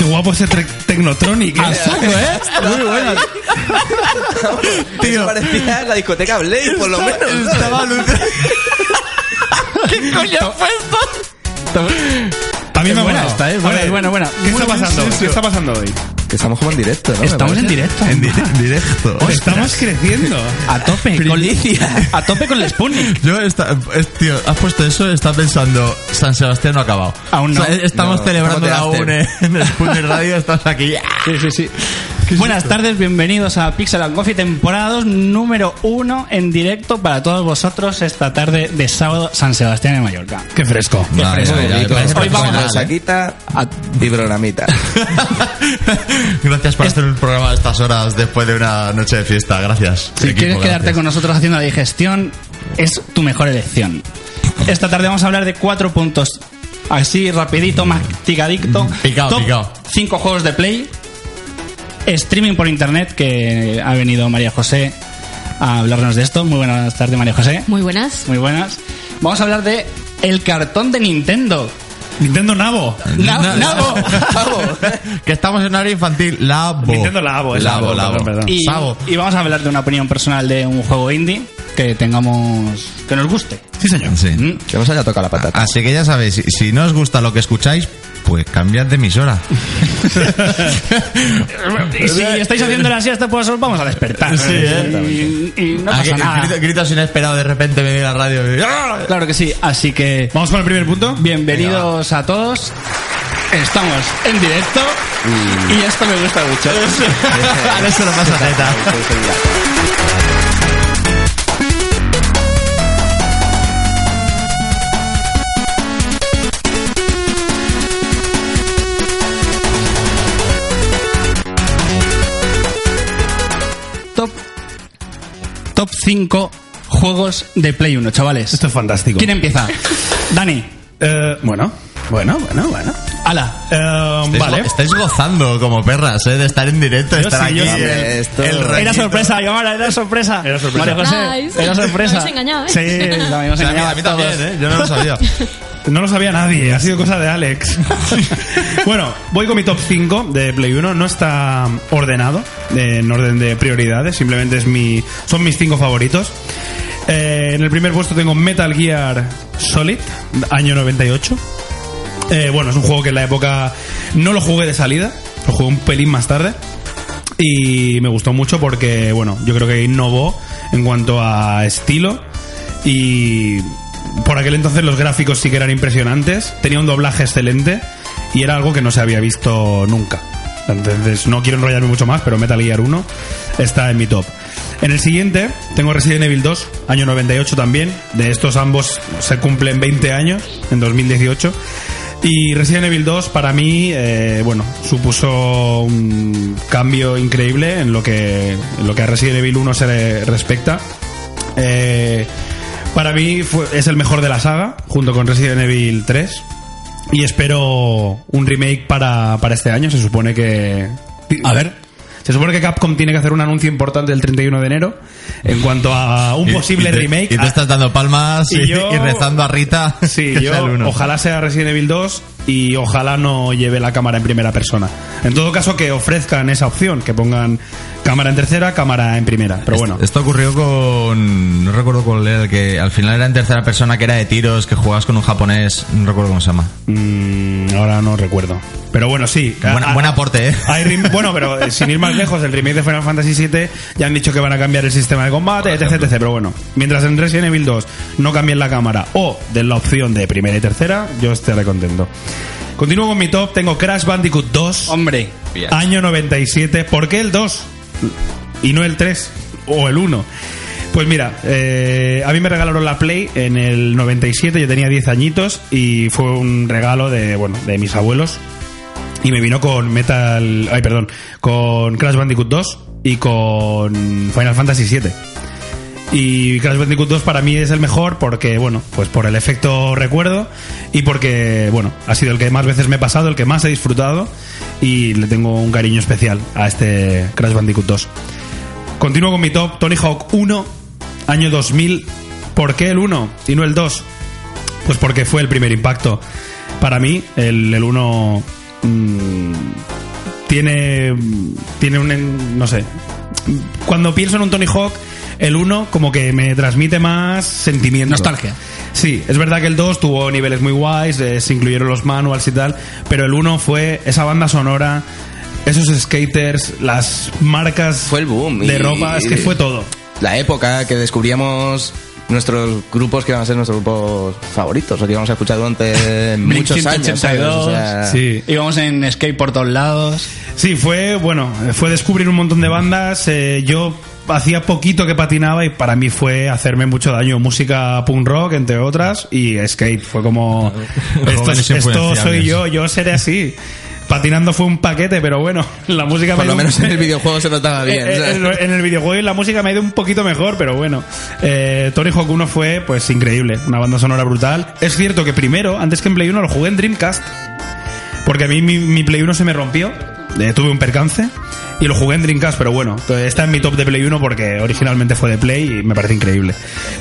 ¿Cómo puede ser Tre- Technotronic? eh? A saco, ¿eh? Muy buena. Eso parecía la discoteca Blade, por lo menos. ¿sabes? Estaba alucinado. ¿Qué coño fue esto? También me Es buena mola. esta, eh, A buena, ver, es buena, buena. ¿Qué Muy está bien, pasando? sí, sí. ¿Qué está pasando hoy? Que estamos como en directo, ¿no? Me Estamos en parece. directo. En dire- directo. Estamos creciendo. A tope con A tope con el Sputnik. Yo, esta- es- tío, has puesto eso, está pensando, San Sebastián no ha acabado. Aún no. O sea, estamos No, celebrando la estamos de UNE E en el Sputnik Radio, estás aquí. Sí, sí, sí. Buenas tardes, bienvenidos a Pixel and Coffee, temporadas número uno en directo para todos vosotros esta tarde de sábado San Sebastián de Mallorca. Qué fresco. Madre fresco, mía, bonito. con- Parece con profesional, Rosaquita a vibronamita. Gracias por hacer un programa a estas horas después de una noche de fiesta, gracias. Si quieres quedarte con con nosotros haciendo la digestión, es tu mejor elección. Esta tarde vamos a hablar de cuatro puntos. Así, rapidito, masticadicto. Picao, Top picao. Cinco juegos de play. Streaming por internet, que ha venido María José a hablarnos de esto. Muy buenas tardes, María José. Muy buenas. Muy buenas. Vamos a hablar de el cartón de Nintendo. Nintendo Nabo. Na- No, Nabo. que estamos en horario infantil. Labo. Nintendo Labo, es Labo, Labo, Labo. perdón, perdón. Y, Sabo. y vamos a hablar de una opinión personal de un juego indie que tengamos que nos guste. Sí, señor. Mm. Que nos haya tocado la patata. Así que ya sabéis, si, si no os gusta lo que escucháis, pues cambiad de emisora. Y si estáis haciendo la siesta, pues os vamos a despertar. Sí, y, y no Ah, que- pasa nada. grito- Gritos inesperados de repente venir a la radio. y- ¡Ah! Claro que sí, así que Vamos con el primer punto. bienvenidos a todos. Estamos en directo y esto me gusta mucho. Ahora eso lo pasa Zeta. Top, top 5 juegos de Play 1, chavales. Esto es fantástico. ¿Quién empieza? Dani, Eh, bueno, bueno, bueno, bueno. ala. Eh, Estáis vale. go- Estáis gozando como perras, ¿eh? De estar en directo, de Yo estar sí, aquí. yo sí. el- Esto- el Era Era rollito. sorpresa, Yomara, era sorpresa. Era sorpresa. María José, Nice. era sorpresa. Me habéis engañado, ¿eh? Sí, la habíamos O sea, engañado a a mí todos. también, ¿eh? Yo no lo sabía. No lo sabía nadie, ha sido cosa de Alex. bueno, voy con mi top 5 de Play 1. No está ordenado eh, en orden de prioridades, simplemente es mi, son mis 5 favoritos. Eh, en el primer puesto tengo Metal Gear Solid, año 98. Eh, bueno, es un juego que en la época no lo jugué de salida, lo jugué un pelín más tarde. Y me gustó mucho porque, bueno, yo creo que innovó en cuanto a estilo. Y por aquel entonces los gráficos sí que eran impresionantes. Tenía un doblaje excelente y era algo que no se había visto nunca. Entonces, no quiero enrollarme mucho más, pero Metal Gear 1 está en mi top. En el siguiente, tengo Resident Evil 2, año 98 también. De estos ambos se cumplen 20 años, en 2018. Y Resident Evil 2 para mí, eh, bueno, supuso un cambio increíble en lo que, en lo que a Resident Evil 1 se re- respecta. Eh, para mí fue- es el mejor de la saga, junto con Resident Evil 3. Y espero un remake para, para este año. Se supone que. A ver. Se supone que Capcom tiene que hacer un anuncio importante el 31 de enero en cuanto a un Y- posible y te- remake. Y te Ah, estás dando palmas y, Y yo- y rezando a Rita. Sí, que sea el yo uno. ojalá sea Resident Evil 2 y ojalá no lleve la cámara en primera persona. En todo caso, que ofrezcan esa opción, que pongan cámara en tercera, cámara en primera. Pero bueno, Esto, esto ocurrió con. No recuerdo cuál era el que. Al final era en tercera persona que era de tiros, que jugabas con un japonés. No recuerdo cómo se llama. mm, ahora no recuerdo. Pero bueno, sí. Buen, Ah, buen ah, aporte, ¿eh? hay rem- bueno, pero eh, sin ir más lejos, el remake de Final Fantasy VII ya han dicho que van a cambiar el sistema de combate, etc, etc. Pero bueno, mientras en Resident Evil 2 no cambien la cámara o den la opción de primera y tercera, yo estaré contento. Continúo con mi top, tengo Crash Bandicoot 2. Hombre, Bien. Año 97. ¿Por qué el 2? Y no el 3 o el 1. Pues mira, eh, a mí me regalaron la Play en el 97, yo tenía 10 añitos y fue un regalo de, bueno, de mis abuelos y me vino con Metal, ay perdón, con Crash Bandicoot 2 y con Final Fantasy 7. Y Crash Bandicoot 2 para mí es el mejor porque, bueno, pues por el efecto recuerdo y porque, bueno, ha sido el que más veces me he pasado, el que más he disfrutado y le tengo un cariño especial a este Crash Bandicoot 2. Continúo con mi top, Tony Hawk 1, año 2000. ¿Por qué el 1 y no el 2? Pues porque fue el primer impacto. Para mí, el, el 1 mm, tiene. Tiene un. en- No sé. Cuando pienso en un Tony Hawk, el 1 como que me transmite más sentimiento. Nostalgia. Sí, es verdad que el 2 tuvo niveles muy guays, eh, se incluyeron los manuals y tal, pero el 1 fue esa banda sonora, esos skaters, las marcas Fue el boom. de y- ropa, es que fue todo. La época que descubríamos nuestros grupos que iban a ser nuestros grupos favoritos, o que íbamos a escuchar durante Blink muchos años. ¿sabes? O 182, sea, Sí. Íbamos en skate por todos lados. Sí, fue, bueno, fue descubrir un montón de bandas. eh, yo hacía poquito que patinaba y para mí fue hacerme mucho daño. Música punk rock, entre otras, y skate. Fue como, esto, Jóvenes esto soy influenciables. yo, yo seré así. Patinando fue un paquete, pero bueno, la música Por me lo dio- menos en el videojuego se notaba bien. Eh, eh, ¿sabes? en, lo- en el videojuego y la música me ha ido un poquito mejor, pero bueno. Eh, Tony Hawk 1 fue, pues, increíble. Una banda sonora brutal. Es cierto que primero, antes que en Play 1, lo jugué en Dreamcast. Porque a mí mi, mi Play 1 se me rompió. eh, tuve un percance. Y lo jugué en Dreamcast, pero bueno. to- Está en mi top de Play 1 porque originalmente fue de Play y me parece increíble.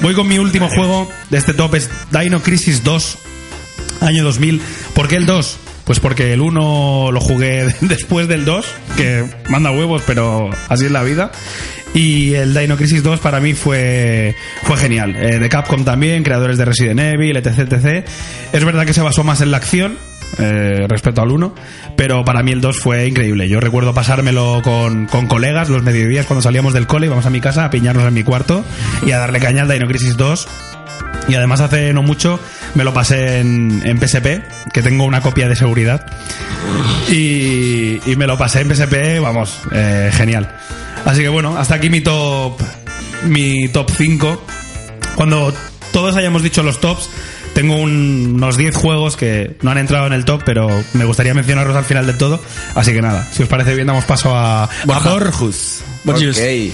Voy con mi último juego de este top, es Dino Crisis 2 año 2000. ¿Por qué el 2? Pues porque el 1 lo jugué después del 2, que manda huevos, pero así es la vida. Y el Dino Crisis 2 para mí fue, fue genial. Eh, de Capcom también, creadores de Resident Evil, etc, etc. Es verdad que se basó más en la acción eh, respecto al 1, pero para mí el 2 fue increíble. Yo recuerdo pasármelo con, con colegas los mediodías cuando salíamos del cole, íbamos a mi casa a piñarnos en mi cuarto y a darle caña al Dino Crisis 2 y además hace no mucho me lo pasé en, en PSP, que tengo una copia de seguridad. Y, y me lo pasé en PSP, vamos, eh, genial. Así que bueno, hasta aquí mi top, mi top 5. Cuando todos hayamos dicho los tops, tengo un- unos 10 juegos que no han entrado en el top, pero me gustaría mencionarlos al final del todo. Así que nada, si os parece bien, damos paso a, a Borjus. Ok.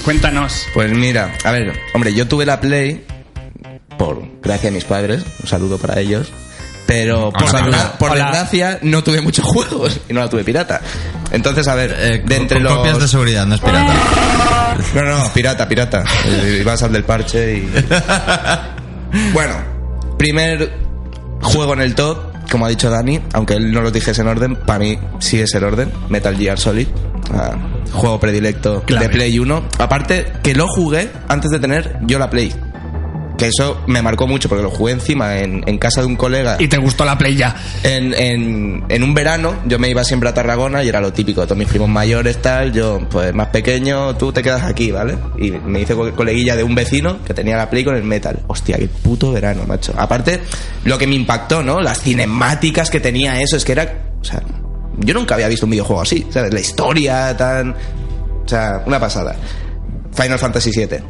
Cuéntanos. Pues mira, a ver, hombre, yo tuve la Play por gracias a mis padres, un saludo para ellos, pero por, Hola, desgra- hola. por Hola. desgracia no tuve muchos juegos y no la tuve pirata. Entonces, a ver, Eh, de entre con los... copias de seguridad, no es pirata. No, no, pirata, pirata. Eh, Ibas al del parche y... Bueno, primer juego en el top, como ha dicho Dani, aunque él no lo dijese en orden, para mí sí es el orden, Metal Gear Solid. ah, juego predilecto Clave. de Play 1. Aparte, que lo jugué antes de tener yo la Play. Que eso me marcó mucho porque lo jugué encima en, en casa de un colega. Y te gustó la play ya. En, en, en un verano yo me iba siempre a Tarragona y era lo típico, todos mis primos mayores, tal, yo pues más pequeño, tú te quedas aquí, ¿vale? Y me hice co- coleguilla de un vecino que tenía la play con el metal. Hostia, qué puto verano, macho. Aparte, lo que me impactó, ¿no? Las cinemáticas que tenía eso, es que era... O sea, yo nunca había visto un videojuego así, ¿sabes? La historia tan... O sea, una pasada. Final Fantasy VII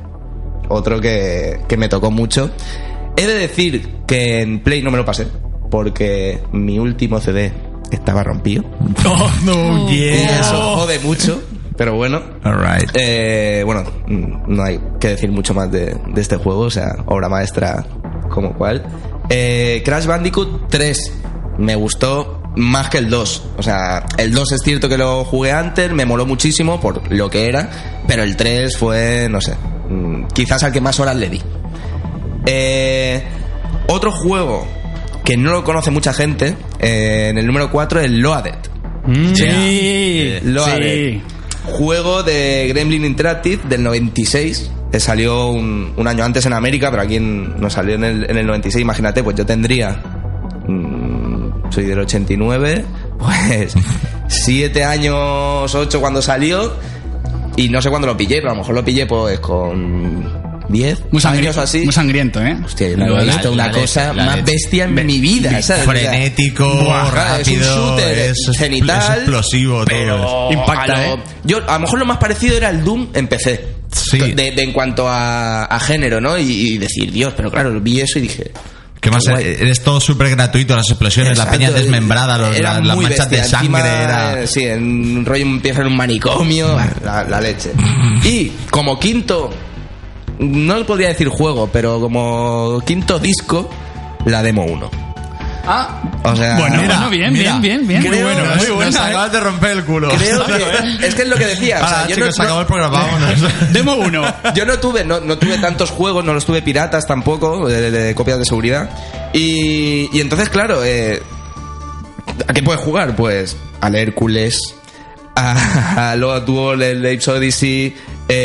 otro que, que me tocó mucho. He de decir que en Play no me lo pasé, porque mi último CD estaba rompido. no, Y eso jode mucho, pero bueno. Alright. Eh, bueno, mm, no hay que decir mucho más de, de este juego, o sea, obra maestra como cual. Eh, Crash Bandicoot 3 me gustó más que el 2. O sea, el 2 es cierto que lo jugué antes, me moló muchísimo por lo que era, pero el 3 fue, no sé, mm, quizás al que más horas le di. Eh, otro juego que no lo conoce mucha gente, eh, en el número 4, el Loaded. Mm. Sí. Loaded. Sí. Juego de Gremlin Interactive del 96. que Eh, salió un, un año antes en América, pero aquí en- nos salió en el, en el 96. Imagínate, pues yo tendría. mm, soy del 89. Pues. siete años, ocho cuando salió. Y no sé cuándo lo pillé, pero a lo mejor lo pillé pues con. 10 Muy años sangriento, o así. Muy sangriento, ¿eh? Hostia, yo no La- he visto la- una la cosa leche, la más leche. bestia en mi vida, ¿sabes? O sea, Frenético, buah, rápido, es un shooter es, es genital, explosivo, todo pero Impacta, a lo- ¿eh? Yo, a lo mejor lo más parecido era el Doom en PC. Sí. De, de- en cuanto a, a género, ¿no? Y, y decir, Dios, pero claro, vi eso y dije. Que más qué guay. eh, eres todo súper gratuito, las explosiones, Exacto, la peña desmembrada, los- eh, era la- las muy manchas de bestia. sangre, Encima, era- eh, Sí, en un rollo empieza en un manicomio, la, la leche. Y como quinto, no podría decir juego, pero como quinto disco, la demo 1. Ah, O sea, bueno, bueno, bien, mira. bien, bien, bien. Creo- muy bueno, Nos- muy nos bueno. ¿eh? acabas de romper el culo. ¿eh? Creo que, ¿eh? es que es lo que decía. o sea, Ahora, yo chicos, se no, no- acabó el programa, vámonos. Demo uno. yo no tuve, no, no tuve tantos juegos, no los tuve piratas tampoco, de, de- de copias de seguridad. Y, y entonces, claro, eh, ¿a qué puedes jugar? Pues al Hércules, a, a Load Wall, el Apes Odyssey,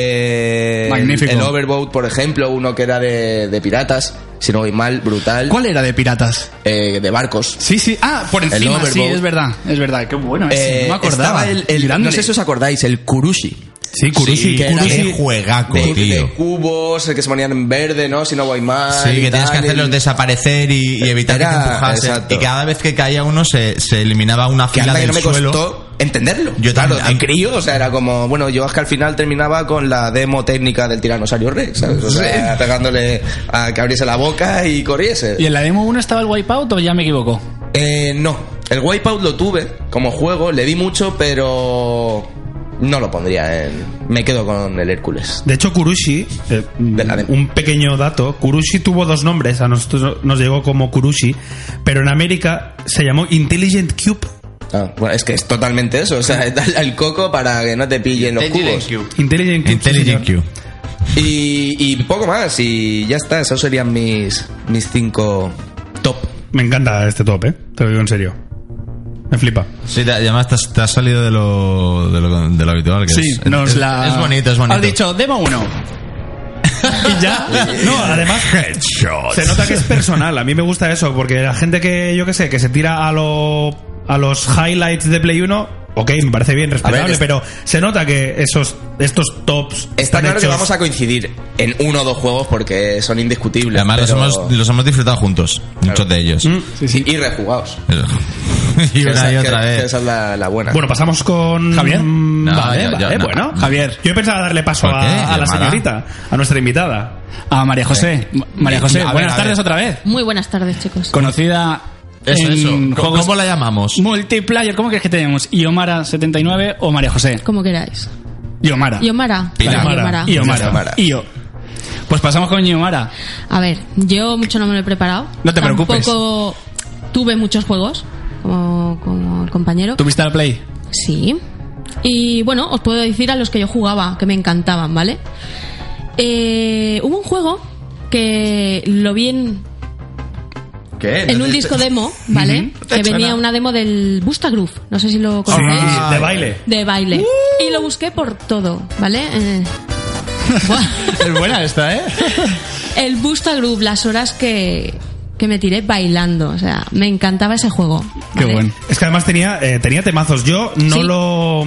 eh, Magnífico. el Overboat, por ejemplo, uno que era de, de piratas, si no voy mal, brutal, ¿Cuál era de piratas? eh, de barcos. Sí, sí. Ah, por El encima. Sí, Overboat. es verdad. Es verdad. Qué bueno. ese, Eh, Ah, no me acordaba. Estaba el, el- Grande. no sé si os acordáis, el Kurushi. Sí, Kurushi. Sí, que era Kurushi- Qué juegaco, De, tío. de cubos eh, que se ponían en verde, ¿no? Si no voy mal. Sí, y que tienes que tal, hacerlos y- desaparecer y, y evitar que Era- te empujasen. exacto. Y cada vez que caía uno se, se eliminaba una que fila anda que del no me suelo. costó entenderlo. Yo claro, también. de crío, o sea, era como, bueno, yo es que al final terminaba con la demo técnica del tiranosaurio Rex, ¿sabes? O sea, pegándole a que abriese la boca y corriese. ¿Y en la demo 1 estaba el Wipeout o ya me equivoco? Eh, no, el Wipeout lo tuve como juego, le di mucho, pero no lo pondría en... Me quedo con el Hércules. De hecho, Kurushi, eh, De la de- un pequeño dato, Kurushi tuvo dos nombres, a nosotros nos llegó como Kurushi, pero en América se llamó Intelligent Cube. Ah, bueno, es que es totalmente eso, o sea, es darle al coco para que no te pillen los cubos. Intelligent Cube. Intelligent sí, Q. Y, y poco más, y ya está, esos serían mis, mis cinco top. señor. Me encanta este top, ¿eh? Te lo digo en serio. Me flipa. Sí, te- además te has, te has salido de lo, de lo, de lo habitual. Que Sí, es, nos es- la. es bonito, es bonito. Has dicho demo 1. y ya. No, además, Headshot. se nota que es personal. A mí me gusta eso, porque la gente que, yo qué sé, que se tira a, lo, a los highlights de Play 1. Ok, me parece bien, respetable, es- pero se nota que esos, estos tops Está están claro que hechos- vamos a coincidir en uno o dos juegos porque son indiscutibles. Además los, pero- hemos, los hemos disfrutado juntos, muchos de ellos. Y, y rejugados. Que y una esa- y que- otra que vez. esa es la, la buena. Bueno, pasamos con. Javier. Mm, No, vale, yo- yo- vale, no. bueno. Javier. Yo pensaba darle paso ¿Por qué? a, a la Llamada. señorita, a nuestra invitada. A María José. Ma- María José, A ver, buenas a ver. tardes otra vez. Muy buenas tardes, chicos. Conocida. Eso, en eso. ¿Cómo- juegos ¿Cómo la llamamos? Multiplayer, ¿cómo crees que tenemos? ¿Iomara79 o María José? Como queráis. Iomara. Yomara. Pilar. Yomara. Iomara. Iomara. Io. Pues pasamos con Iomara. A ver, yo mucho no me lo he preparado. No te preocupes. Tampoco tuve muchos juegos, como, como el compañero. ¿Tuviste la Play? Sí. Y bueno, os puedo decir a los que yo jugaba, que me encantaban, ¿vale? Eh, hubo un juego que lo vi en, ¿Qué? en un disco demo, ¿vale? Que suena? venía una demo del Busta Groove. No sé si lo conocéis. Ah, de baile. De baile. ¡Uh! Y lo busqué por todo, ¿vale? Eh, buah. Es buena esta, ¿eh? El Busta Group, las horas que, que me tiré bailando. O sea, me encantaba ese juego. Qué ¿vale? bueno. Es que además tenía, eh, tenía temazos. Yo no Sí. lo.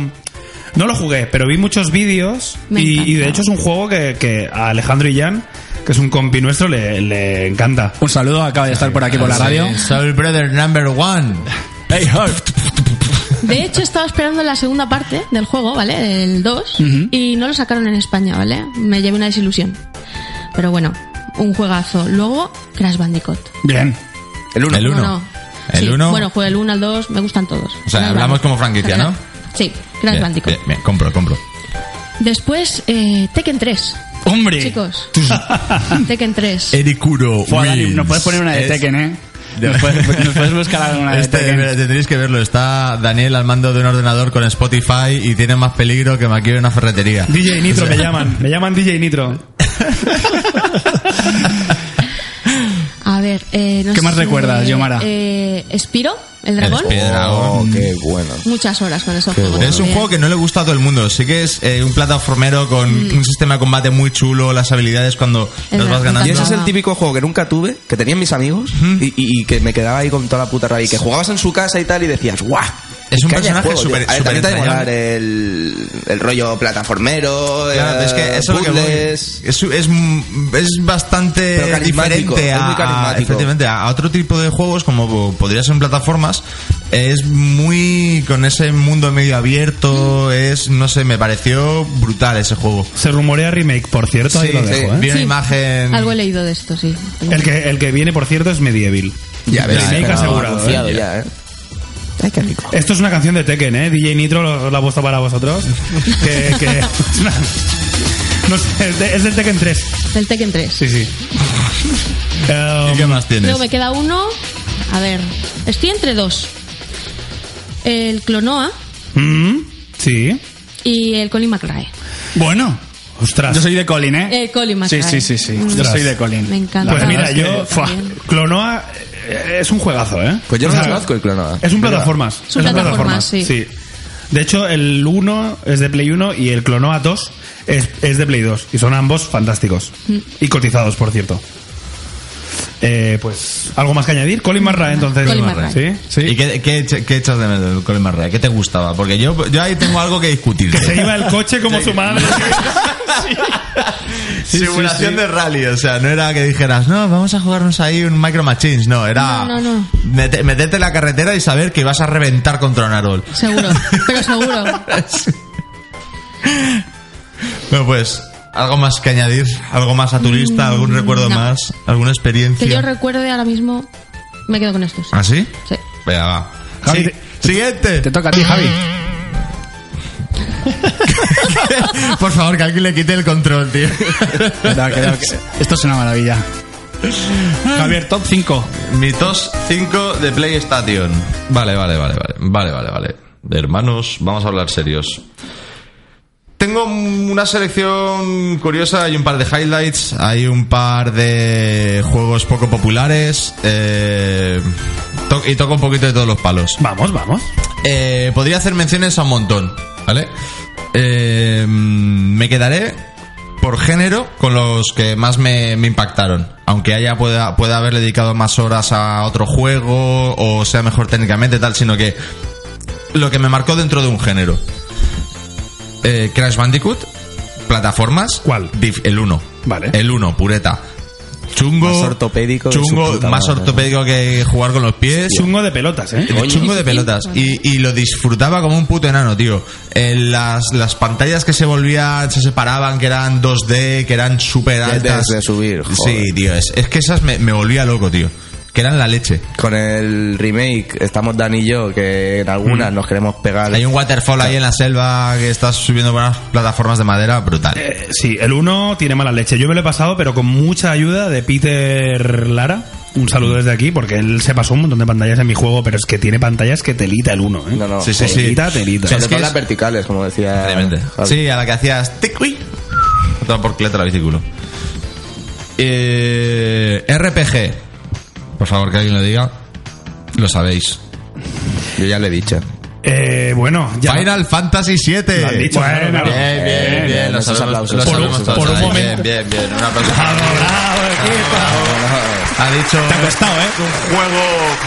No lo jugué, pero vi muchos vídeos Me y, encanta. y de hecho es un juego que, que a Alejandro Illán, que es un compi nuestro, le, le encanta. Un saludo, acaba de estar por aquí por la radio. Sí, Soul Brother number one. Hey, Hurt. De hecho, estaba esperando la segunda parte del juego, ¿vale? El 2. Ujú. Y no lo sacaron en España, ¿vale? Me llevé una desilusión. Pero bueno, un juegazo. Luego, Crash Bandicoot. Bien. El uno. El uno. No, no. El Sí, uno. Bueno, juego el 1 al 2, me gustan todos. O sea, Crash hablamos Bandicoot. como franquicia, ¿no? Sí, Crash Bien, Bandicoot. bien, bien, compro, compro. Después, eh, Tekken 3. Hombre. Chicos, Tekken Eh, 3. Ericuro. Fue, Dani, nos puedes poner una de Tekken, ¿eh? Nos puedes, nos puedes buscar alguna de Este, Tekken. mira, tendréis que verlo. Está Daniel al mando de un ordenador con Spotify y tiene más peligro que maquillo en una ferretería. DJ Nitro me llaman, me llaman DJ Nitro. A ver, eh, no ¿Qué sé más si- recuerdas, Yomara? Eh, Spiro, el El dragón. Spyro. Oh, qué bueno. Muchas horas con esos juegos. Es un juego que no le gusta a todo el mundo. Sí que es eh, un plataformero con un sistema de combate muy chulo, las habilidades cuando Mm. las Es vas verdad. ganando. Y ese es el Ah. típico juego que nunca tuve, que tenían mis amigos y, y- y que me quedaba ahí con toda la puta rabia. Y que jugabas en su casa y tal y decías, ¡guau! Es un que haya personaje juego, tío". súper- A ver, también te ha de súper molar el, el rollo plataformero, Claro, eh, es que eso es lo que voy. puzzles. Es, es, es Pero bastante carismático, diferente, es muy a, carismático. efectivamente, a otro tipo de juegos como podría ser en plataformas. Es muy con ese mundo medio abierto, es, no sé, me pareció brutal ese juego. Se rumorea remake, por cierto, ahí Sí, lo sí, dejo, ¿eh? vi una Sí. imagen... Algo he leído de esto, sí. El que, el que viene, por cierto, es Medieval. Ya ves, Remake pero asegurado, anunciado ¿eh? ya, ¿eh? Ay, qué rico. Esto es una canción de Tekken, ¿eh? DJ Nitro lo- la ha puesto para vosotros. que, que- es una- no sé, es, de- es del Tekken 3. Del Tekken 3. Sí, sí. ¿Y Um, qué más tienes? Luego me queda uno. A ver, estoy entre dos. El Clonoa mm, sí. y el Colin McRae. Bueno. Ostras. Yo soy de Colin, ¿eh? El Colin Sí, McRae. Mm, sí, sí, sí. Yo Ostras. soy de Colin. Me encanta. Pues La mira, verdad yo. es que Fua, también. Clonoa eh, es un juegazo, ¿eh? Pues yo no O sea, lo conozco, el Clonoa. Es un plataformas. Es un plataformas, sí. sí. De hecho, el 1 es de Play 1 y el Clonoa 2 es, es de Play 2. Y son ambos fantásticos. Mm. Y cotizados, por cierto. Eh, pues, ¿algo más que añadir? Colin Marra, entonces. Colin Marra. ¿Sí? sí. ¿Y qué, qué echa- qué echas de menos del Colin Murray? ¿Qué te gustaba? Porque yo, yo ahí tengo algo que discutir. Que se iba el coche como su madre. Simulación de rally, o sea, no era que dijeras, no, vamos a jugarnos ahí un Micro Machines, no, era No, no, no. mete- meterte en la carretera y saber que ibas a reventar contra un árbol. Seguro, pero seguro. Bueno, pues, algo más que añadir, algo más a tu lista, algún recuerdo Mm, no. más, alguna Que yo experiencia. recuerde ahora mismo, me quedo con esto. sí. ¿Ah, sí? Sí. Venga, va. Javi, Sí, Siguiente. Te toca a ti, Javi. Por favor, que alguien le quite el control, tío. Cuidado, cuidado, que- Esto es una maravilla. Javier, top 5. Mitos 5 de PlayStation. Vale, vale, vale, vale. Vale, vale, vale. Hermanos, vamos a hablar serios. Tengo un- una selección curiosa, hay un par de highlights, hay un par de juegos poco populares eh, to- y toco un poquito de todos los palos. vamos, vamos. Eh, podría hacer menciones a un montón, ¿vale? Eh, me quedaré por género con los que más me, me impactaron. Aunque haya pueda, pueda haberle dedicado más horas a otro juego o sea mejor técnicamente, tal, sino que lo que me marcó dentro de un género. Eh, Crash Bandicoot, plataformas. ¿Cuál? Dif- el 1. Vale. El 1, pureta. Chungo. Más ortopédico que su Chungo, puta más madre. ortopédico que jugar con los pies. Chungo de pelotas, ¿eh? El chungo de pelotas. Y, y lo disfrutaba como un puto enano, tío. Eh, las, las pantallas que se volvían, se separaban, que eran 2D, que eran súper altas. de subir, joder. Sí, tío. Es, es que esas me, me volvía loco, tío. Que eran la leche. Con el remake estamos Dan y yo, que en algunas nos queremos pegar. Mm. Hay un waterfall ahí en la selva que estás subiendo por unas plataformas de madera brutal. Eh, Sí, el 1 tiene mala leche. Yo me lo he pasado, pero con mucha ayuda de Peter Lara. Un saludo desde aquí, porque él se pasó un montón de pantallas en mi juego, pero es que tiene pantallas que telita el 1, ¿eh? No, no. Sí, sí, sí. Telita, telita. Sí. Sobre Es todo que es- las verticales, como decía. Javi. Sí, a la que hacías tic, uy. Otra por letra biciclo. Eh, RPG. Por favor, que alguien lo diga. Lo sabéis. Yo ya le he dicho. Eh, bueno, ya. Final Fantasy VII. Lo han dicho, Bueno, claro. bien, bien, bien. Lo Esos sabemos, aplausos, lo por sabemos un- todos. por un Ahí, momento. Bien, bien, bien. Un aplauso. Bravo, bravo, equipo. Ha dicho Te ha costado, ¿eh? un juego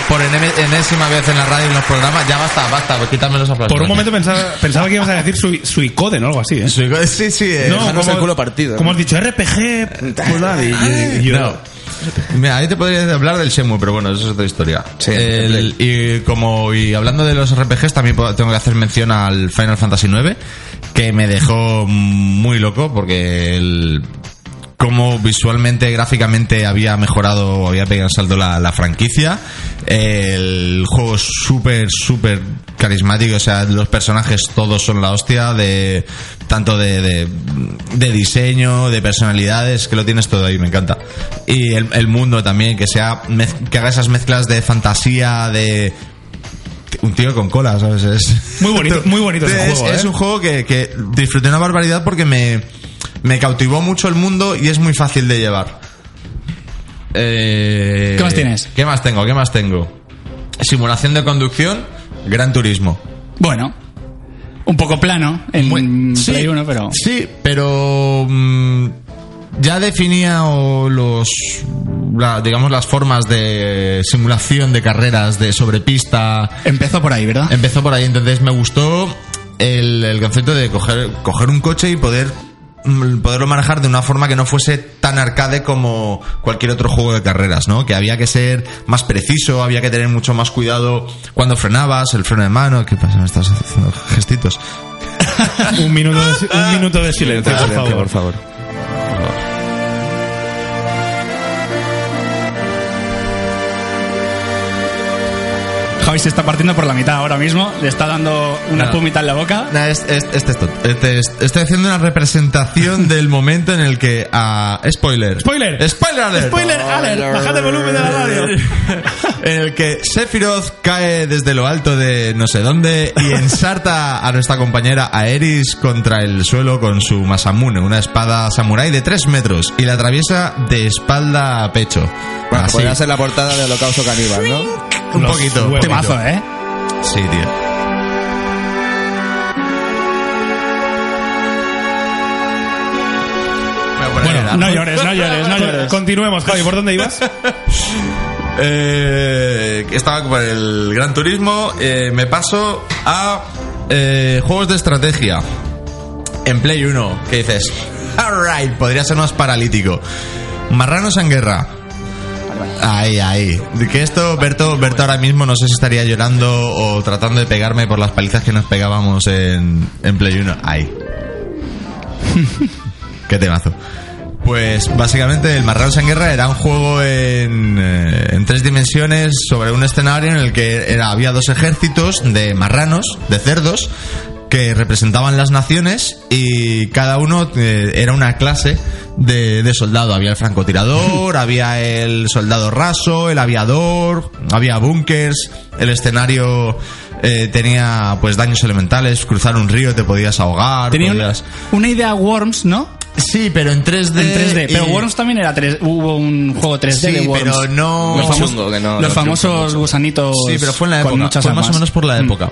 por enem- enésima vez en la radio y en los programas. Ya basta, basta. pues Quítame los aplausos. Por un momento pensaba, pensaba que ibas a decir sui- Suicoden o algo así, ¿eh? Su- Sí, sí. eh, dejarnos el culo partido. Como has dicho, RPG. pues nada, y- y- y yo- No. Mira, ahí te podría hablar del Shenmue, pero bueno, eso es otra historia. Sí, El- y como y hablando de los RPGs, también puedo- tengo que hacer mención al Final Fantasy IX, que me dejó muy loco porque el cómo visualmente, gráficamente había mejorado, o había pegado un salto la, la franquicia. El juego es súper, súper carismático, o sea, los personajes todos son la hostia, de tanto de, de, de diseño, de personalidades, que lo tienes todo ahí, me encanta. Y el, el mundo también, que sea mez- que haga esas mezclas de fantasía, de un tío con cola, ¿sabes? Es... Muy bonito- muy bonito ese es, juego, es ¿eh? un juego que, que disfruté una barbaridad porque me, me cautivó mucho el mundo y es muy fácil de llevar. Eh, ¿Qué más tienes? ¿Qué más tengo? ¿Qué más tengo? Simulación de conducción, gran turismo. Bueno, un poco plano en Muy- sí, Mm, Play 1, pero. Sí, pero. mm, ya definía o, los. la- digamos, las formas de simulación de carreras, de sobrepista. Empezó por ahí, ¿verdad? Empezó por ahí, entonces me gustó el, el concepto de coger, coger un coche y poder mm, poderlo manejar de una forma que no fuese tan arcade como cualquier otro juego de carreras, ¿no? Que había que ser más preciso, había que tener mucho más cuidado cuando frenabas, el freno de mano, ¿qué pasa? Me estás haciendo gestitos. Un minuto de, si- un minuto de silencio, por Silencio, favor. por favor. Javi se está partiendo por la mitad ahora mismo, le está dando una Nada. pumita en la boca. Nah, es- es- este es tonto. Este es- estoy haciendo una representación del momento en el que ah, spoiler. Spoiler. Spoiler alert. Spoiler alert, bajad el volumen de la radio. en el que Sephiroth cae desde lo alto de no sé dónde y ensarta a nuestra compañera Aeris contra el suelo con su Masamune, una espada samurái de 3 metros, y la atraviesa de espalda a pecho. Bueno, pues Así. podría ser la portada de Holocausto Caníbal, ¿no? un Los poquito. ¿eh? huevos. un poquito. Temazo, ¿eh? Sí, tío. manera. No llores, no llores, no llores. Continuemos, Javi, ¿por dónde ibas? Eh, estaba por el Gran Turismo. eh, me paso a eh, juegos de estrategia. En Play 1, que dices, alright, podría ser más paralítico. Marranos en guerra. Ahí, ahí. Que esto, Berto, Berto ahora mismo no sé si estaría llorando o tratando de pegarme por las palizas que nos pegábamos en, en Play 1. Ahí. Qué temazo. Pues básicamente el Marranos en Guerra era un juego en, eh, en tres dimensiones sobre un escenario en el que era- había dos ejércitos de marranos, de cerdos, que representaban las naciones y cada uno eh, era una clase de, de soldado. Había el francotirador, había el soldado raso, el aviador, había bunkers, el escenario eh, tenía pues daños elementales, cruzar un río te podías ahogar, Tenía una, podías... una idea Worms, ¿no? Sí, pero en 3D. En 3D. Pero Eh, y- Worms también era 3 Hubo un juego 3D Sí, de Worms. pero no- Los, famos- Chungo, que los no- no triunfa famosos gusanitos. Sí, pero fue en la con época. muchas Fue más o armas. Mm. menos por la época.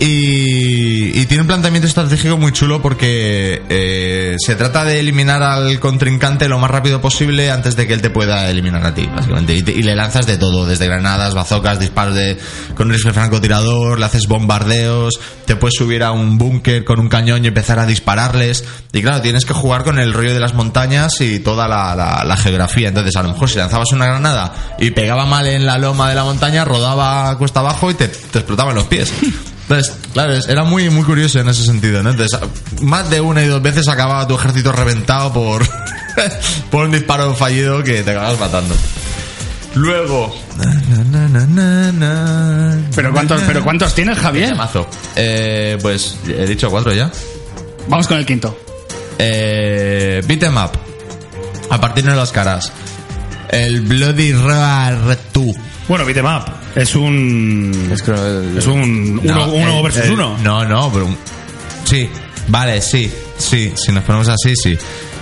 Y, y tiene un planteamiento estratégico muy chulo porque eh, se trata de eliminar al contrincante lo más rápido posible antes de que él te pueda eliminar a ti, básicamente. Y, te- y le lanzas de todo, desde granadas, bazocas, disparos de, con un rifle francotirador, le haces bombardeos, te puedes subir a un búnker con un cañón y empezar a dispararles. Y claro, tienes que jugar con el rollo de las montañas y toda la, la- la geografía. Entonces, a lo mejor si lanzabas una granada y pegaba mal en la loma de la montaña, rodaba cuesta abajo y te, te explotaban los pies. Entonces, claro, es- era muy, muy curioso en ese sentido, ¿no? Entonces, más de una y dos veces acababa tu ejército reventado por, por un disparo fallido que te acabas matando. Luego. Pero cuántos, pero cuántos tienes, Javier? Mazo. Eh, pues he dicho cuatro ya. Vamos con el quinto. Eh, beat 'em up. A partir de las caras. El Bloody Roar 2. Bueno, Bitemap es un. Es que el- Es un uno, uno el- versus el- uno. No, no, pero. un- Sí, vale, sí, sí. Si nos ponemos así, sí.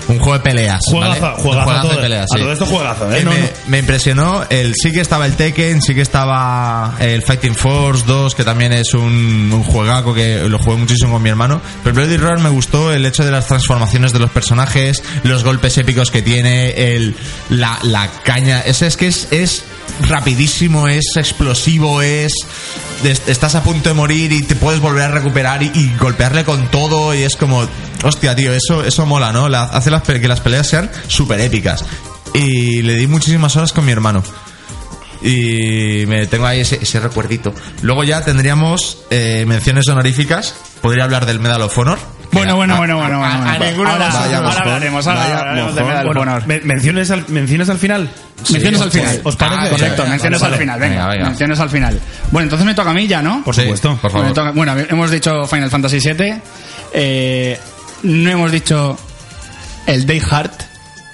Un juego de peleas. Juegazo, ¿vale? Un juegazo a juegazo todo- de peleas. a sí. todo esto juegazo, ¿eh? Eh, No, me, no. me impresionó. El, sí que estaba el Tekken, sí que estaba el Fighting Force 2, que también es un, un juegaco que lo jugué muchísimo con mi hermano. Pero Bloody Roar me gustó el hecho de las transformaciones de los personajes, los golpes épicos que tiene, el, la, la caña. Es, es que es, es rapidísimo, es explosivo, es, es- Estás a punto de morir y te puedes volver a recuperar y, y golpearle con todo y es como... Hostia, tío, eso, eso mola, ¿no? La- hace las pe- que las peleas sean súper épicas. Y le di muchísimas horas con mi hermano. Y me tengo ahí ese, ese recuerdito. Luego ya tendríamos eh, menciones honoríficas. Podría hablar del Medal of Honor. Bueno, Que bueno, a- bueno, a- bueno, a- bueno, a bueno. ninguno Ahora- nos ha ahora llamado. hablaremos, Ah, ahora Vaya hablaremos de mojón. Medal of Bueno, Honor. me- menciones, al, menciones al final. Menciones Sí, al final. ¿Os parece? Ah, Correcto, venga, menciones vale. al final, venga, Venga, venga. menciones al final. Bueno, entonces me toca a mí ya, ¿no? Por Sí, supuesto. por favor. Me toca- bueno, a ver, hemos dicho Final Fantasy VII, eh, no hemos dicho el Day Heart,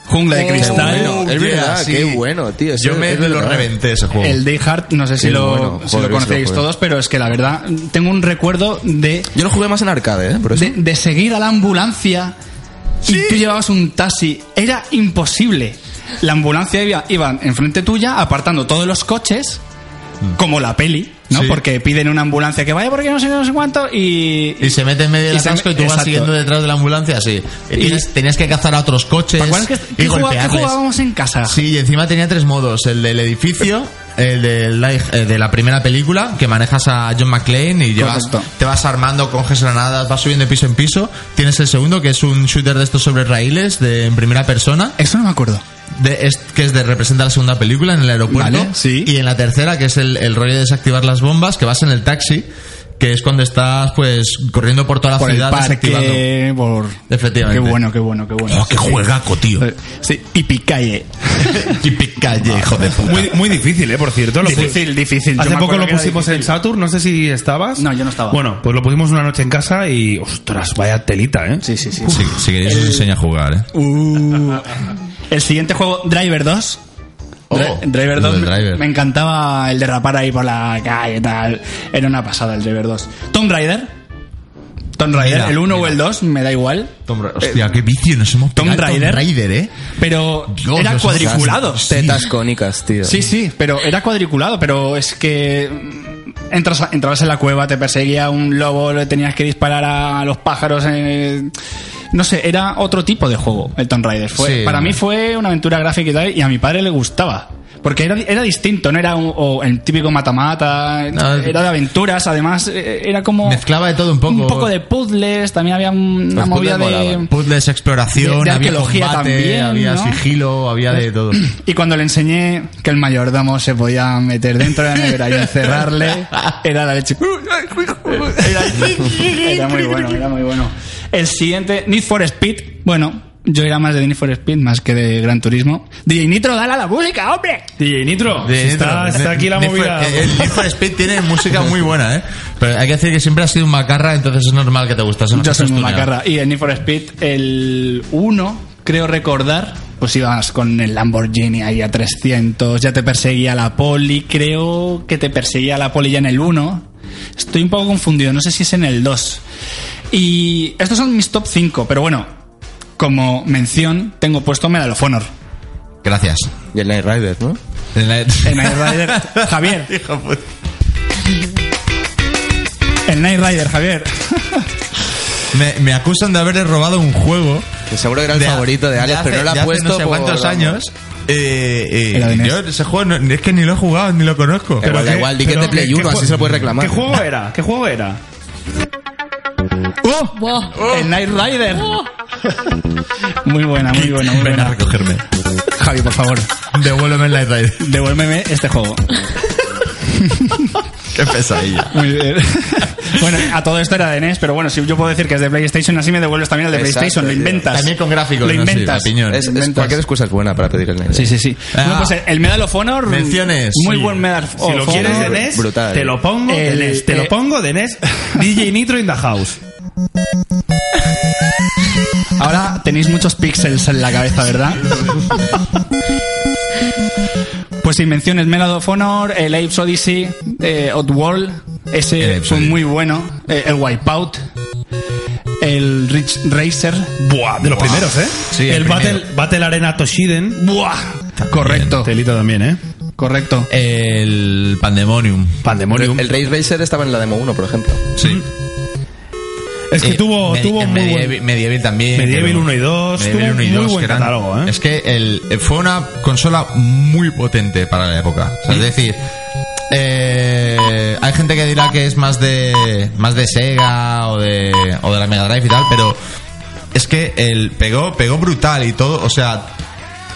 Jungla de Oh, Cristal. bueno. Es Qué verdad, verdad, qué bueno, tío, ese- Yo me es verdad. lo reventé ese juego. El Day Heart, no sé si Qué lo, bueno, si lo joder, que se lo conocéis juegue. todos, pero es que la verdad tengo un recuerdo de Yo lo jugué más en arcade, ¿eh? Pues Por eso. de, de seguir a la ambulancia y tú llevabas un taxi. Era imposible. La ambulancia iba, iba enfrente tuya, apartando todos los coches, como la peli, ¿no? Mm. Sí. Porque piden una ambulancia que vaya porque no sé, qué, no sé cuánto y... Y se mete en medio del y se- atasco y tú vas exacto. siguiendo detrás de la ambulancia, sí. Y tienes- tenías que cazar a otros coches ¿Te acuerdas que, y que jugaba- que golpearles. jugábamos en casa? Sí, y encima tenía tres modos: el del edificio, el del live- eh, de la primera película, que manejas a John McClane y llevas, Correcto. te vas armando, coges granadas, vas subiendo de piso en piso. Tienes el segundo, que es un shooter de estos sobre raíles, de, en primera persona, Eso no me acuerdo. de, es- que es de representa la segunda película en el aeropuerto. Vale, sí. Y en la tercera, que es el, el rollo de desactivar las bombas, que vas en el taxi, que es cuando estás pues corriendo por toda la Por el ciudad desactivando. parque, por... Efectivamente. Qué bueno, qué bueno, qué bueno. Oh, qué juegaco, tío. Eh, Sí, y picalle. Típica calle, hijo de puta. Muy, muy difícil, ¿eh? Por cierto. Lo pu- Difícil, difícil. Yo Hace me poco acuerdo lo que era pusimos en difícil. Saturn, no sé si estabas. No, yo no estaba. Bueno, pues lo pusimos una noche en casa y. Ostras, vaya telita, ¿eh? Sí, sí, sí. Si, si queréis os enseño a jugar, eh. Uh. el siguiente juego, Driver 2. Oh, Dri- Driver lo 2. del me- Driver. Me encantaba el derrapar ahí por la calle y tal. Era una pasada el Driver 2. Tomb Raider. Tomb Raider, Mira, el 1 o mira. el 2, me da igual. Tom Ra- Hostia, qué vicio nos hemos Eh, Tomb pegado al Raider. Tomb Raider, eh. Pero Dios, era los cuadriculado. asesinos. Tetas cónicas, tío. Sí, sí, pero era cuadriculado, pero es que mm, entras a- entrabas en la cueva, te perseguía un lobo, le tenías que disparar a, a los pájaros. eh, No sé, era otro tipo de juego el Tomb Raider. Fue, Sí. Para mí fue una aventura gráfica y tal, y a mi padre le gustaba. Porque era, era distinto, no era un- o el típico mata-mata, No, era de aventuras, además eh, era como... Mezclaba de todo un poco. Un poco de puzzles, también había un- una Los movida puzzles de... molaban. Puzzles, exploración, de- de había arqueología combate, también, había ¿no? sigilo, había de todo. Y cuando le enseñé que el mayordomo se podía meter dentro de la nevera y encerrarle, era la leche. Era, era muy bueno, era muy bueno. El siguiente, Need for Speed. Bueno, yo era más de Need for Speed más que de Gran Turismo. DJ Nitro, dale a la música, hombre. DJ Nitro, De- si está, de- está aquí la de- movida. de- El Need for Speed tiene música muy buena, ¿eh? Pero hay que decir que siempre has sido un macarra, entonces es normal que te gustase. Yo soy muy macarra. Y el Need for Speed, el 1, creo recordar, pues ibas con el Lamborghini ahí a 300, ya te perseguía la poli, creo que te perseguía la poli ya en el 1. Estoy un poco confundido, no sé si es en el 2. Y estos son mis top 5, pero bueno, como mención tengo puesto Medal of Honor. Gracias. Y el Night Rider, ¿no? En la- El Knight Rider, Javier. El Knight Rider, Javier. Me, me acusan de haberle robado un juego. Que seguro que era el favorito de Alex, hace- pero no lo de ha hace puesto no sé por- cuántos años. Eh, eh, Era de NES. yo ese juego no- es que ni lo he jugado ni lo conozco. Pero da qué- igual, di que es pero de Play qué- 1, qué así jue- se lo puedes reclamar. ¿Qué juego era? ¿Qué juego era? ¡Oh! Buah. El Knight Rider. Buah. Muy buena, muy buena, muy Ven a buena. recogerme. Javi, por favor, Devuélveme el Night Rider. devuélveme este juego. Qué pesadilla. Muy bien. bueno, a todo esto era de NES, pero bueno, si yo puedo decir que es de PlayStation, así me devuelves también el de Exacto, PlayStation, lo tío. inventas. También con gráficos, Lo no sé, inventas. opinión. Es, es- Inventas. cualquier excusa es buena para pedir el Night sí, Rider. sí, sí. Ah. Bueno, pues el Medal of Honor. Menciones. Muy Sí. buen Medal of Si lo quieres de Honor. E NES, brutal. te lo pongo de El- NES, te eh, lo pongo de NES, DJ Nitro in the house. Ahora tenéis muchos píxeles en la cabeza, ¿verdad? Pues invenciones, Medal of Honor, el Apes Odyssey, eh, Oddworld, El ese Apes fue Odyssey. muy bueno, eh, el Wipeout, el Rich Racer. Buah, de los primeros, ¿eh? Sí, el el primero. Battle, Battle Arena Toshiden. ¡Buah! Correcto, Telita también, ¿eh? correcto. El Pandemonium. Pandemonium. El Race Racer estaba en la demo 1, por ejemplo. Sí. es que Eh, tuvo, Medi- tuvo el muy Medieval, buen... Medieval también. Medieval pero- 1 y 2, tuvo y muy 2, buen que eran- catálogo, ¿eh? Es que el, fue una consola muy potente para la época. O sea, es decir, eh, hay gente que dirá que es más de más de Sega o de, o de la Mega Drive y tal, pero es que el pegó, pegó brutal y todo, o sea...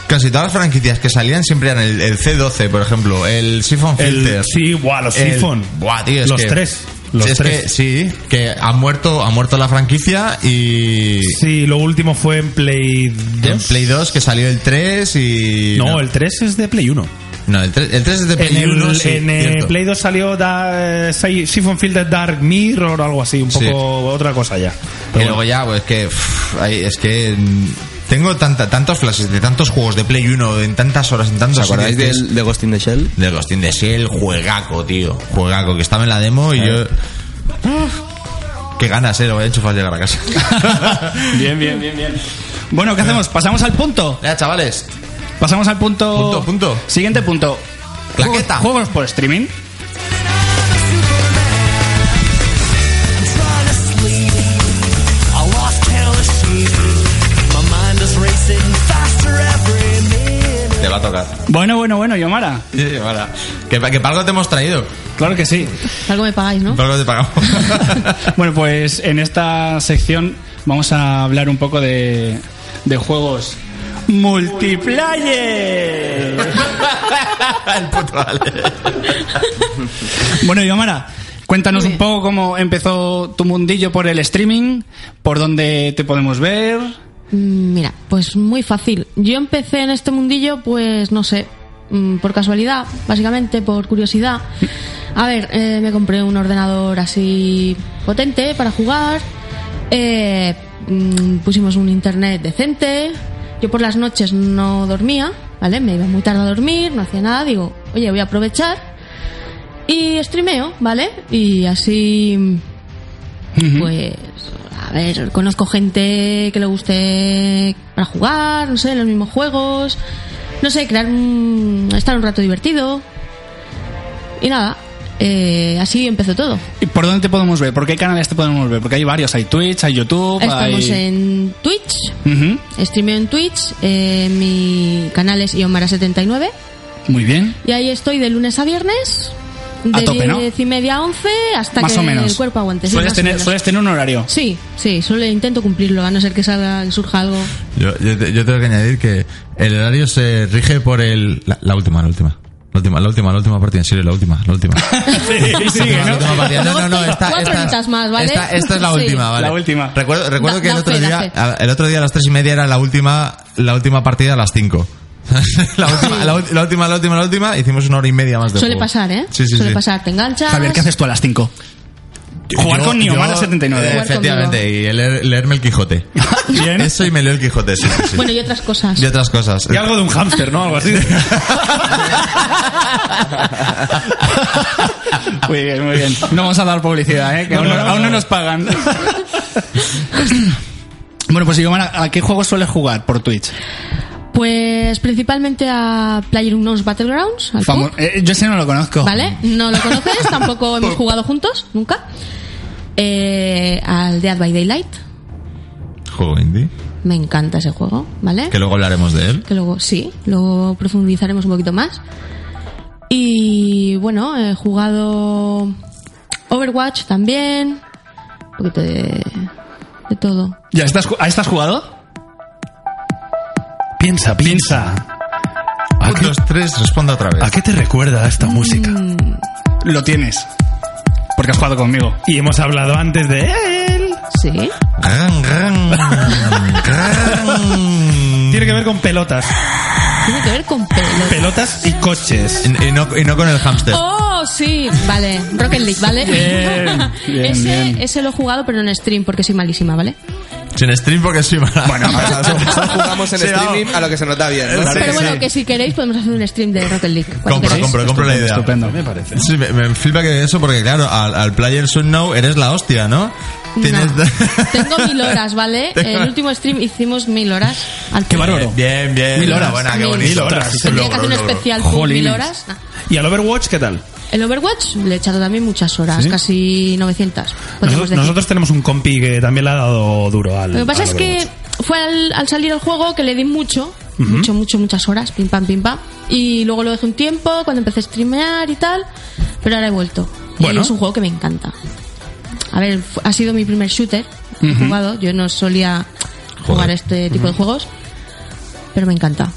Casi todas las franquicias que salían siempre eran el, el C12, por ejemplo, el Siphon Filter. El, sí, buah, los El- Siphon. Buah, tío, es Los que- tres, los es tres. que sí, que ha muerto, ha muerto la franquicia y. Sí, lo último fue en Play 2. En Play 2 que salió el 3 y. No, el 3 es de Play 1. No, el 3, el 3 es de Play En, el, 1. sí, en, eh, cierto. Play 2 salió da, eh, Si- Siphon Filter Dark Mirror o algo así, un poco Sí. otra cosa ya. Y Pero luego ya, pues que. uff, ahí- es que. mm, Tengo tanta, tantos flashes de tantos juegos de Play 1 en tantas horas, en ¿Os tantos acordáis sitios, del, de Ghost in the Shell? de Ghost in the Shell, juegaco, tío. Juegaco, que estaba en la demo y yo. Qué ganas, eh, lo voy a enchufar al llegar a casa. Bien, bien, bien, bien. Bueno, ¿qué hacemos? Pasamos al punto. ya, chavales, Pasamos al punto. Punto, punto. Siguiente punto. Claqueta. Juegos, juegos por streaming. trying to sleep. I lost count of sheep. My mind is racing faster every minute. te va a tocar. Bueno, bueno, bueno, Yomara. Sí, ahora. Que, pa- que para algo te hemos traído. Claro que sí. Algo me pagáis, ¿no? Para algo te pagamos. Bueno, pues en esta sección vamos a hablar un poco de, de juegos multiplayer. El puto Ale. Bueno, Yomara, cuéntanos un poco cómo empezó tu mundillo por el streaming, por dónde te podemos ver. Mm, Mira, pues muy fácil. Yo empecé en este mundillo, pues no sé, mm, por casualidad, básicamente por curiosidad. A ver, eh, me compré un ordenador así potente para jugar. eh, mm, pusimos un internet decente. Yo por las noches no dormía, ¿vale? Me iba muy tarde a dormir, no hacía nada. Digo, oye, voy a aprovechar. Y streameo, ¿vale? Y así mm, pues a ver, conozco gente que le guste para jugar, no sé, los mismos juegos, no sé, crear un, estar un rato divertido. Y nada, eh, así empezó todo. ¿Y por dónde te podemos ver? ¿Por qué canales te podemos ver? Porque hay varios, hay Twitch, hay YouTube, Estamos hay... en Twitch, Ujú, streameo en Twitch, eh, mi canal es Iomara79 Muy bien. y ahí estoy de lunes a viernes, A de tope, ¿no? y media a 11 hasta más que o menos. el cuerpo aguante. sí, Sueles más o tener, menos. sueles tener un horario. Sí, sí, solo intento cumplirlo, a no ser que salga, surja algo. Yo, yo te- yo tengo que añadir que el horario se rige por el. La, la última, la última. La última, la última, la última partida, en serio, la última, la última. sigue, La ¿no? última partida. No, no, no, Luego esta, cuatro esta, horitas más, ¿vale? esta, esta es la Sí. última, ¿vale? La última. Recuerdo, recuerdo Da- que el da otro fe, da día, fe. a- el otro día a las tres y media era la última, la última partida a las cinco. la, última, la, ul- la última, la última, la última, hicimos una hora y media más de Suele juego. pasar, ¿eh? Sí, sí, Suele sí. pasar, te enganchas. Javier, ¿qué haces tú a las 5? Jugar con Niomara yo, 79. eh, Jugar efectivamente, y leer- leerme el Quijote. Bien. Eso y me leo el Quijote, sí, sí, sí. Bueno, y otras cosas. Y otras cosas. Y algo de un hámster, ¿no? Algo así. Muy bien, muy bien. No vamos a dar publicidad, ¿eh? Que No, aún, no, no, no, aún no no. nos pagan. bueno, pues Iomara, ¿a qué juegos sueles jugar por Twitch? Pues principalmente a PlayerUnknown's Battlegrounds, al Famo- PUBG, eh, yo ese no lo conozco. ¿vale? No lo conoces, tampoco hemos jugado juntos, nunca. Eh, al Dead by Daylight, Juego indie. me encanta ese juego, ¿vale? Que luego hablaremos de él. Que luego, sí, luego profundizaremos un poquito más. Y bueno, he jugado Overwatch también, un poquito de, de todo. ¿Ya estás, ju- ¿A estas jugado? piensa, piensa. Un, dos, tres, responda otra vez. ¿A qué te recuerda esta música? Lo tienes. Porque has jugado conmigo. Y hemos hablado antes de él. Sí. Gran, gran, gran. Tiene que ver con pelotas. Tiene que ver con pelos. Pelotas y coches. Y, y no, y no con el hámster. Oh, sí, vale, Rocket League, ¿vale? Bien, bien, ese, bien. ese lo he jugado, pero en stream, porque soy malísima, ¿vale? Sin stream porque soy mala. Bueno, Ahora, solo- solo jugamos en Sí, vamos. streaming a lo que se nos da bien. ¿no? Claro pero que bueno, Ah, sí. que si queréis podemos hacer un stream de Rocket League. cuando Compro, queráis. compro, compro la idea. Estupendo. Sí, me, me flipa que eso porque, claro, al, al Player Sun Now eres la hostia, ¿no? Tienes. No. Tengo mil horas, ¿vale? Tengo- El último stream hicimos mil horas. Al Qué bárbaro. Bien, bien. Mil horas. Buena, qué Mil. bonito. Mil horas. Un Tendría que logro, hacer un un logro. especial con Jolines. mil horas. Nah. ¿Y al Overwatch qué tal? El Overwatch le he echado también muchas horas, casi 900. podríamos Nosotros, decir. nosotros tenemos un compi que también le ha dado duro al. pues Lo que pasa al es que Overwatch. fue al, al salir al juego que le di mucho, mucho, mucho, muchas horas, pim pam, pim pam. Y luego lo dejé un tiempo cuando empecé a streamear y tal, pero ahora he vuelto. Bueno. Y es un juego que me encanta. A ver, fu- ha sido mi primer shooter que he jugado. Yo no solía jugar Joder. este tipo de juegos, pero me encanta.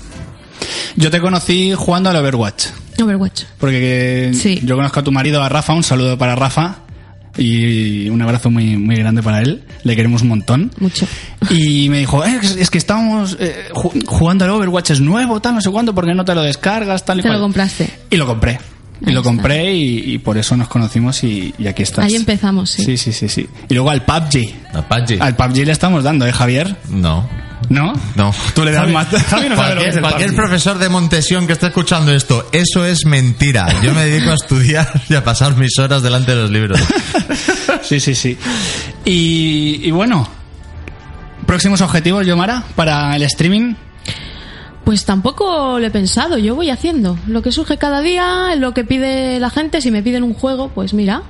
Yo te conocí jugando al Overwatch. Overwatch. Porque Sí. yo conozco a tu marido, a Rafa, un saludo para Rafa y un abrazo muy, muy grande para él, le queremos un montón. Mucho. Y me dijo, "Eh, es, es que estábamos eh, ju- jugando al Overwatch, es nuevo, tal, no sé cuándo, porque no te lo descargas, tal y Te lo cual?". compraste. Y lo compré. Y Ahí lo está. compré y, y por eso nos conocimos y, y aquí estás. Ahí empezamos, sí. Sí, sí, sí, sí. Y luego al PUBG. Apache. Al PUBG le estamos dando, ¿eh, Javier? No. ¿No? No. Tú le das Javi- más... Javi no sabe lo que es Cualquier, el cualquier PUBG. profesor de Montesión que esté escuchando esto, eso es mentira. Yo me dedico a estudiar y a pasar mis horas delante de los libros. Sí, sí, sí. Y, y bueno, próximos objetivos, Yomara, para el streaming. Pues tampoco lo he pensado, yo voy haciendo lo que surge cada día, lo que pide la gente, si me piden un juego, pues mira,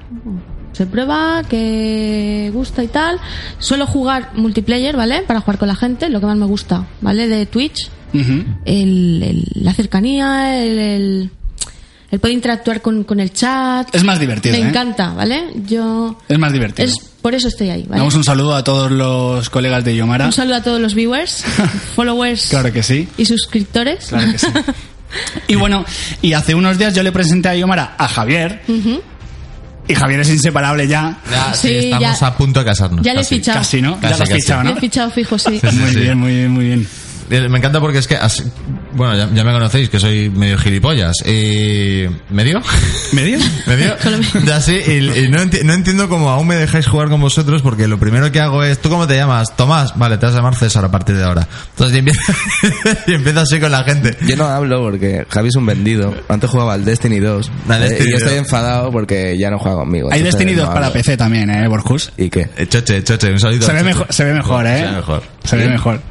se prueba, que gusta y tal. Suelo jugar multiplayer, ¿vale? Para jugar con la gente, lo que más me gusta, ¿vale? De Twitch, Ujú. el, el- la cercanía, el, el, el poder interactuar con, con el chat. Es más divertido, Me ¿eh? encanta, ¿vale? Yo... Es más divertido. Es, por eso estoy ahí, ¿vale? Damos un saludo a todos los colegas de Yomara. Un saludo a todos los viewers, followers Claro que sí. y suscriptores. Claro que sí. Y bueno, y hace unos días yo le presenté a Yomara a Javier. Ujú. Y Javier es inseparable ya. Ya, sí, Sí, estamos ya- a punto de casarnos. ya le he casi. fichado. Casi, ¿no? ya Casi, lo has casi. fichado, Me ¿no? he fichado fijo, sí. Sí, Muy sí. bien, muy bien, muy bien. Eh, Me encanta porque es que así- bueno, ya, ya me conocéis que soy medio gilipollas. Eh, ¿Medio? ¿Medio? ¿Medio? Ya sí, y, y no, enti- no entiendo cómo aún me dejáis jugar con vosotros porque lo primero que hago es, ¿tú cómo te llamas? Tomás, vale, te vas a llamar César a partir de ahora. Entonces y empieza, y empieza así con la gente. Yo no hablo porque Javi es un vendido. Antes jugaba al Destiny 2. Al eh, Destiny y yo estoy 2. enfadado porque ya no juega conmigo. Hay entonces Destiny Pues no 2 para hablo. PC también, ¿eh, Borjus? ¿Y qué? Eh, Choche, choche, un saludo. Se a ve, Choche. mejor, se ve mejor, ¿eh? Se ve mejor. Se ve mejor.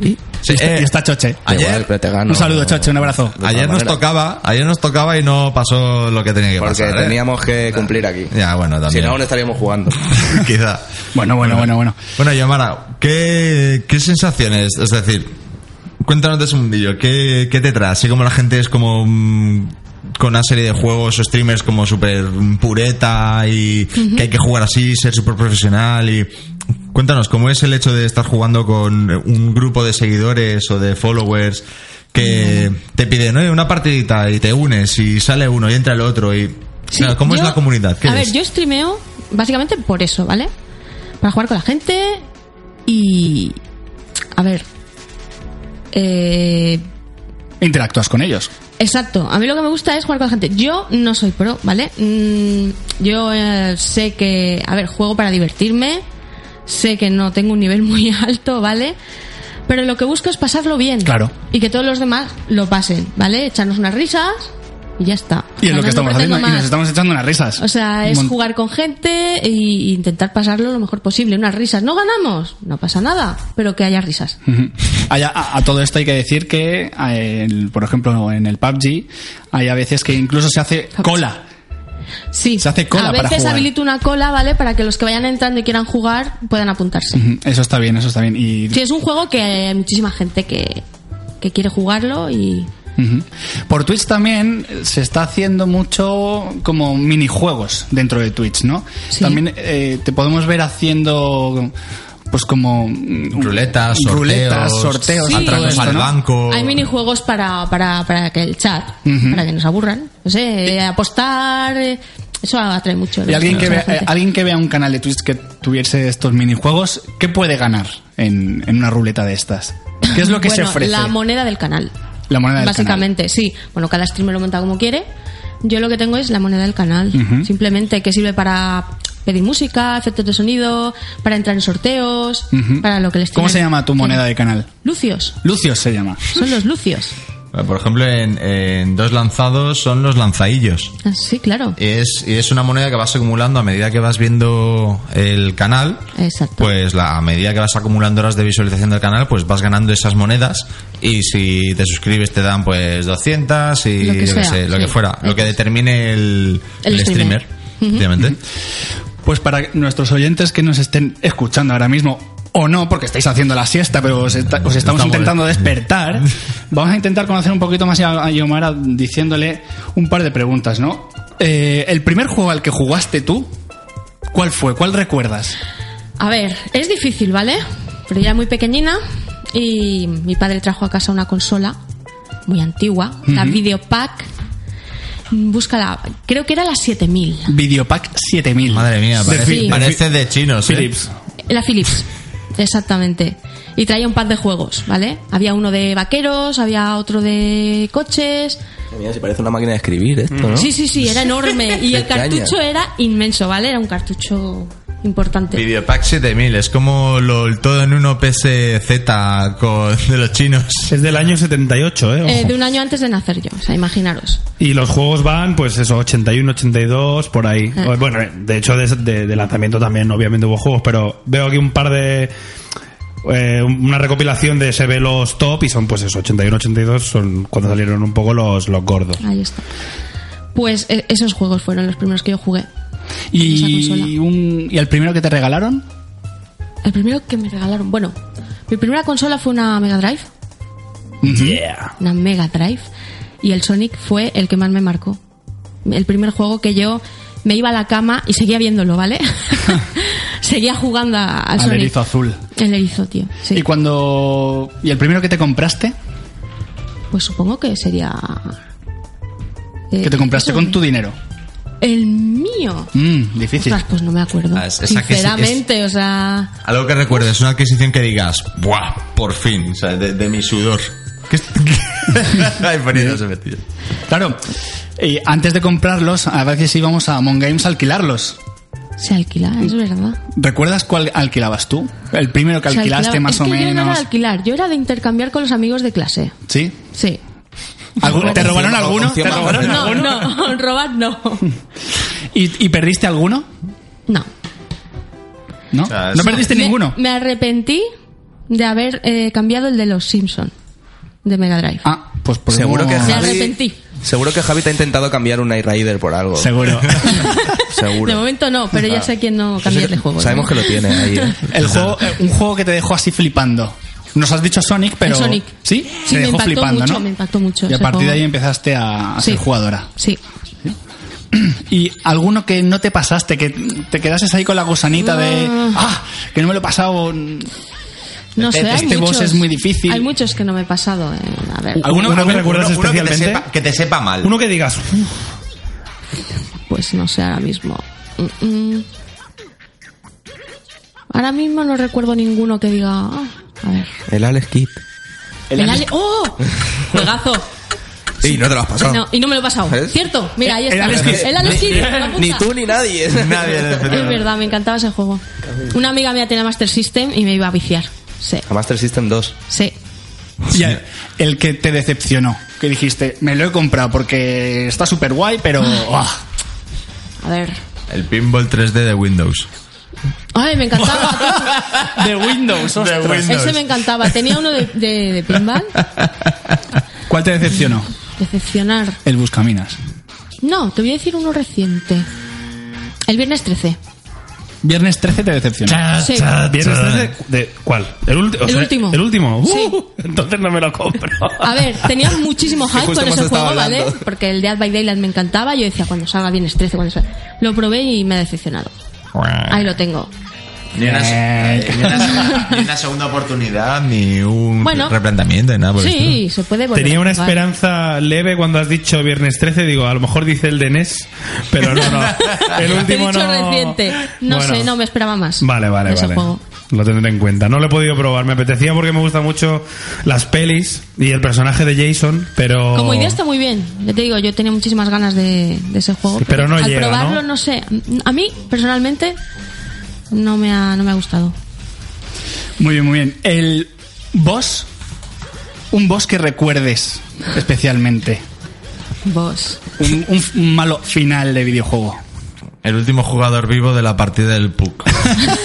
Sí, y, está, eh, y está Choche. ayer- Da igual, pero te gano. Un saludo, Choche, un abrazo. De todas Ayer nos maneras. tocaba, ayer nos tocaba y no pasó lo que tenía que Porque pasar. ¿eh? teníamos que cumplir aquí. Ya, bueno, Si también. no, aún estaríamos jugando. Quizá. Bueno, bueno, bueno, bueno. Bueno, Yamara, ¿qué, qué sensaciones? Es decir, cuéntanos de ese mundillo, ¿qué, qué te trae? Así como la gente es como mm, con una serie de juegos o streamers como súper pureta y que hay que jugar así, ser súper profesional y... Cuéntanos, ¿cómo es el hecho de estar jugando con un grupo de seguidores o de followers que Mm. te piden "Oye, una partidita y te unes y sale uno y entra el otro y... Sí, Claro, ¿Cómo es yo- la comunidad? ¿Qué a es? ver, yo streameo básicamente por eso, ¿vale? Para jugar con la gente y. A ver. Eh, Interactúas con ellos. Exacto, a mí lo que me gusta es jugar con la gente. Yo no soy pro, ¿vale? Mm, yo eh, sé que, a ver, juego para divertirme, sé que no tengo un nivel muy alto, ¿vale? Pero lo que busco es pasarlo bien. Claro. Y que todos los demás lo pasen, ¿vale? Echarnos unas risas y ya está. Y es O sea, lo no- que estamos no pretendo haciendo. Y nos más. estamos echando unas risas. O sea, Un es mon- jugar con gente e intentar pasarlo lo mejor posible. Unas risas. ¿No ganamos? No pasa nada, pero que haya risas. Ujú. Hay a, a todo esto hay que decir que, eh, el- por ejemplo, en el PUBG hay a veces que incluso se hace cola. Sí. Se hace cola A para veces jugar. habilito una cola, ¿vale? Para que los que vayan entrando y quieran jugar puedan apuntarse. Ujú, Eso está bien, eso está bien. Y Sí, es un juego que hay muchísima gente que, que quiere jugarlo y... Ujú. Por Twitch también eh, se está haciendo mucho como minijuegos dentro de Twitch, ¿no? Sí. También eh, te podemos ver haciendo pues como mm, Ruletas, sorteos, ruletas, sorteos Sí. todo atracos esto, al ¿no? banco. Hay minijuegos para, para, para que el chat, Ujú. para que nos aburran. No sé, eh, apostar... eh, eso atrae mucho. Y alguien que, mucho a la vea, eh, gente. alguien que vea un canal de Twitch que tuviese estos minijuegos, ¿qué puede ganar en, en una ruleta de estas? ¿Qué es lo que se Bueno, ofrece? La moneda del canal. La moneda del Básicamente, sí. Bueno, cada streamer lo monta como quiere. Yo lo que tengo es la moneda del canal. Ujú. Simplemente que sirve para pedir música, efectos de sonido, para entrar en sorteos, Ujú. para lo que les ¿Cómo se llama tu moneda de canal? Lucios. Lucios se llama. Son los lucios. Bueno, Eh, Por ejemplo, en, en dos lanzados son los lanzaillos. Ah, Sí, claro. Es, y es una moneda que vas acumulando a medida que vas viendo el canal. Eh, Exacto. Pues la, a medida que vas acumulando horas de visualización del canal, pues vas ganando esas monedas. Y si te suscribes, te dan pues 200 y Lo que yo qué sea, sé, lo sí. que fuera. Lo que determine el, El el streamer. streamer. obviamente. Pues para nuestros oyentes que nos estén escuchando ahora mismo, o no, porque estáis haciendo la siesta, pero os, esta- os estamos Estamos- intentando despertar, vamos a intentar conocer un poquito más a a Yomara diciéndole un par de preguntas, ¿no? Eh, el primer juego al que jugaste tú, ¿cuál fue? ¿Cuál recuerdas? A ver, es difícil, ¿vale? Pero ya muy pequeñina y mi padre trajo a casa una consola muy antigua, la Videopack. Búscala, creo que era la 7000. Videopack 7000. Madre mía, De parece, Phil- parece de chinos. ¿eh? Philips. La Philips, exactamente. Y traía un pack de juegos, ¿vale? Había uno de vaqueros, había otro de coches. Mira, se parece una máquina de escribir esto, ¿no? Sí, sí, sí, era enorme. Y el Qué caña. cartucho era inmenso, ¿vale? Era un cartucho importante. Videopack 7000, es como LOL todo en uno PSZ con, de los chinos. Es del año 78, ¿eh? Ojo. Eh, de un año antes de nacer yo, o sea, imaginaros. Y los juegos van, pues eso, 81, 82, por ahí. Ah. Bueno, eh, de hecho, de, de- de lanzamiento también, obviamente hubo juegos, pero veo aquí un par de. eh, una recopilación de se ve los top y son, pues eso, 81, 82, son cuando salieron un poco los, los gordos. Ahí está. Pues eh, esos juegos fueron los primeros que yo jugué. esa Y, consola. un, ¿Y el primero que te regalaron? El primero que me regalaron, bueno, mi primera consola fue una Mega Drive, Yeah. una Mega Drive, y el Sonic fue el que más me marcó. El primer juego que yo me iba a la cama y seguía viéndolo, ¿vale? seguía jugando a, al Al Sonic. erizo azul. El erizo, tío. Sí. Y cuando... ¿Y el primero que te compraste? Pues supongo que sería. eh, Que te compraste eso, con tu dinero. El mío. Mm, difícil. Ostras, pues no me acuerdo. Ah, es- esa que sí- Sinceramente, o sea. Algo que recuerdes, una adquisición que digas, ¡buah! Por fin, o sea, de, de mi sudor. ¿Qué es- Ay, poniéndose metido. Claro. Y antes de comprarlos, a veces íbamos a Among Games a alquilarlos. Se alquila, es verdad. ¿Recuerdas cuál alquilabas tú? El primero que Se alquilaste alquilaba- más es o que Yo no era de menos. alquilar, yo era de intercambiar con los amigos de clase. ¿Sí? Sí. ¿Algún- ¿Te robaron Opción- alguno? ¿Te opción más robaron No, alguno? no, robar no. ¿Y, y perdiste alguno? No. ¿No? sea, ¿No es- perdiste Me- Este ninguno? Me arrepentí de haber eh, cambiado el de los Simpson de Mega Drive. Ah, pues por Seguro que Me Javi. arrepentí. Seguro que Javi te ha intentado cambiar un Night Rider por algo. Seguro. Seguro. Ah. De momento no, pero ya sé quién no Eso sí cambiar que- de juego. Sabemos que lo tiene ahí. ¿eh? El juego, eh, un juego que te dejó así flipando. Nos has dicho Sonic, pero. El Sonic. Sí, Sí, te me dejó impactó flipando, mucho, ¿no? me impactó mucho Y a ese partir juego. de ahí empezaste a, a Sí. ser jugadora. Sí. ¿Y alguno que no te pasaste, que te quedases ahí con la gusanita de. Ah. ¡Ah! Que no me lo he pasado. Eh, No sé, Este hay boss muchos. es muy difícil. Hay muchos que no me he pasado. eh, A ver, ¿Alguno, que recuerdas Uno- uno que te especialmente? sepa- que te sepa mal. Uno que digas, "Uf, pues no sé ahora mismo. Mm, mm. Ahora mismo no recuerdo ninguno que diga. ah, a ver. El Alex Kidd. El Ale- ¡Oh! Juegazo. Y no te lo has Ah. pasado. No, y no me lo he pasado. ¿Ves? ¿Cierto? Mira, ahí está. El Alex Kidd. Kidd, apunta. Ni tú ni nadie. Nadie le defendió. Es verdad, me encantaba ese juego. Una amiga mía tenía Master System y me iba a viciar. Sí, A Master System 2. sí. Y el, el que te decepcionó. Que dijiste, me lo he comprado porque está súper guay, pero. ¡ah! A ver. El pinball 3D de Windows. Ay, me encantaba. De Windows, ostras. Ese me encantaba. Tenía uno de, de, de pinball. ¿Cuál te decepcionó? Decepcionar. El Buscaminas. No, te voy a decir uno reciente. El viernes 13. Viernes 13 te decepcionó. Sí. ¿Viernes 13? este ¿De cuál? ¿El, ulti- o El sea, último. ¿El último? Sí. Uh, entonces no me lo compro. A ver, tenía muchísimo hype justo con ese hemos juego, estado ¿vale? hablando. Porque el Dead by Daylight me encantaba. Yo decía, cuando salga viernes 13, cuando salga. Lo probé y me ha decepcionado. Ahí lo tengo. Ni una, Eh. ni una- ni una segunda oportunidad, ni un Bueno. replanteamiento, ni nada por el estilo. Sí, se puede volver. Tenía a una jugar. esperanza leve cuando has dicho viernes 13. Digo, a lo mejor dice el de NES, pero no, no. El Te he último dicho no. reciente. No Bueno. sé, no me esperaba más. Vale, vale, de ese vale. juego. Lo tendré en cuenta. No lo he podido probar. Me apetecía porque me gustan mucho las pelis y el personaje de Jason, pero. Como este- idea está muy bien. Ya te digo, yo tenía muchísimas ganas de, de ese juego. Pero no al llega, ¿no? probarlo, ¿no? sé. A mí, personalmente, no me ha, no me ha gustado. Muy bien, muy bien. El boss. Un boss que recuerdes especialmente. Vos. Un, un- un malo final de videojuego. El último jugador vivo de la partida del PUC.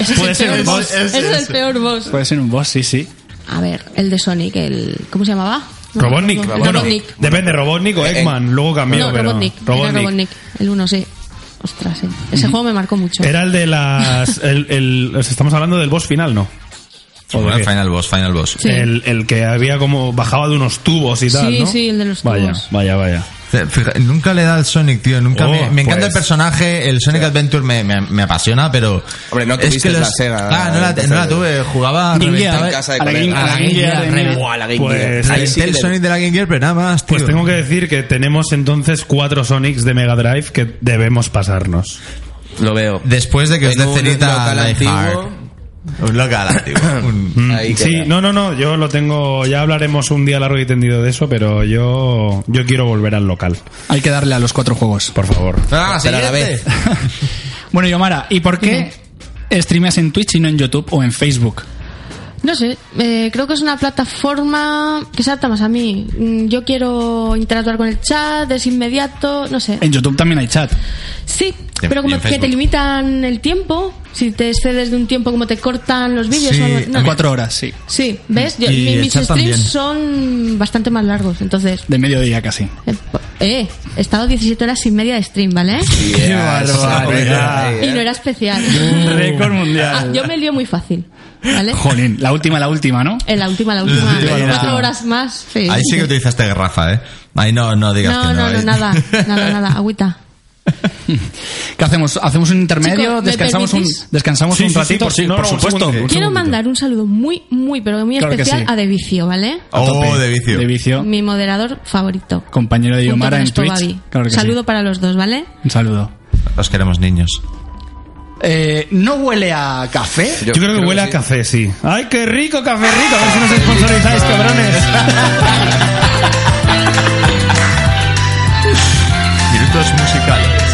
Ese es Puede el ser peor el boss. boss, Ese es el peor boss. Puede ser un boss, sí, sí. A ver, el de Sonic, el. ¿Cómo se llamaba? No me Robotnik. acuerdo. Bueno, Robotnik. depende, Robotnik o Eggman. Luego cambió, no, pero. Robotnik. Era Robotnik. El 1, sí. Ostras, sí. Ese juego me marcó mucho. Era el de las. El, el- os estamos hablando del boss final, ¿no? ¿O de qué? final boss, final boss. Sí. El, el que había como. Bajaba de unos tubos y tal. Sí, ¿no? sí, el de los Vaya, tubos. vaya, vaya. Fija- nunca le da al Sonic, tío. Nunca Oh, me, me encanta pues. el personaje. El Sonic Adventure me, me- me apasiona, pero. Hombre, no tuviste la Sega, Ah, no la, entonces- no la tuve. Jugaba. Game Gear. reventaba- En casa de A la colega. Game- a la Game Gear, ¿eh? Gear, Game Gear. Buah, la Game Pues, Gear. ahí Ahí sí Reventé el le- Sonic de la Game Gear, pero nada más, tío. Pues tengo que decir que tenemos entonces cuatro Sonics de Mega Drive que debemos pasarnos. Lo veo. Después de que os dé Tengo un cenita local Die antiguo. Hard. Un local antiguo. Un- Ahí Sí, queda. no, no, no, yo lo tengo, ya hablaremos un día largo y tendido de eso, pero yo, yo quiero volver al local, Hay que darle a los cuatro juegos. por favor. Ah, Pero a la siguiente. Bueno, Yomara, ¿y por qué streameas en Twitch y no en YouTube o en Facebook? No sé, eh, creo que es una plataforma que se adapta más a mí. Mm, Yo quiero interactuar con el chat, es inmediato, no sé. En YouTube también hay chat. Sí, Y en- pero y como en que Facebook. te limitan el tiempo, si te excedes de un tiempo como te cortan los vídeos. Sí, o algo- no. Cuatro horas, sí. Sí, ¿ves? Yo- Y mi- el mis chat streams también. son bastante más largos, entonces... De mediodía casi. Eh, eh, he estado 17 horas y media de stream, ¿vale? Yes, Qué barbaridad. ahí, Y no ¿eh? era especial. Mm. Récord Ah, yo me lío muy fácil, ¿vale? Jolín, la última, la última, ¿no? En la última, la última, última, la última. cuatro horas más. Sí. Ahí sí que utilizaste garrafa, ¿eh? Ahí no, no digas que No, no. ¿eh? no, no, ahí. nada, nada, nada, agüita. ¿Qué hacemos? ¿Hacemos un intermedio? Chicos, ¿me descansamos un, permitís? descansamos Sí, un sí, sí, ratito, por sí, no, no, un segundo. Quiero mandar un saludo muy, muy, pero muy Claro que sí. especial a De Vicio, ¿vale? A tope. Oh, de vicio. De vicio. Mi moderador favorito. Compañero de Junto Yomara con en Escobavi. Twitch. Claro que Saludo sí. para los dos, ¿vale? Un saludo. Os queremos niños. Eh, ¿No huele a café? Yo, creo que huele a sí. café, sí. ¡Ay, qué rico café rico! A ver si nos sponsorizáis, cabrones. Minutos musicales.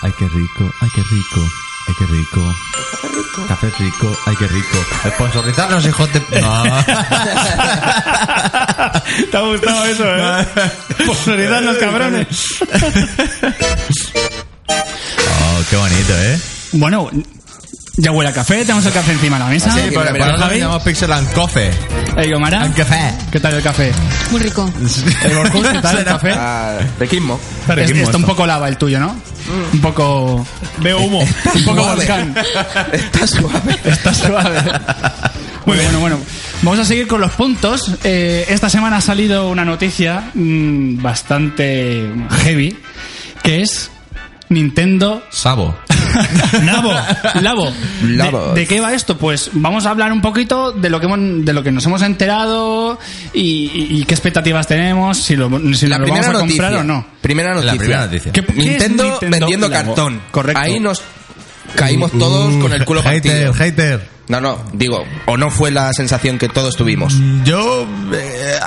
Ay, qué rico, ay, qué rico. Ay, qué rico. Café rico, ay qué rico. Sponsorizarnos, hijos de. No. ¿Te ha gustado eso, eh? Pues los cabrones. Oh, qué bonito, ¿eh? Bueno, ya huele a café, tenemos el café encima de la mesa. Sí, mira, Para, mira, para Javi. lo llamamos Pixel and Coffee. Ey, Omara, And Café. ¿qué tal el café? Muy rico. ¿El Borjus, qué tal el café? Ah, Requismo. Es- riquísimo está Mm. un esto. poco lava el tuyo, ¿no? Un poco... Veo humo. Un poco Suave. volcán. Está suave. Está suave. Muy bueno, bueno. Vamos a seguir con los puntos. Eh, esta semana ha salido una noticia mm, bastante heavy, que es Nintendo Sabo. Nabo. Labo. Labo. ¿De, de qué va esto? Pues vamos a hablar un poquito de lo que hemos- de lo que nos hemos enterado y, y- y qué expectativas tenemos, si lo, si La nos lo vamos primera a noticia. comprar o no. Primera noticia. primera noticia. ¿Qué- qué es Nintendo, Nintendo vendiendo Labo? cartón. Correcto. Ahí nos caímos Mm, todos con el culo Uh, Hater, partido. hater. No, no, digo, o no fue la sensación que todos tuvimos. Yo. eh,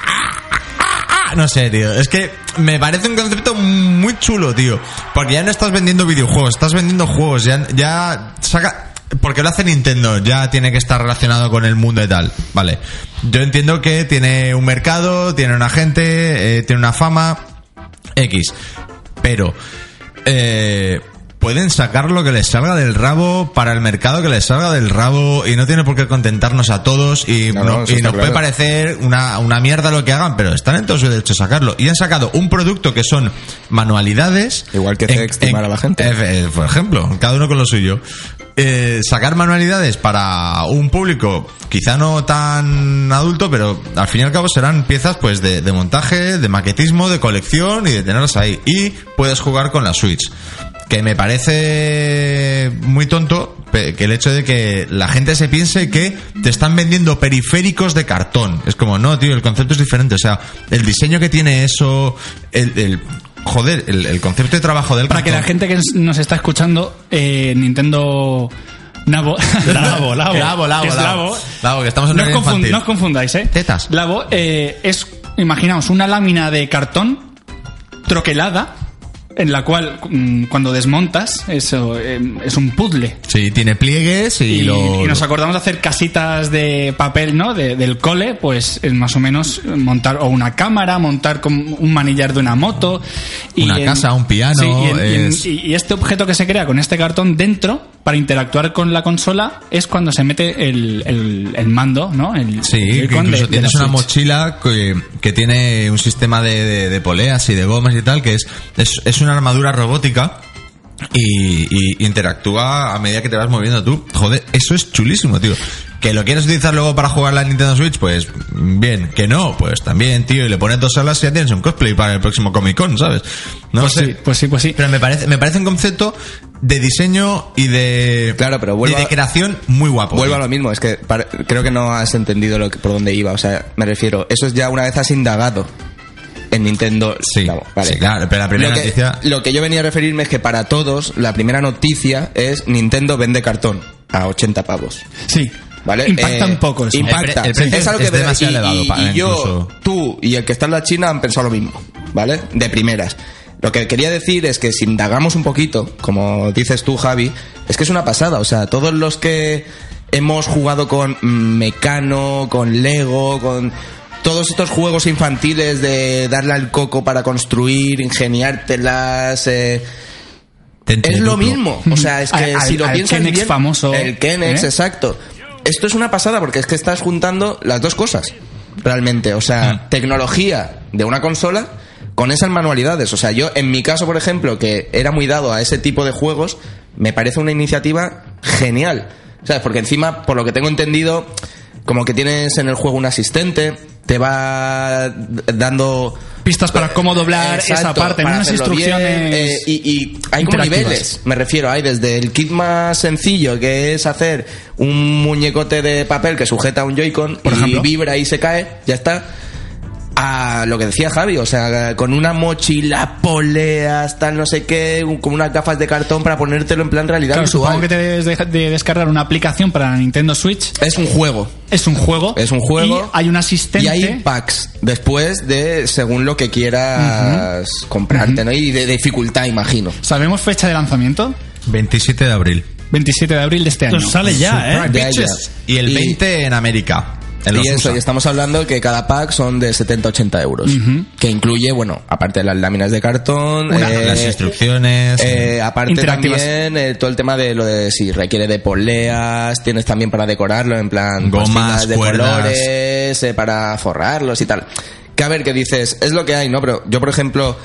ah, No sé, tío. Es que me parece un concepto muy chulo, tío. Porque ya no estás vendiendo videojuegos, estás vendiendo juegos. Ya, ya saca. Porque lo hace Nintendo, ya tiene que estar relacionado con el mundo y tal. Vale. Yo entiendo que tiene un mercado, tiene una gente, eh, tiene una fama. X. Pero. eh, pueden sacar lo que les salga del rabo para el mercado que les salga del rabo y no tiene por qué contentarnos a todos y, No, no, no- eso y está nos puede claro. parecer hacer una, una mierda lo que hagan, pero están en todo su derecho a sacarlo. Y han sacado un producto que son manualidades. Igual que sextimar a la gente. eh, eh, por ejemplo, cada uno con lo suyo. Eh, sacar manualidades para un público quizá no tan adulto, pero al fin y al cabo serán piezas pues de, de montaje, de maquetismo, de colección y de tenerlas ahí. Y puedes jugar con la Switch. Que me parece muy tonto pe- que el hecho de que la gente se piense que te están vendiendo periféricos de cartón. Es como, no, tío, el concepto es diferente. O sea, el diseño que tiene eso, el... el- joder, el, el concepto de trabajo del Para que la cartón. gente que nos está escuchando, eh, Nintendo Nabo. Labo, lavo. Lavo, lavo, Es lavo. lavo. Lavo, que estamos en no, os horario confund- infantil. no os confundáis, ¿eh? Tetas. Labo eh, es, imaginaos, una lámina de cartón troquelada en la cual mm, cuando desmontas eso eh, es un puzzle. Sí, tiene pliegues y, Y, lo... y nos acordamos de hacer casitas de papel, ¿no? De- del cole, pues eh, más o menos montar o una cámara, montar con un manillar de una moto. Y Una casa, un piano, Sí, y, en- y en- es- y- y este objeto que se crea con este cartón dentro, para interactuar con la consola, es cuando se mete el, el- el mando, ¿no? El, Sí, el que Joy-Con de- incluso de tienes la una Switch. mochila que, que tiene un sistema de, de- de poleas y de gomas y tal, que es, es, es una armadura robótica y, y interactúa a medida que te vas moviendo tú. Joder, eso es chulísimo, tío. ¿Que lo quieres utilizar luego para jugar la Nintendo Switch? Pues bien. ¿Que no? Pues también, tío. Y le pones dos alas y ya tienes un cosplay para el próximo Comic Con, ¿sabes? No Pues sé. sí, pues sí, pues sí. Pero me parece, me parece un concepto de diseño y de, Claro, pero y vuelvo de a- creación muy guapo. Vuelvo a tío. lo mismo, es que par- creo que no has entendido lo que- por dónde iba. O sea, me refiero, eso es ya una vez has indagado en Nintendo. Sí, sí, claro, pero la primera lo que, noticia- Lo que yo venía a referirme es que para todos, la primera noticia es Nintendo vende cartón a 80 pavos. Sí. ¿Vale? Impacta Eh, un poco eso. Impacta. El pre- el precio es algo que es veo. demasiado Y- elevado y- para- y yo, incluso. tú y el que está en la China han pensado lo mismo, ¿vale? De primeras. Lo que quería decir es que si indagamos un poquito, como dices tú, Javi, es que es una pasada. O sea, todos los que hemos jugado con mm, Mecano, con Lego, con todos estos juegos infantiles de darle al coco para construir, ingeniártelas. eh, Te es lo entrecuplo. mismo. O sea, es que Al- si lo al piensas Kenex bien, famoso, El Kenex, ¿eh? exacto. Esto es una pasada porque es que estás juntando las dos cosas, realmente. O sea, tecnología de una consola con esas manualidades. O sea, yo en mi caso, por ejemplo, que era muy dado a ese tipo de juegos, me parece una iniciativa genial. ¿Sabes? Porque encima, por lo que tengo entendido, como que tienes en el juego un asistente, te va dando Pistas para cómo doblar esa Exacto, parte, ¿no? para unas hacerlo bien, instrucciones. eh, y, y hay como interactivas. niveles, me refiero. Hay desde el kit más sencillo, que es hacer un muñecote de papel que sujeta un Joy-Con Por y ejemplo. vibra y se cae, ya está. A lo que decía Javi, o sea, con una mochila, poleas, tal, no sé qué, un- con unas gafas de cartón para ponértelo en plan realidad Claro, virtual. supongo que te debes de- de descargar una aplicación para la Nintendo Switch Es un juego. Es un juego. Es un juego. Y hay un asistente. Y hay packs después de según lo que quieras comprarte, ¿no? Y de dificultad, imagino. ¿Sabemos fecha de lanzamiento? 27 de abril. 27 de abril de este año. Nos sale ya, ¿eh? Ya, ya. Y el Y- 20 en América. En los y eso, USA. y estamos hablando que cada pack son de 70-80 euros. Que incluye, bueno, aparte de las láminas de cartón, Una- eh, las instrucciones. eh, aparte Interactivas. también eh, todo el tema de lo de si requiere de poleas, tienes también para decorarlo, en plan Gomas, cositas de cuerdas. colores, eh, para forrarlos y tal. Que a ver, que dices, es lo que hay, ¿no? Pero yo, por ejemplo,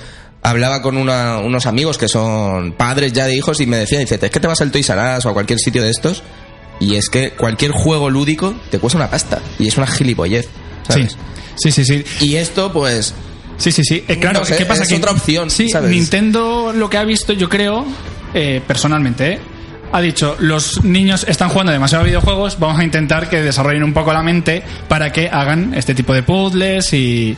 hablaba con una- unos amigos que son padres ya de hijos y me decían, dice, es que te vas al Toys R Us o a cualquier sitio de estos y es que cualquier juego lúdico te cuesta una pasta y es una gilipollez, Sí. ¿sabes? Sí, sí, sí. Y esto, pues, Sí, sí, sí. Eh, claro, No sé, ¿qué pasa? es que otra opción, Sí, ¿sabes? Nintendo lo que ha visto, yo creo, eh, personalmente, ¿eh? ha dicho, los niños están jugando demasiado a videojuegos, vamos a intentar que desarrollen un poco la mente para que hagan este tipo de puzzles y,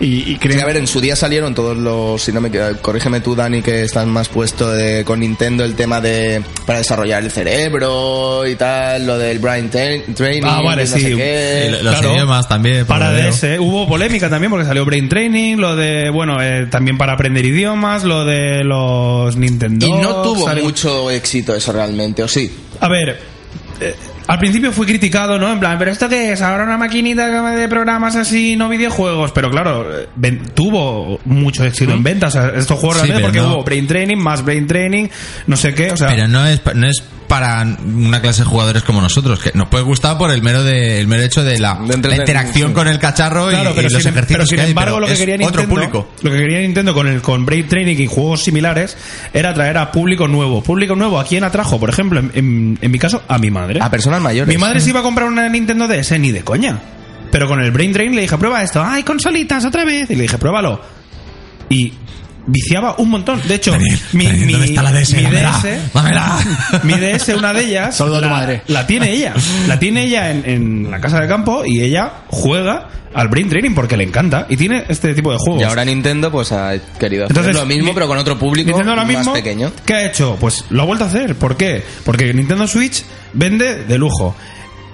y, y creen... Sí, a ver, en su día salieron todos los, si no me equivoco, corrígeme tú, Dani, que estás más puesto de, con Nintendo el tema de para desarrollar el cerebro y tal, lo del brain tra- training, Ah, vale, de no sí. sé Y lo- qué. Eh, los Claro. idiomas también. por Para lo que veo. DS, ¿eh? hubo polémica también porque salió Brain Training, lo de, bueno, eh, también para aprender idiomas, lo de los Nintendo. Y no tuvo salió- mucho éxito eso realmente, o sí. A ver, eh, al principio fue criticado, ¿no? En plan, ¿pero esto qué es? Ahora una maquinita de programas así, no videojuegos. Pero claro, eh, ven- tuvo mucho éxito en ventas. O sea, estos juegos ¿Mm? Sí, realmente porque pero no. hubo Brain Training, más Brain Training, no sé qué, o ah. sea... Pero no es, pa- no es para una clase de jugadores como nosotros, que nos puede gustar por el mero de el mero hecho de la, De entretener- la interacción con el cacharro y- Claro, y, pero, los sin, em-, ejercicios pero sin que hay, embargo pero lo que es quería otro Nintendo, público. lo que quería Nintendo con el con Brain Training y juegos similares era atraer a público nuevo. Público nuevo, ¿a quién atrajo? Por ejemplo, en, en- en mi caso, a mi madre. Ah, A personas mayores. Mi madre se iba a comprar una Nintendo DS ni de coña. Pero con el Brain Drain le dije, prueba esto. ¡Ay, consolitas, otra vez! Y le dije, pruébalo. Y viciaba un montón. De hecho, Daniel, mi, Daniel, mi- ¿dónde está la DS? mi Dámela, DS, dámela. mi DS, una de ellas, Saludo a tu la, madre. la tiene ella. La tiene ella en, en la casa de campo y ella juega al Brain Training porque le encanta. Y tiene este tipo de juegos. Y ahora Nintendo pues ha querido hacer Entonces, lo mismo Ni- pero con otro público Nintendo ahora más mismo, pequeño. ¿Qué ha hecho? Pues lo ha vuelto a hacer. ¿Por qué? Porque Nintendo Switch vende de lujo.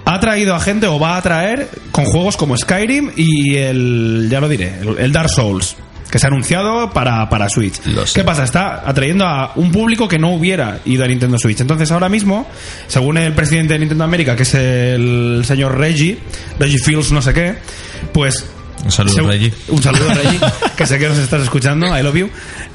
Ha traído a gente o va a traer con juegos como Skyrim y el. Ya lo diré, el, el Dark Souls. Que se ha anunciado para, para Switch. Lo sé. ¿Qué pasa? Está atrayendo a un público que no hubiera ido a Nintendo Switch. Entonces, ahora mismo, según el presidente de Nintendo América, que es el señor Reggie, Reggie Fields, no sé qué, pues Un saludo, Segu- Reggie. Un saludo, Reggie, que sé que nos estás escuchando, I love you.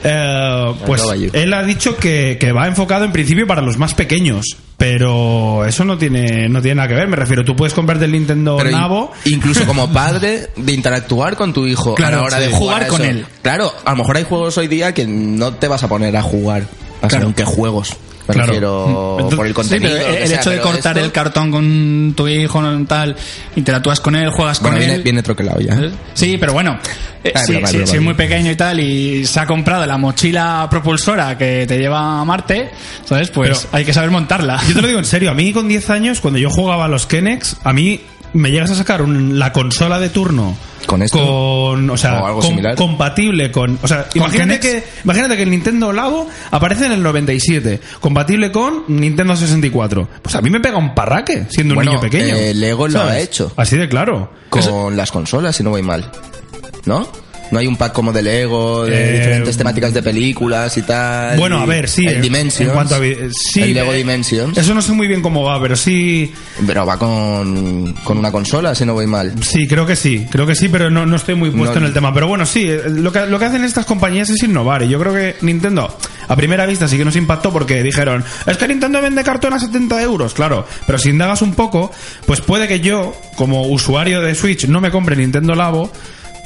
Eh, pues love you. él ha dicho que, que va enfocado en principio para los más pequeños, pero eso no tiene, no tiene nada que ver, me refiero, tú puedes comprarte el Nintendo Pero in- Nabo. incluso como padre de interactuar con tu hijo Claro, a la hora sí. de jugar, Jugar a con eso. él. Claro, a lo mejor hay juegos hoy día que no te vas a poner a jugar, a Claro. según qué juegos. Me Claro. Mm. refiero Entonces- por el Sí, contenido. pero lo que el, sea, hecho de pero cortar esto- el cartón con tu hijo, tal, interactúas con él, juegas Bueno, con viene, él. ¿Eh? viene troquelado ya. Sí, pero bueno, eh, Ah, es sí, broma, es sí, broma. si es muy pequeño y tal y se ha comprado la mochila propulsora que te lleva a Marte, ¿sabes? Pues Pero- hay que saber montarla. Yo te lo digo en serio, a mí con 10 años, cuando yo jugaba a los Kenex, a mí me llegas a sacar un- la consola de turno. ¿Con esto? Con, o sea, ¿O algo com- similar? compatible con. O sea, imagínate Kenex? que, imagínate que el Nintendo Labo aparece en el 97, compatible con Nintendo 64. Pues a mí me pega un parraque siendo Bueno, un niño pequeño. eh, Lego lo ha hecho. Así de claro. Con las consolas, si no voy mal. ¿No? No hay un pack como de Lego, de Eh, diferentes temáticas de películas y tal. Bueno, a y ver, sí. El en- En Dimensions. cuanto a vi- eh, sí, el Lego eh, Dimensions. Eso no sé muy bien cómo va, pero sí. Pero va con, con una consola, si no voy mal. Sí, creo que sí, creo que sí, pero no, no estoy muy puesto No- en el tema. Pero bueno, sí, eh, lo que, lo que hacen estas compañías es innovar. Y yo creo que Nintendo, a primera vista, sí que nos impactó porque dijeron: Es que Nintendo vende cartón a 70 euros, claro. Pero si indagas un poco, pues puede que yo, como usuario de Switch, no me compre Nintendo Labo,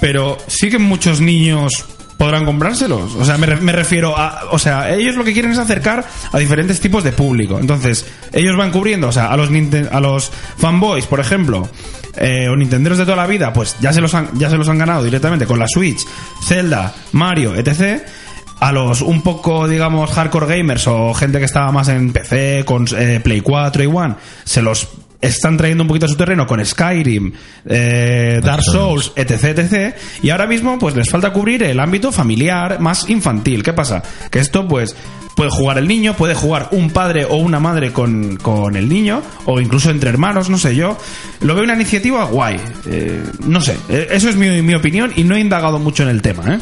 pero sí que muchos niños podrán comprárselos. O sea, me, re- me refiero a... O sea, ellos lo que quieren es acercar a diferentes tipos de público. Entonces, ellos van cubriendo, o sea, a los, Ninten- a los fanboys, por ejemplo, eh, o nintenderos de toda la vida, pues ya se, los han, ya se los han ganado directamente con la Switch, Zelda, Mario, etc. A los un poco, digamos, hardcore gamers o gente que estaba más en PC, con eh, Play 4 y One, se los están trayendo un poquito a su terreno con Skyrim, eh, Dark Dark Souls. Souls, etc, etc. Y ahora mismo, pues les falta cubrir el ámbito familiar más infantil. ¿Qué pasa? Que esto, pues, puede jugar el niño, puede jugar un padre o una madre con, con el niño, o incluso entre hermanos, no sé yo. Lo veo una iniciativa guay. Eh, no sé, Eh, eso es mi, mi opinión y no he indagado mucho en el tema, ¿eh?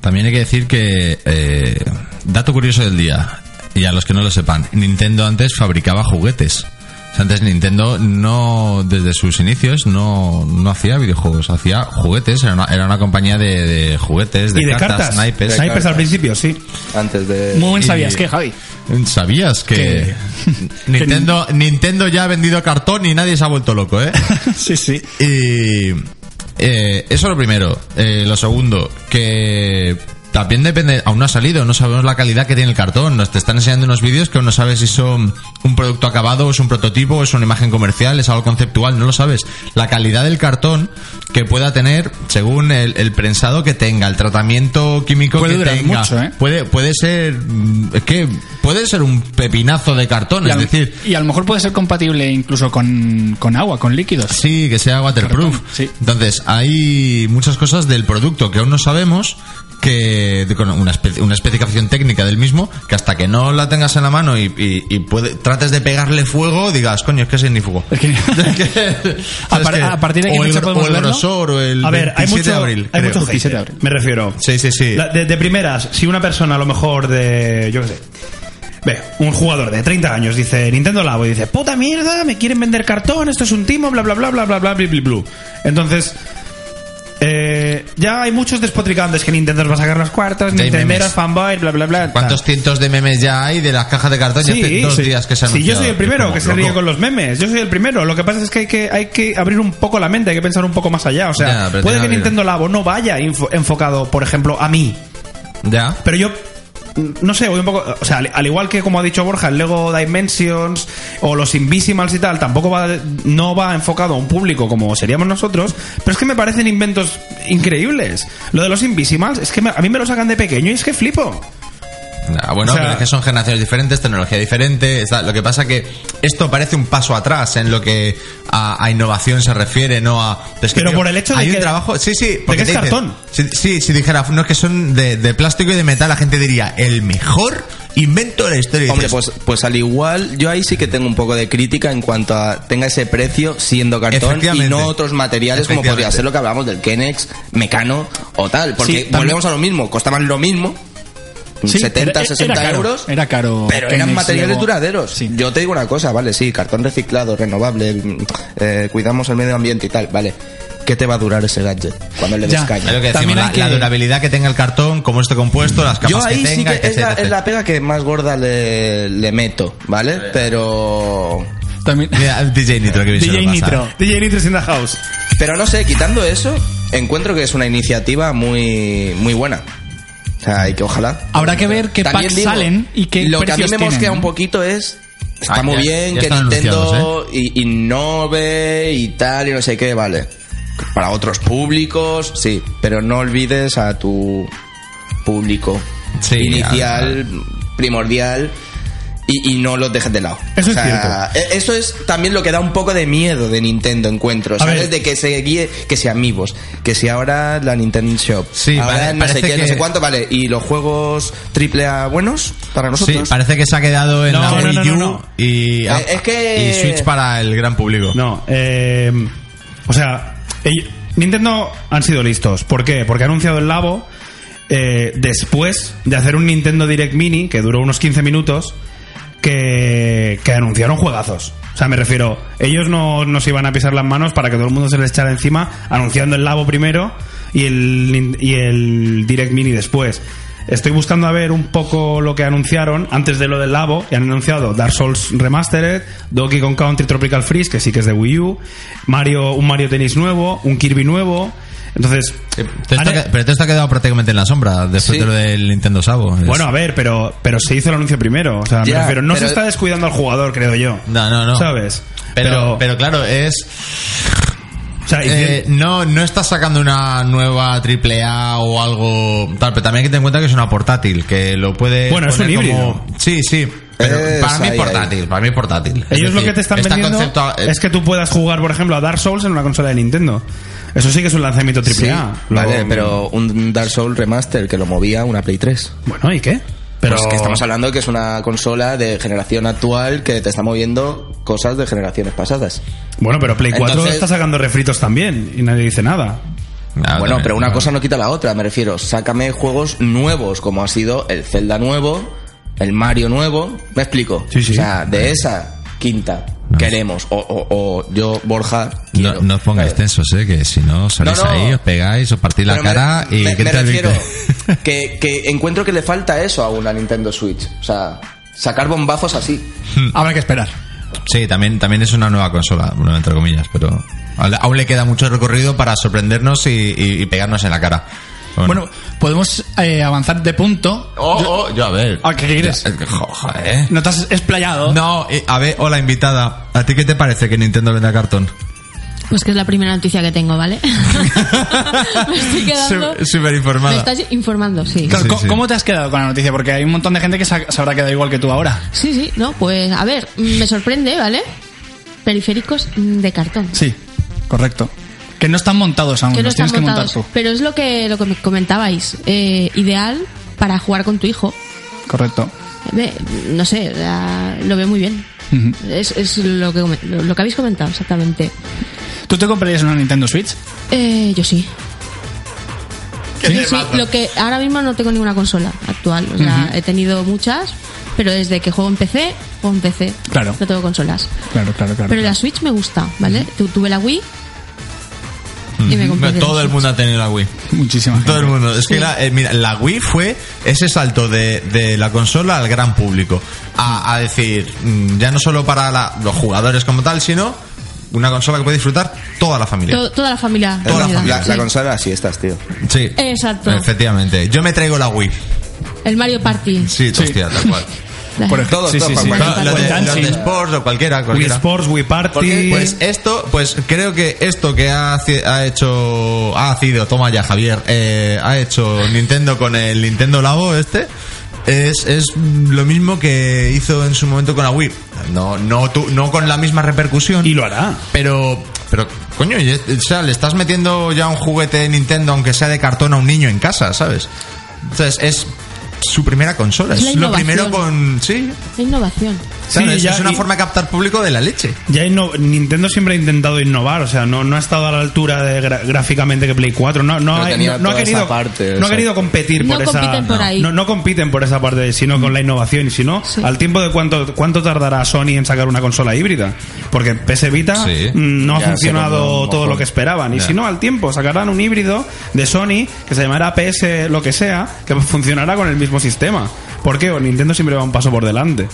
También hay que decir que. eh, dato curioso del día. y a los que no lo sepan, Nintendo antes fabricaba juguetes. O sea, antes Nintendo no, desde sus inicios, no, no hacía videojuegos, hacía juguetes, era una, era una compañía de, de juguetes, de, y de cartas, naipes. Naipes cartas. al principio, sí. Antes de. Muy buen sabías que, Javi. ¿Sabías que Nintendo, Nintendo ya ha vendido cartón y nadie se ha vuelto loco, eh? Sí, sí. Y eh, eso lo primero. Eh, lo segundo, que también depende, aún no ha salido, no sabemos la calidad que tiene el cartón. Nos te están enseñando unos vídeos que aún no sabes si son un producto acabado, es un prototipo, es una imagen comercial, es algo conceptual, no lo sabes. La calidad del cartón que pueda tener según el, el prensado que tenga, el tratamiento químico Puede que durar tenga. mucho, ¿eh? Puede, puede ser, mm, es que puede ser un pepinazo de cartón, Y a, es lo- decir, y a lo mejor puede ser compatible incluso con, con agua, con líquidos. Sí, que sea waterproof. Cartón, sí. Entonces, hay muchas cosas del producto que aún no sabemos que con una, espe- una especificación técnica del mismo que hasta que no la tengas en la mano y, y- y puede- trates de pegarle fuego digas coño es que es ignífugo Es que- A par- a partir de qué o el, fecha gro- podemos o el verlo? grosor o el A ver, hay 27 mucho, de abril hay creo. mucho hate, eh. 27 de abril. Me refiero. sí sí sí La- de, de primeras, si una persona a lo mejor de. Yo qué sé. Ve, un jugador de 30 años dice Nintendo Labo y dice, puta mierda, me quieren vender cartón, esto es un timo, bla bla bla bla bla bla bla bla bla. Entonces, eh, ya hay muchos despotricantes que Nintendo va a sacar las cuartas, Ya hay Nintenderos, memes. fanboy, bla bla bla. cuántos tal. cientos de memes ya hay de las cajas de cartón ya hace Sí, dos sí. días que se han Sí, yo soy el primero que se ríe con los los memes. Yo soy el primero. Lo que pasa es que hay que, hay que abrir un poco la mente, hay que pensar un poco más allá. O Ya, sea, puede pero que tiene que ver. Nintendo Labo no vaya info- enfocado, por ejemplo, a mí, ya pero yo mm, no sé, voy un poco, o sea, al, al igual que como ha dicho Borja, el Lego Dimensions o los Invisimals y tal, tampoco va no va enfocado a un público como seríamos nosotros, pero es que me parecen inventos increíbles. Lo de los Invisimals es que me- a mí me lo sacan de pequeño y es que flipo. Ah, bueno, O sea- pero es que son generaciones diferentes, tecnología diferente. está- lo que pasa que esto parece un paso atrás en lo que a, a innovación se refiere, no a. es que, Pero por el hecho de hay un que- trabajo. Sí, sí, porque que te es dicen- cartón. Sí, sí, si dijera, no es que son de, de plástico y de metal, la gente diría, el mejor invento de la historia. Y Hombre, dices, pues, pues al igual, yo ahí sí que tengo un poco de crítica en cuanto a tenga ese precio siendo cartón y Efectivamente. no otros materiales como Efectivamente. podría ser lo que hablamos del Kenex, Mecano o tal. Sí, Porque también- volvemos a lo mismo, costaban lo mismo, Sí, 70, era- era 60 caro, euros. era caro, Pero eran Kenex, materiales Lego. duraderos. Sí. Yo te digo una cosa, vale, sí, cartón reciclado, renovable, mm, eh, cuidamos el medio ambiente y tal, vale. ¿Qué te va a durar ese gadget cuando le Ya. des caña? es lo que decimos, También la, hay que- la durabilidad que tenga el cartón, cómo esté compuesto, las capas Yo ahí que sí tenga, que es etc, la, es etc. la pega que más gorda le, le meto, ¿vale? Pero... También, Mira, DJ Nitro, que bien se DJ lo pasa. Nitro. DJ Nitrous in the house. Pero no sé, quitando eso, encuentro que es una iniciativa muy, muy buena. O sea, y que ojalá. Habrá que ver qué También packs digo, salen y qué Lo que a mí precios me tienen, mosquea ¿no? un poquito es. Está Ah, muy ya- bien ya que están ¿eh? Nintendo i- innove y tal, y no sé qué, vale. Para otros públicos, sí. Pero no olvides a tu público Sí, inicial, primordial. Y, y no los dejes de lado. Eso es e- Eso es también lo que da un poco de miedo de Nintendo, encuentro. A ver. ¿Sabes? De que se guíe, que sea amigos, que sea ahora la Nintendo Shop. Sí, ahora pare- no sé parece qué, no que- sé cuánto, vale. ¿Y los juegos triple A buenos para Sí, nosotros? parece que se ha quedado en No, la no, no, Wii no, U no. Y, ah, Eh, es que- y Switch para el gran público. No, eh, o sea, ell- Nintendo han sido listos. ¿Por qué? Porque ha anunciado el Labo eh, después de hacer un Nintendo Direct Mini que duró unos 15 minutos que, que anunciaron juegazos. O sea, me refiero, ellos no nos iban a pisar las manos para que todo el mundo se les echara encima anunciando el Labo primero y el, nin- y el Direct Mini después. Estoy buscando a ver un poco lo que anunciaron antes de lo del Labo. Y han anunciado Dark Souls Remastered, Donkey Kong Country Tropical Freeze, que sí que es de Wii U, Mario, un Mario Tennis nuevo, un Kirby nuevo. Entonces, Eh, te han- está que- pero te está quedado prácticamente en la sombra después Sí. de lo del Nintendo Sabo. Es- bueno, a ver, pero, pero se hizo el anuncio primero. O sea, me Ya, refiero, no se pero- está descuidando al jugador, creo yo. no, no, no. ¿Sabes? Pero, pero, claro, es o sea, y- eh, no no estás sacando una nueva triple A o algo tal, pero también hay que tener en cuenta que es una portátil, que lo puede Bueno, es un híbrido. Sí, sí. Pero Es para mí ahí, portátil, para mí portátil. Es ellos lo decir, que te están está vendiendo conceptua- eh, es que tú puedas jugar, por ejemplo, a Dark Souls en una consola de Nintendo. Eso sí que es un lanzamiento AAA. Sí, Lo- mm, vale, pero un Dark Souls Remaster que lo movía una Play 3. Bueno, ¿y qué? Pero Pues que estamos hablando que es una consola de generación actual que te está moviendo cosas de generaciones pasadas. Bueno, pero Play 4 Entonces- está sacando refritos también y nadie dice nada. nada, bueno, también, pero una no. cosa no quita la otra, me refiero. Sácame juegos nuevos, como ha sido el Zelda nuevo, el Mario nuevo. ¿Me explico? Sí, sí. O sea, de esa quinta queremos. O, o- o yo, Borja. No, quiero. no os pongáis Claro. tensos, ¿eh? que si no salís No, no. ahí, os pegáis, os partís la Pero me- cara y... me, ¿qué me tal- refiero que, que encuentro que le falta eso aún a Nintendo Switch. O sea, sacar bombazos así. Habrá que esperar. Sí, también, también es una nueva consola, bueno, entre comillas, pero aún aún le queda mucho recorrido para sorprendernos y, y- y pegarnos en la cara. Bueno, podemos eh, avanzar de punto. Oh, oh, yo, a ver. Ah, ¿qué quieres? Eh, jo- Joder. No te has explayado. No, eh, a ver, hola invitada. ¿A ti qué te parece que Nintendo venda cartón? Pues que es la primera noticia que tengo, ¿vale? me estoy quedando. Sú- Súper Me informada. estás informando, sí. Claro, Sí, ¿cómo, sí. cómo te has quedado con la noticia? Porque hay un montón de gente que se, ha- se habrá quedado igual que tú ahora. Sí, sí, no, pues a ver, mm, me sorprende, ¿vale? Periféricos mm, de cartón. Sí, correcto. Que no están montados aún, que no los están tienes que montar montados. tú. Pero es lo que, lo que me comentabais. eh, ideal para jugar con tu hijo. Correcto. Ve- No sé, o sea, lo veo muy bien. Ujú. Es, es lo, que, come- lo que habéis comentado exactamente. ¿Tú te comprarías una Nintendo Switch? Eh, yo sí. Sí, sí, lo que ahora mismo no tengo ninguna consola actual. O sea, he tenido muchas, pero desde que juego en PC, juego en PC. Claro. No tengo consolas. Claro, claro, claro. Pero la Switch me gusta, ¿vale? Tu- Tuve la Wii y me compré la Todo el Switch. mundo ha tenido la Wii. Muchísimas Todo el mundo. Es que Sí. la, eh, mira, la Wii fue ese salto de, de la consola al gran público. A, a decir, mm, ya no solo para la- los jugadores como tal, sino una consola que puede disfrutar toda la familia. To- toda la familia. Toda la reunida, familia, sí. La consola así estás, tío. Sí. Exacto. Efectivamente. Yo me traigo la Wii. El Mario Party. Sí, hostia, tal cual. La- Por ejemplo, Todo, sí, todo, sí, sí. Juan Lo- lo de, Dancing. lo de Sports o cualquiera. Wii cualquiera. Sports, Wii Party. Pues esto, pues creo que esto que ha, haci- ha hecho, ha sido, toma ya Javier, eh, ha hecho Nintendo con el Nintendo Labo este, es, es lo mismo que hizo en su momento con la Wii. No, no, tú- no con la misma repercusión. Y lo hará. Pero, pero, coño, y es- o sea, le estás metiendo ya un juguete de Nintendo, aunque sea de cartón, a un niño en casa, ¿sabes? Entonces, es su primera consola. Es la Es lo innovación. primero con. Sí. la innovación. Claro, Sí, es, ya, es una y- forma de captar público de la leche. Ya inno- Nintendo siempre ha intentado innovar, o sea, no, no ha estado a la altura de gra- gráficamente que Play 4. No, no, No ha- no- tenía no ha toda esa querido, parte, no ha exacto. querido competir No por esa. compiten por ahí. No, no compiten por esa parte, sino con la innovación. Y si no, Sí. al tiempo de cuánto, cuánto tardará Sony en sacar una consola híbrida. Porque PS Vita Sí. mm, no ha Ya, se compró funcionado un todo lo mojón. que esperaban. Y Ya. si no, al tiempo sacarán un híbrido de Sony que se llamará PS lo que sea, que funcionará con el mismo sistema. ¿Por qué? O Nintendo siempre va un paso por delante.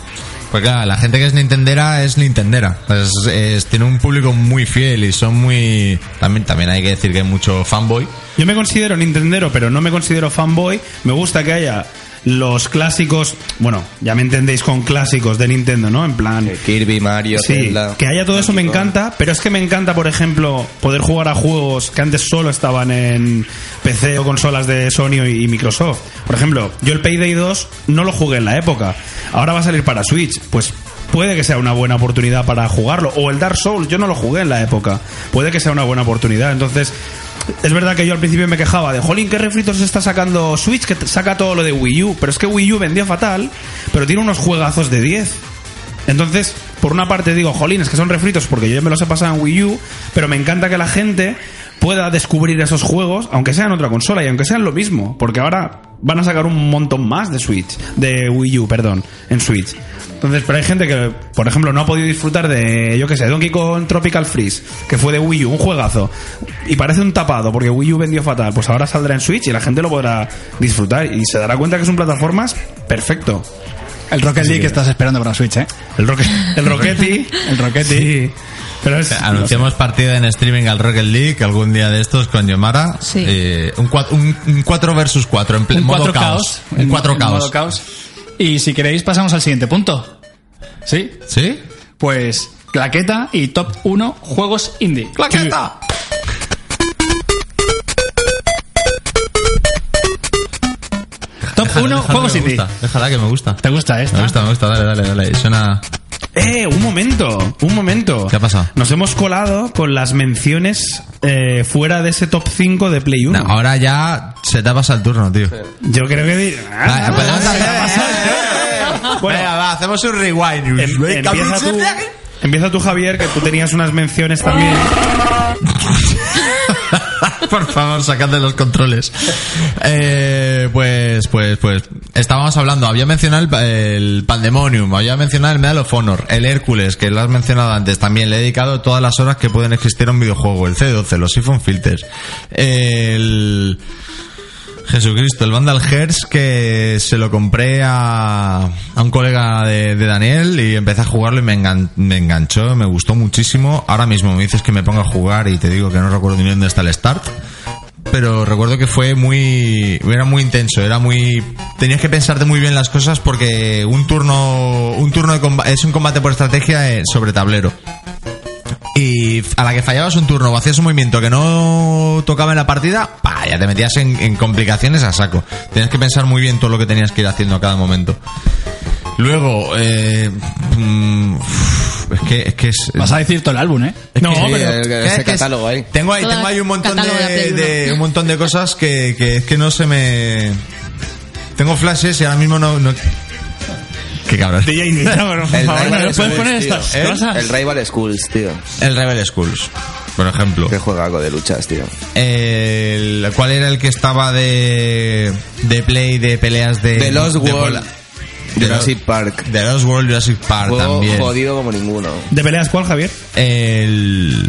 Pues claro, la gente que es Nintendera es Nintendera. Es- es- tiene un público muy fiel y son muy. También, también hay que decir que hay mucho fanboy. Yo me considero Nintendero, pero no me considero fanboy. Me gusta que haya los clásicos, bueno, ya me entendéis con clásicos de Nintendo, ¿no? En plan, Kirby, Mario, sí, Zelda. que haya todo eso me encanta, pero es que me encanta, por ejemplo, poder jugar a juegos que antes solo estaban en PC o consolas de Sony y y Microsoft. Por ejemplo, yo el Payday 2 no lo jugué en la época. Ahora va a salir para Switch, pues puede que sea una buena oportunidad para jugarlo. O el Dark Souls, yo no lo jugué en la época. Puede que sea una buena oportunidad. Entonces, es verdad que yo al principio me quejaba de, jolín, qué refritos está sacando Switch, que t- saca todo lo de Wii U. Pero es que Wii U vendió fatal, pero tiene unos juegazos de 10. Entonces, por una parte digo, jolín, es que son refritos porque yo ya me los he pasado en Wii U, pero me encanta que la gente pueda descubrir esos juegos, aunque sean otra consola y aunque sean lo mismo, porque ahora van a sacar un montón más de Switch, de Wii U, perdón, en Switch. Entonces, pero hay gente que, por ejemplo, no ha podido disfrutar de, yo qué sé, Donkey Kong Tropical Freeze, que fue de Wii U, un juegazo, y parece un tapado porque Wii U vendió fatal, pues ahora saldrá en Switch y la gente lo podrá disfrutar y se dará cuenta que son plataformas perfecto. El Rocket League que estás esperando para Switch, ¿eh? El, roque, el Roquetti. El Roquetti. Sí. Pero es. Anunciamos partida en streaming al Rocket League algún día de estos con Yomara. Sí. Eh, un, 4 versus 4 en ple- Un modo 4 caos. caos. Un 4 en caos. modo caos. Y si queréis, pasamos al siguiente punto. ¿Sí? ¿Sí? Pues claqueta y top 1 juegos indie. ¡Claqueta! Top 1 Déjala, déjala juegos que me indie. gusta, Déjala que me gusta. ¿Te gusta esta? Me gusta, me gusta, dale, dale, dale. Suena. ¡Eh! Un momento. Un momento. ¿Qué ha pasado? Nos hemos colado con las menciones eh, fuera de ese top 5 de Play 1. No, ahora ya se te pasa el turno, tío. Yo creo que. di- Ah, Vale, pues pues, vamos a hacer- Bueno. Venga, va, hacemos un rewind. Em- empieza pues, Ah. tú. Empieza tú, Javier, que tú tenías unas menciones también. Por favor, sacad de los controles. Eh, pues, pues, pues. Estábamos hablando, había mencionado el, el Pandemonium, había mencionado el Medal of Honor, el Hércules, que lo has mencionado antes también. Le he dedicado todas las horas que pueden existir a un videojuego, el C12, los iPhone Filters, el. Jesucristo, el Vandal Hertz que se lo compré a, a un colega de, de Daniel y empecé a jugarlo y me, engan- me enganchó, me gustó muchísimo. Ahora mismo me dices que me ponga a jugar y te digo que no recuerdo ni dónde está el start. Pero recuerdo que fue muy. Era muy intenso, era muy. Tenías que pensarte muy bien las cosas porque un turno. Un turno de comba- es un combate por estrategia eh, sobre tablero y a la que fallabas un turno o hacías un movimiento que no tocaba en la partida, pa, ya te metías en, en complicaciones a saco. Tenías que pensar muy bien todo lo que tenías que ir haciendo a cada momento. Luego, eh, mm, uf, es que es que es, Vas a decir todo el álbum, ¿eh? es No, que- pero- es que- ese es que es- catálogo ahí. Tengo ahí, Todo tengo ahí un montón catálogo de de, Play de- uno. un montón de cosas que, que es que no se me tengo flashes y ahora mismo no, no... qué cabrón. DJ invitado, ¿no? por El favor, ¿me Rival lo puedes poner Schools, tío. estas ¿Eh? cosas? El Rival Schools, tío. El Rebel Schools, por ejemplo. Que juega algo de luchas, tío. El, ¿Cuál era el que estaba de, de play, de peleas de... The Lost Eh, de World. bola? Jurassic Park. The Lost World Jurassic Park Juego también. jodido como ninguno. ¿De peleas cuál, Javier? El...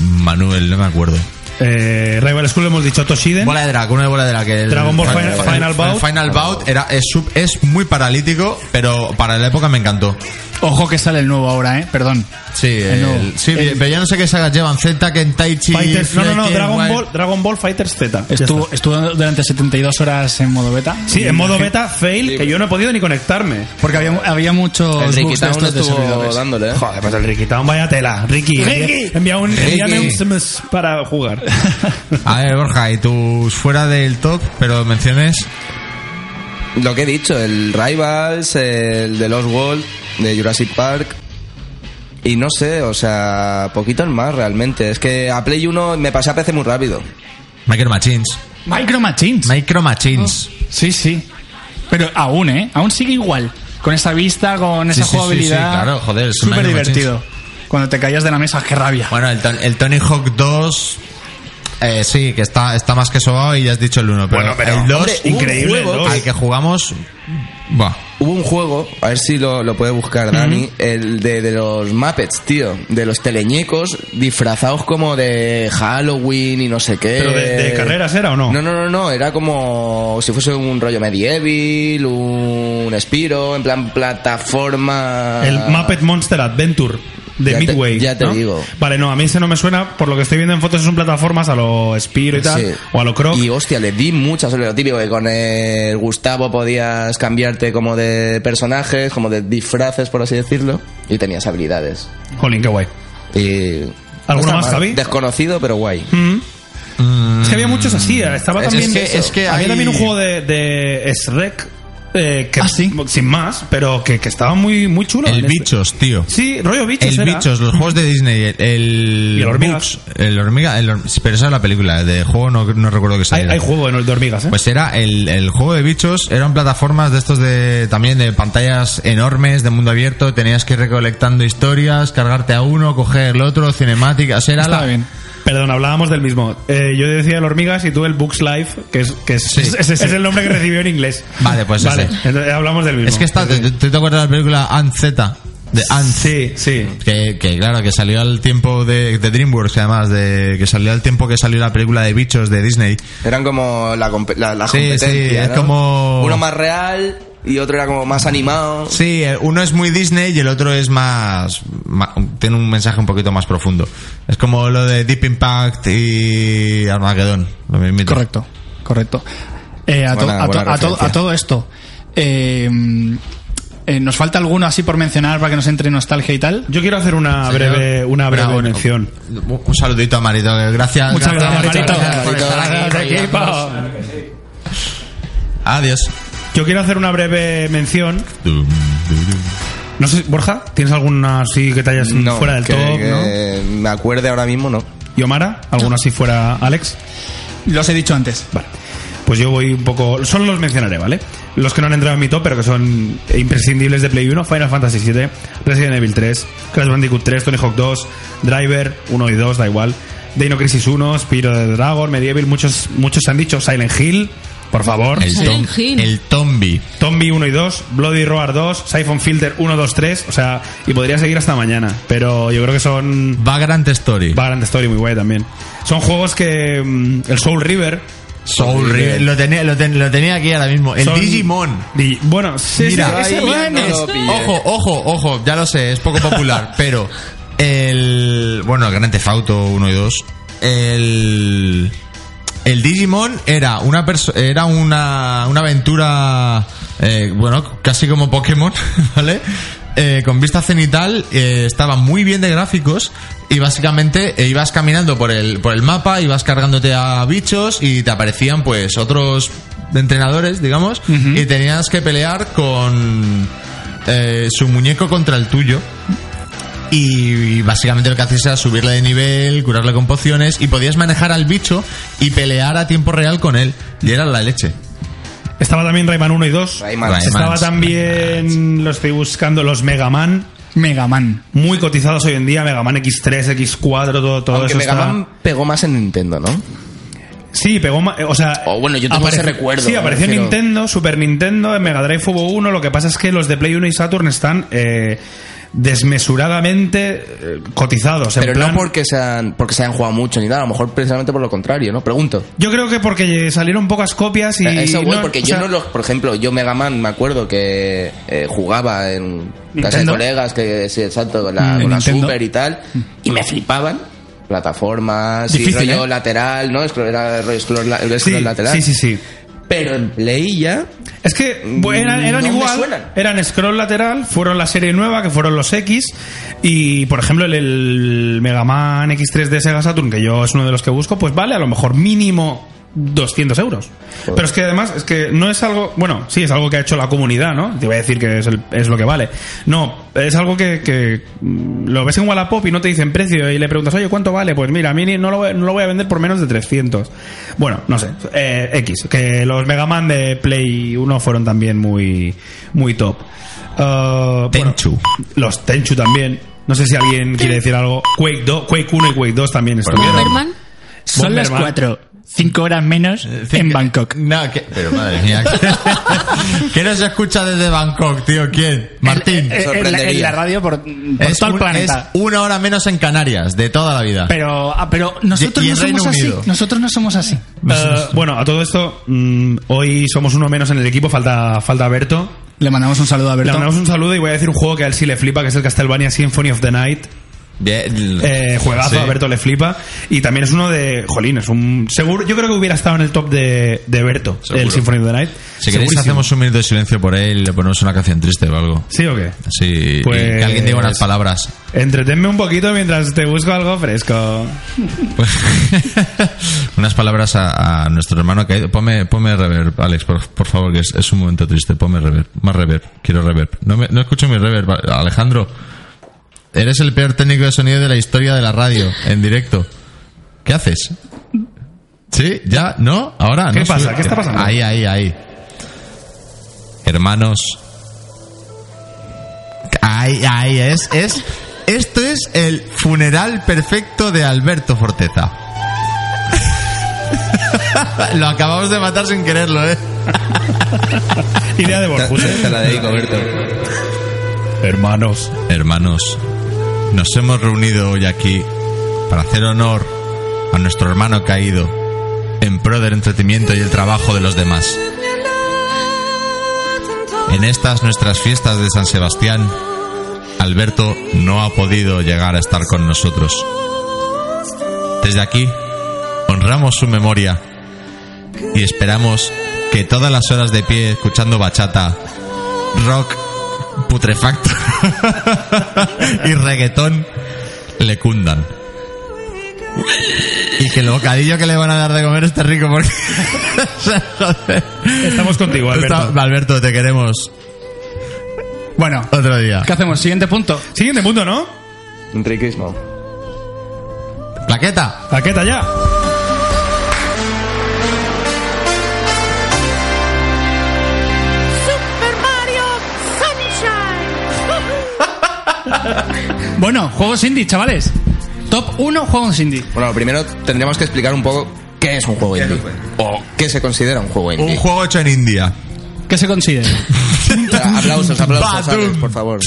Manuel, no me acuerdo. Eh, Rival School hemos dicho Toshiden. Bola de drag, una de bola de drag. el- ¿Eh? Dragon Ball el- Final- el- Final el Bout. Final Bout era, es, sub- es muy paralítico, pero para la época me encantó. Ojo que sale el nuevo ahora, ¿eh? Perdón. Sí, El nuevo. el- sí El- pero ya no sé qué sagas llevan. Z, Kentaichi... Fighters- no, no, no, Flecken, Dragon Wild- Ball, Dragon Ball Fighters Z. Ya Estuvo, está. estuvo durante 72 horas en modo beta. Sí, en modo beta, fail, que yo no he podido ni conectarme. Porque había, había muchos El Ricky bugs de Town estos de estuvo servidores. dándole, ¿eh? Joder, pues el Ricky Town, vaya tela. Ricky, Ricky. envía un, Ricky. envíame un SMS para jugar. A ver, Borja, y tus fuera del top, pero menciones... Lo que he dicho, el Rivals, el de Lost World, de Jurassic Park. Y no sé, o sea, poquitos más realmente. Es que a Play 1 me pasé a PC muy rápido. Micro Machines. Micro Machines. Micro Machines. Oh. Sí, sí. Pero aún, ¿eh? Aún sigue igual. Con esa vista, con Sí, esa sí, sí, jugabilidad. sí, claro, joder, es un Súper Micro divertido. Cuando te caías de la mesa, qué rabia. Bueno, el, Ton- el Tony Hawk 2. eh, sí, que está, está más que sobado y ya has dicho el 1. Pero, Bueno, pero- el 2, Hombre, increíble el dos. al que jugamos. Buah. Hubo un juego, a ver si lo, lo puede buscar Dani, el de, de los Muppets, tío. De los teleñecos disfrazados como de Halloween y no sé qué. ¿Pero de, de carreras era o no? No, no, no, no, era como si fuese un rollo medieval, un Spiro, en plan plataforma. El Muppet Monster Adventure de Ya te- Midway. ya te ¿no? digo. Vale, no, a mí ese no me suena. Por lo que estoy viendo en fotos, son plataformas a lo Spiro y tal. Sí. O a lo Croc. Y hostia, le di muchas sobre lo típico que con el Gustavo podías cambiarte como de personajes, como de disfraces, por así decirlo, y tenías habilidades. Jolín, qué guay. Y. ¿Alguno no está más, mal. Javi? Desconocido, pero guay. Mm. Es que había muchos así. ¿eh? Estaba Es también. que- es que había hay- también un juego de, de Shrek. eh, que, Ah, sí. Sin más, pero que, que estaba muy, muy chulo. El Este- Bichos, tío. Sí, rollo bichos. El era. Bichos, los juegos de Disney. El. el Y el Hormigas. Bugs, el Hormiga. el Horm- pero esa es la película. De juego no, no recuerdo que Hay, saliera. hay juego en el de hormigas, ¿eh? Pues era el, el juego de bichos, eran plataformas de estos de también de pantallas enormes, de mundo abierto, tenías que ir recolectando historias, cargarte a uno, coger el otro, cinemáticas, era Estaba la... bien. Perdón, hablábamos del mismo. Eh, yo decía el hormigas y tú el Bugs Life, que es, que es, Sí. es- es el nombre que recibió en inglés. Vale, pues Vale, ese. entonces hablamos del mismo. Es que está, ¿tú te, acuerdas de la película Ant Z? De Ant Sí, sí. Que, que, claro, que salió al tiempo de, de DreamWorks, además, de, que salió al tiempo que salió la película de bichos de Disney. Eran como la, comp- la, la Sí, sí, competencia. es ¿no? como- Uno más real y otro era como más animado. Sí, eh, uno es muy Disney y el otro es más, ma- tiene un mensaje un poquito más profundo. Es como lo de Deep Impact y Armageddon. Lo mismito. Correcto, correcto. Eh, a, to- Buena- a to- buena a to- referencia. a todo esto, eh, eh, ¿nos falta alguno así por mencionar para que nos entre nostalgia y tal? Yo quiero hacer una breve, una breve Bravo. mención. Un un saludito a Marito. que Gracias. Muchas gracias, Marito. por estar aquí. Adiós. Yo quiero hacer una breve mención. No sé, Borja, ¿tienes alguna así que te hayas No, fuera del que- top? ¿no? que Me acuerde ahora mismo, no. ¿Y Omara? ¿Alguna así fuera, Alex? Los he dicho antes. Vale. Pues yo voy un poco. Solo los mencionaré, ¿vale? Los que no han entrado en mi top, pero que son imprescindibles de Play 1, Final Fantasy VII, Resident Evil 3, Crash Bandicoot 3, Tony Hawk 2, Driver 1 y 2, da igual. Dino Crisis 1, Spiro de Dragon, Medieval, muchos, muchos han dicho Silent Hill, por favor. El, Silent tom- Hill. el Tombi. Tombi 1 y 2, Bloody Roar 2, Siphon Filter 1, 2, 3, o sea, y podría seguir hasta mañana, pero yo creo que son Vagrant Story. Vagrant Story muy guay también. Son juegos que mm, el Soul River Soul River. Lo tenía, lo, ten- lo tenía aquí ahora mismo. El son- Digimon. Di- bueno, sí, Mira, sí, ahí ese- ya no lo pillé. Ojo, ojo, ojo, ya lo sé, es poco popular, pero el. Bueno, el Gran Theft Auto 1 y 2. El. El Digimon era una perso- era una, una aventura eh, bueno, casi como Pokémon, ¿vale? Eh, con vista cenital, eh, estaba muy bien de gráficos y básicamente eh, ibas caminando por el, por el mapa, ibas cargándote a bichos y te aparecían pues otros entrenadores, digamos, y tenías que pelear con eh, su muñeco contra el tuyo. Y, y básicamente lo que hacías era subirle de nivel, curarle con pociones y podías manejar al bicho y pelear a tiempo real con él. Y era la leche. estaba también Rayman 1 y 2, Rayman. Rayman. estaba Mans, también, lo estoy buscando, los Mega Man, Mega Man. muy cotizados hoy en día, Mega Man X3, X4, todo, todo Aunque eso Mega está- Man pegó más en Nintendo, ¿no? Sí, pegó ma- eh, O sea. O Oh, bueno, yo tengo ese recuerdo, Sí, me apareció en refiero. Nintendo, Super Nintendo, en Mega Drive hubo uno. Lo que pasa es que los de Play 1 y Saturn están eh, desmesuradamente eh, cotizados. en Pero plan- no porque se, han, porque se hayan jugado mucho ni nada, a lo mejor precisamente por lo contrario, ¿no? Pregunto. Yo creo que porque salieron pocas copias y. Eh, Eso voy, no, porque o yo sea, no los. Por ejemplo, yo Mega Man me acuerdo que eh, jugaba en casa de Nintendo. Mm. colegas, que sí, exacto, con la, Mm, con la Nintendo. Super y tal, y me flipaban. Plataformas, Difícil, y rollo ¿eh? lateral, ¿no? Scroll- Era rollo scroll la- el Sí, scroll lateral. sí, sí, sí. Pero en Play ya. Es que bueno, eran, eran Mm, No me igual, suenan. eran scroll lateral, fueron la serie nueva, que fueron los X, y por ejemplo el, el Mega Man X3 de Sega Saturn, que yo es uno de los que busco, pues vale a lo mejor mínimo 200 euros. Pero es que además, es que no es algo, bueno, sí, es algo que ha hecho la comunidad, ¿no? Te voy a decir que es, el- es lo que vale. No, es algo que, que mm, lo ves en Wallapop y no te dicen precio y le preguntas, oye, ¿cuánto vale? Pues mira, a mí ni- no lo, voy- no lo voy a vender por menos de 300. Bueno, no sé, eh, X, que los Mega Man de Play 1 fueron también muy, muy top. Ah, bueno, Tenchu. los Tenchu también. No sé si alguien quiere decir algo. Quake 2, Quake 1 y Quake 2 también estuvieron. Bomberman. Son las Bomberman. cuatro. Cinco horas menos Eh, en Bangkok. No, que- pero madre mía. ¿Qué no se escucha desde Bangkok, tío? ¿Quién? En- Martín. en- en la, en la radio por, por todo el un- planeta. es una hora menos en Canarias, de toda la vida. Pero, ah, pero nosotros Y- y no en Reino somos así. Unido. Nosotros no somos así. Eh, bueno, a todo esto, mm, hoy somos uno menos en el equipo, falta, falta Berto. Le mandamos un saludo a Le Berto. mandamos un saludo y voy a decir un juego que a él sí le flipa, que es el Castlevania Symphony of the Night. Bien. Eh, juegazo, Sí. a Berto le flipa. Y también es uno de. Jolín, es un. Seguro, yo creo que hubiera estado en el top de, de Berto, Seguro. el Symphony of the Night. Si queréis, Segurísimo. hacemos un minuto de silencio por él y le ponemos una canción triste o algo. ¿Sí o qué? Sí, Pues- y que alguien diga unas palabras. Entretenme un poquito mientras te busco algo fresco. Unas palabras a, a nuestro hermano caído. Ponme, ponme reverb, Alex, por, por favor, que es, es un momento triste. Ponme reverb. Más reverb. Quiero reverb. No, me- no escucho mi reverb, Alejandro. Eres el peor técnico de sonido de la historia de la radio, en directo. ¿Qué haces? ¿Sí? ¿Ya? ¿No? ¿Ahora? ¿Qué No, pasa? sí. ¿Qué está pasando? Ahí, ahí, ahí. Hermanos. Ahí, ahí, es, es. Esto es el funeral perfecto de Alberto Forteza. Lo acabamos de matar sin quererlo, ¿eh? Idea Ah, de Te, Borges. te la dedico, Berto. Hermanos. Hermanos, nos hemos reunido hoy aquí para hacer honor a nuestro hermano caído en pro del entretenimiento y el trabajo de los demás. En estas nuestras fiestas de San Sebastián, Alberto no ha podido llegar a estar con nosotros. Desde aquí, honramos su memoria y esperamos que todas las horas de pie escuchando bachata, rock putrefacto y reggaetón le cundan. Y que el bocadillo que le van a dar de comer esté rico porque... O sea, joder. Estamos contigo, Alberto. Está- Alberto, te queremos. Bueno, Otro día. ¿qué hacemos? Siguiente punto. Siguiente punto, ¿no? Enriquismo. Plaqueta. Paqueta ya. Super Mario Sunshine. Bueno, juegos indie, chavales. Top 1 juegos indie. Bueno, lo primero tendríamos que explicar un poco qué es un juego indie. O qué se considera un juego Un indie. juego hecho en India. ¿Qué se considera? aplausos, aplausos, Badum. Alex, por favor.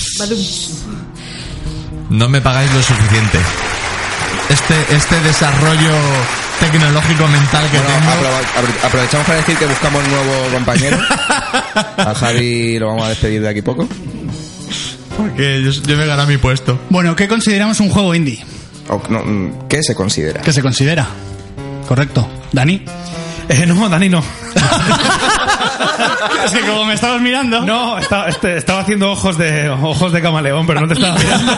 No me pagáis lo suficiente. Este, este desarrollo tecnológico mental que Bueno, tengo. apro- apro- aprovechamos para decir que buscamos un nuevo compañero. A Javi lo vamos a despedir de aquí poco. Porque yo, yo me he ganado mi puesto. Bueno, ¿qué consideramos un juego indie? O, no, mm, ¿Qué se considera? ¿Qué se considera? Correcto. ¿Dani? Eh, no, Dani, no. Es que como me estabas mirando... No, estaba, este- estaba haciendo ojos de ojos de camaleón, pero no te estaba mirando.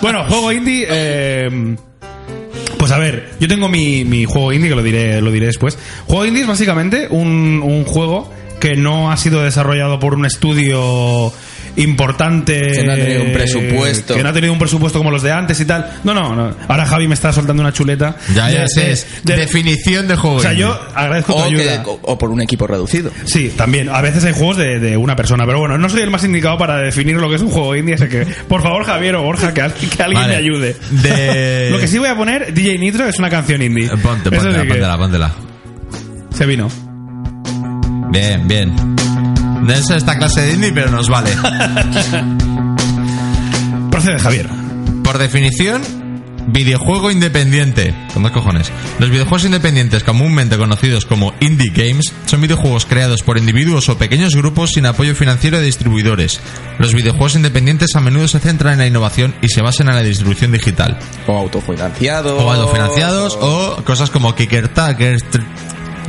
Bueno, juego indie. eh, pues a ver, yo tengo mi, mi juego indie que lo diré, lo diré después. Juego indie es básicamente un, un juego que no ha sido desarrollado por un estudio importante. eh, Que no ha tenido un presupuesto. Que no ha tenido un presupuesto como los de antes y tal. No, no, no. Ahora Javi me está soltando una chuleta. Ya, De- ya sé, es de- de- definición de juego. o sea, indie. yo agradezco tu O, ayuda. que- o- o por un equipo reducido. Sí, también. A veces hay juegos de, de una persona, pero bueno, no soy el más indicado para definir lo que es un juego indie, así que por favor, Javier o Borja, que, al- que alguien Vale. me ayude. De- Lo que sí voy a poner, DJ Nitro, es una canción indie. Eh, Ponte, Eso póntela, sí que póntela, póntela. Se vino. Bien, bien. No es esta clase de indie, pero nos vale. Procede, Javier. Por definición, videojuego independiente. Con dos cojones. Los videojuegos independientes, comúnmente conocidos como indie games, son videojuegos creados por individuos o pequeños grupos sin apoyo financiero de distribuidores. Los videojuegos independientes a menudo se centran en la innovación y se basan en la distribución digital. O autofinanciados. O autofinanciados o cosas como Kickstarter.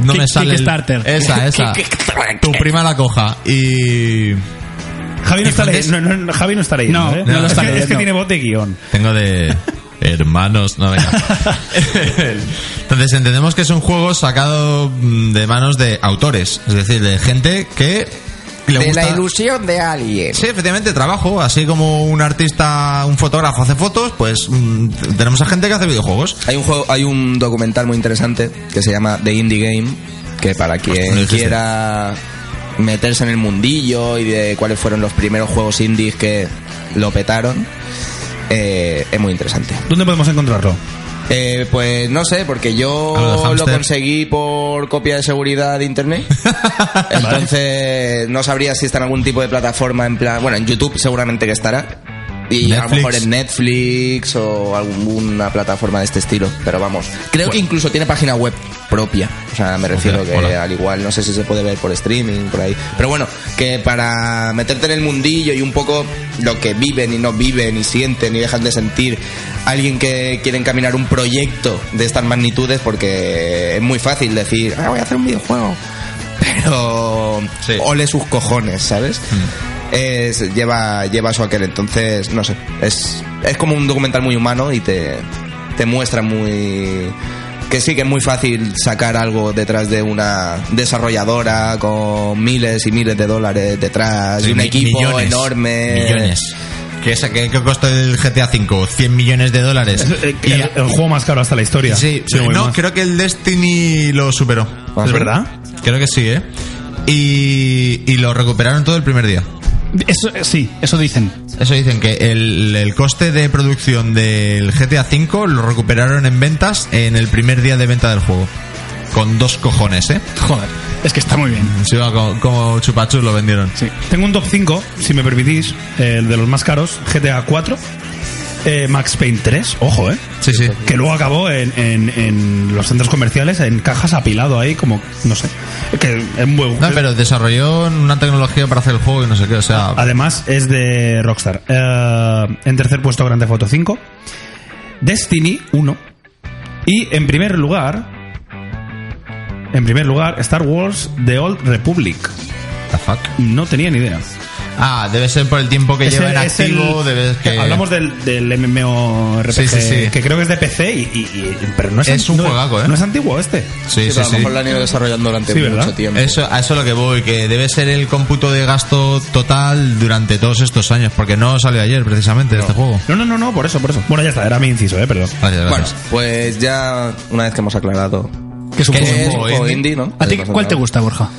No me Kick- sale. el- Kickstarter. Esa, esa. tu prima la coja. Y. Javi no, está Entonces- leyendo, no, no, no, Javi no está leyendo. No, ¿eh? no lo es, está que, es que leyendo. tiene voz de guión. Tengo de hermanos, no venga. Entonces entendemos que es un juego sacado mm, de manos de autores, es decir, de gente que le De la gusta. ilusión de alguien. Sí, efectivamente, trabajo. Así como un artista, un fotógrafo hace fotos, pues mm, t- tenemos a gente que hace videojuegos. Hay un juego, hay un documental muy interesante que se llama The Indie Game, que para no quien existe. quiera meterse en el mundillo y de cuáles fueron los primeros juegos indies que lo petaron, eh, es muy interesante. ¿Dónde podemos encontrarlo? Eh, pues no sé, porque Hablo de yo lo hámster. conseguí por copia de seguridad de internet. Entonces no sabría si está en algún tipo de plataforma en plan, bueno, en YouTube seguramente que estará. Y a Netflix. lo mejor en Netflix o alguna plataforma de este estilo, pero vamos. Creo que incluso tiene página web propia. O sea, me refiero que hola. al igual no sé si se puede ver por streaming, por ahí. Pero bueno, que para meterte en el mundillo y un poco lo que viven y no viven y sienten y dejan de sentir alguien que quiere encaminar un proyecto de estas magnitudes, porque es muy fácil decir, ah, voy a hacer un videojuego. Pero Sí. Mm. ole sus cojones, ¿sabes? Es- lleva, lleva su aquel, entonces, no sé. Es, es como un documental muy humano y te, te muestra muy. Que sí, que es muy fácil sacar algo detrás de una desarrolladora con miles y miles de dólares detrás, y un Mi- equipo millones, enorme. Millones. ¿Qué, es- qué, qué costó el GTA V? 100 millones de dólares. Eh, Y- el, el juego más caro hasta la historia. Sí, Si voy no, más. creo que el Destiny lo superó. Ah, ¿es verdad? Creo que sí, ¿eh? Y, y lo recuperaron todo el primer día. Eso, sí, eso dicen. Eso dicen que el, el coste de producción del GTA V lo recuperaron en ventas en el primer día de venta del juego. Con dos cojones, ¿eh? Joder, es que está muy bien. Sí, va, como, como chupachus lo vendieron. Sí. Tengo un top 5, si me permitís, eh, de los más caros: GTA 4, eh, Max Payne 3, ojo, eh. Sí, sí. que luego acabó en, en- en los centros comerciales en cajas apilado ahí como no sé que es un buen- No, pero desarrolló una tecnología para hacer el juego y no sé qué, o sea... además es de Rockstar Eh, en tercer puesto Grande Foto 5 Destiny 1 y en primer lugar en primer lugar Star Wars The Old Republic what the fuck? no tenía ni idea Ah, debe ser por el tiempo que Es lleva el- en es el- activo, debe que... hablamos del, del MMORPG Sí, sí, sí. que creo que es de PC y, y- y- pero no es, Es un no- juegazo, ¿eh? no es antiguo este Sí, Sí, sí, pero a sí. lo mejor lo han ido desarrollando durante Sí, mucho ¿verdad? tiempo. Eso, a eso es lo que voy, que debe ser el cómputo de gasto total durante todos estos años, porque no salió ayer precisamente este juego. No, no, no, no, por eso, por eso. Bueno, ya está, era mi inciso, eh, perdón. Gracias, Bueno, gracias. pues ya una vez que hemos aclarado Que es un ¿Qué juego que es es? indie. un juego juego indie. indie, ¿no? ¿A ti cuál te gusta, Borja?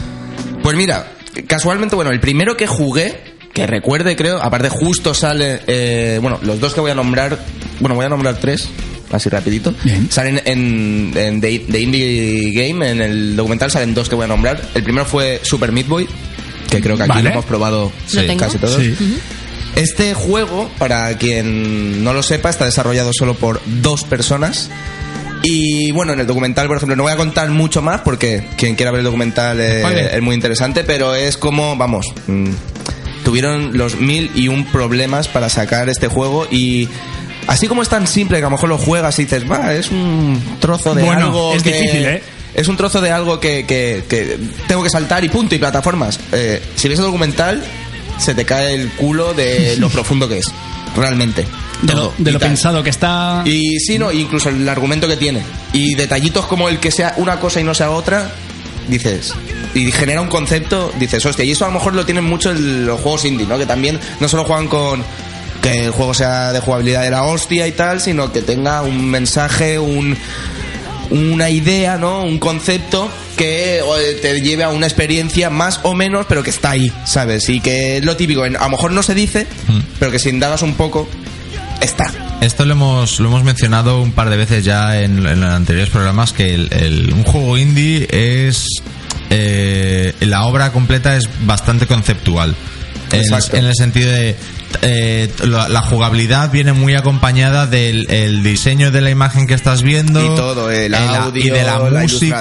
Pues mira, casualmente, bueno, el primero que jugué, que recuerde, creo, aparte justo sale, eh, bueno, los dos que voy a nombrar, bueno, voy a nombrar tres, así rapidito. Bien. Salen en, en The, The Indie Game, en el documental salen dos que voy a nombrar. El primero fue Super Meat Boy, que creo que aquí Vale. lo hemos probado Lo tengo. casi todos. Sí. Este juego, para quien no lo sepa, está desarrollado solo por dos personas. Y bueno, en el documental, por ejemplo, no voy a contar mucho más porque quien quiera ver el documental eh, Vale. es muy interesante, pero es como, vamos, mm, tuvieron los mil y un problemas para sacar este juego y así como es tan simple que a lo mejor lo juegas y dices, va, es un trozo de Bueno, algo es que- difícil, ¿eh? es un trozo de algo que, que- que tengo que saltar y punto, y plataformas. Eh, si ves el documental, se te cae el culo de lo profundo que es, realmente. De lo, Todo, de y lo tal. pensado que está. Y sí, no, incluso el argumento que tiene. Y detallitos como el que sea una cosa y no sea otra, dices. Y genera un concepto, dices, hostia, y eso a lo mejor lo tienen mucho el- los juegos indie, ¿no? Que también no solo juegan con que el juego sea de jugabilidad de la hostia y tal, sino que tenga un mensaje, un una idea, ¿no? Un concepto que o, eh, te lleve a una experiencia más o menos, pero que está ahí, ¿sabes? Y que es lo típico, en- a lo mejor no se dice, Mm. pero que si indagas un poco, está. Esto lo hemos, lo hemos mencionado un par de veces ya en, en los anteriores programas, que el- el- un juego indie es... eh, la obra completa es bastante conceptual. En, Exacto. en el sentido de... eh, la, la jugabilidad viene muy acompañada del el diseño de la imagen que estás viendo Y todo, el la- audio, y de la, la música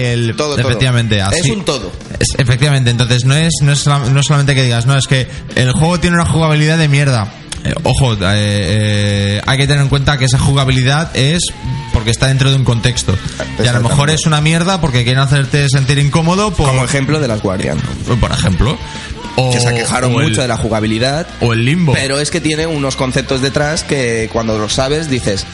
ilustración, el todo, todo. efectivamente Es así- un todo. es- efectivamente, entonces no es, no es solam- no es solamente que digas, no, es que el juego tiene una jugabilidad de mierda. Eh, ojo, eh, eh, hay que tener en cuenta que esa jugabilidad es porque está dentro de un contexto. Y a lo mejor es una mierda porque quieren hacerte sentir incómodo, por, Como ejemplo de las Guardian, por ejemplo. O, que se quejaron o el- mucho de la jugabilidad, O el limbo. pero es que tiene unos conceptos detrás que cuando lo sabes dices,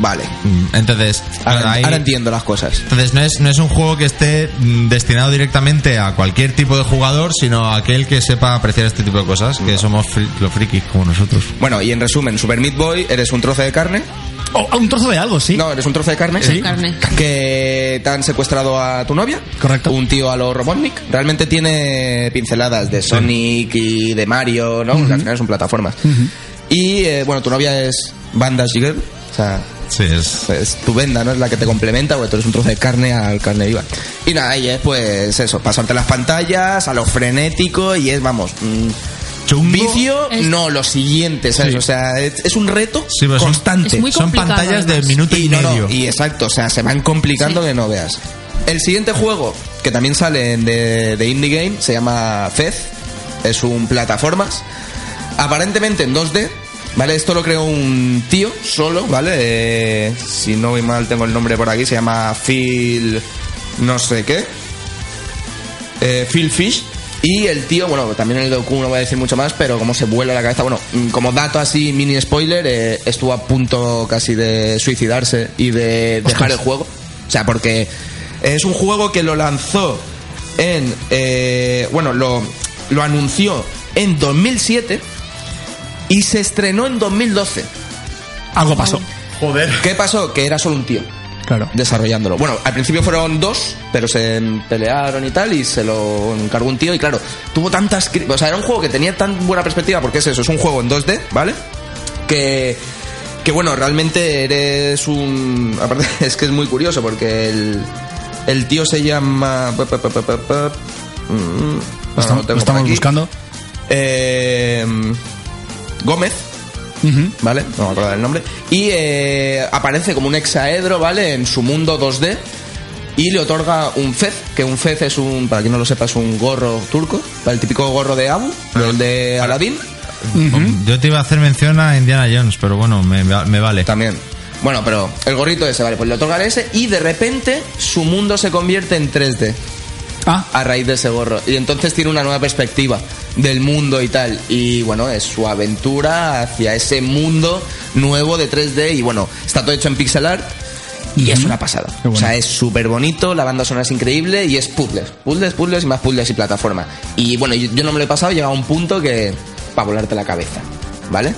vale, Mm, Entonces, ahora, ahí- ahora entiendo las cosas. Entonces no es, no es un juego que esté mm, destinado directamente a cualquier tipo de jugador, sino a aquel que sepa apreciar este tipo de cosas, que somos fri- los frikis como nosotros. Bueno, y en resumen, Super Meat Boy, eres un trozo de carne. Oh, un trozo de algo, sí. No, eres un trozo de carne. Sí. Carne. Que te han secuestrado a tu novia. Correcto. Un tío a los Robotnik. Realmente tiene pinceladas de Sonic y de Mario, ¿no? Al final son plataformas. Y eh, bueno, tu novia es Bandas Girl. O sea, Sí, es. es tu venda, ¿no? Es la que te complementa, porque tú eres un trozo de carne al carne viva. Y nada, y es pues eso, pasarte las pantallas, a lo frenético, y es, vamos, mm, Chungo. vicio, Es- no, lo siguiente, ¿sabes? O sea, es, es un reto Sí, pero son- constante. Es muy Son complicado, pantallas de además. minuto y, Y, no, no, medio. y exacto, o sea, se van complicando que no veas. El siguiente juego, que también sale en de, de Indie Game, se llama Fez. Es un plataformas. Aparentemente en 2D. ¿Vale? Esto lo creó un tío solo, ¿vale? Eh, si no voy mal, tengo el nombre por aquí. Se llama Phil. No sé qué. Eh, Phil Fish. Y el tío, bueno, también en el docu no voy a decir mucho más, pero como se vuela la cabeza, bueno, mm, como dato así, mini spoiler, eh, estuvo a punto casi de suicidarse y de dejar el juego. O sea, porque es un juego que lo lanzó en, eh, bueno, lo, lo anunció en 2007 y se estrenó en 2012. Algo pasó. Joder. ¿Qué pasó? Que era solo un tío Claro. desarrollándolo. Bueno, al principio fueron dos, pero se pelearon y tal, y se lo encargó un tío, y claro, tuvo tantas... cri- O sea, era un juego que tenía tan buena perspectiva, porque es eso, es un juego en 2D, ¿vale? Que... Que bueno, realmente eres un... Aparte, es que es muy curioso, porque el... El tío se llama... pa, pa, pa, pa, pa, pa, Lo mm, no, no estamos, tengo lo estamos por aquí. buscando. Eh, Gómez, Ujú. ¿vale? No me acuerdo del nombre. Y eh, aparece como un hexaedro, ¿vale? En su mundo 2D. Y le otorga un fez, que un fez es un, para quien no lo sepa, es un gorro turco, el típico gorro de Abu, el de Aladdin, Yo te iba a hacer mención a Indiana Jones, pero bueno, me, me vale. también. Bueno, pero el gorrito ese, vale, pues le otorgan ese y de repente su mundo se convierte en 3D. Ah, a raíz de ese gorro. Y entonces tiene una nueva perspectiva del mundo y tal. Y bueno, es su aventura hacia ese mundo nuevo de 3D. Y bueno, está todo hecho en pixel art. Y es una pasada. Qué bueno. O sea, es súper bonito, la banda sonora es increíble y es puzzles. Puzzles, puzzles y más puzzles y plataforma. Y bueno, yo, yo no me lo he pasado, llega a un punto que... para volarte la cabeza, ¿vale?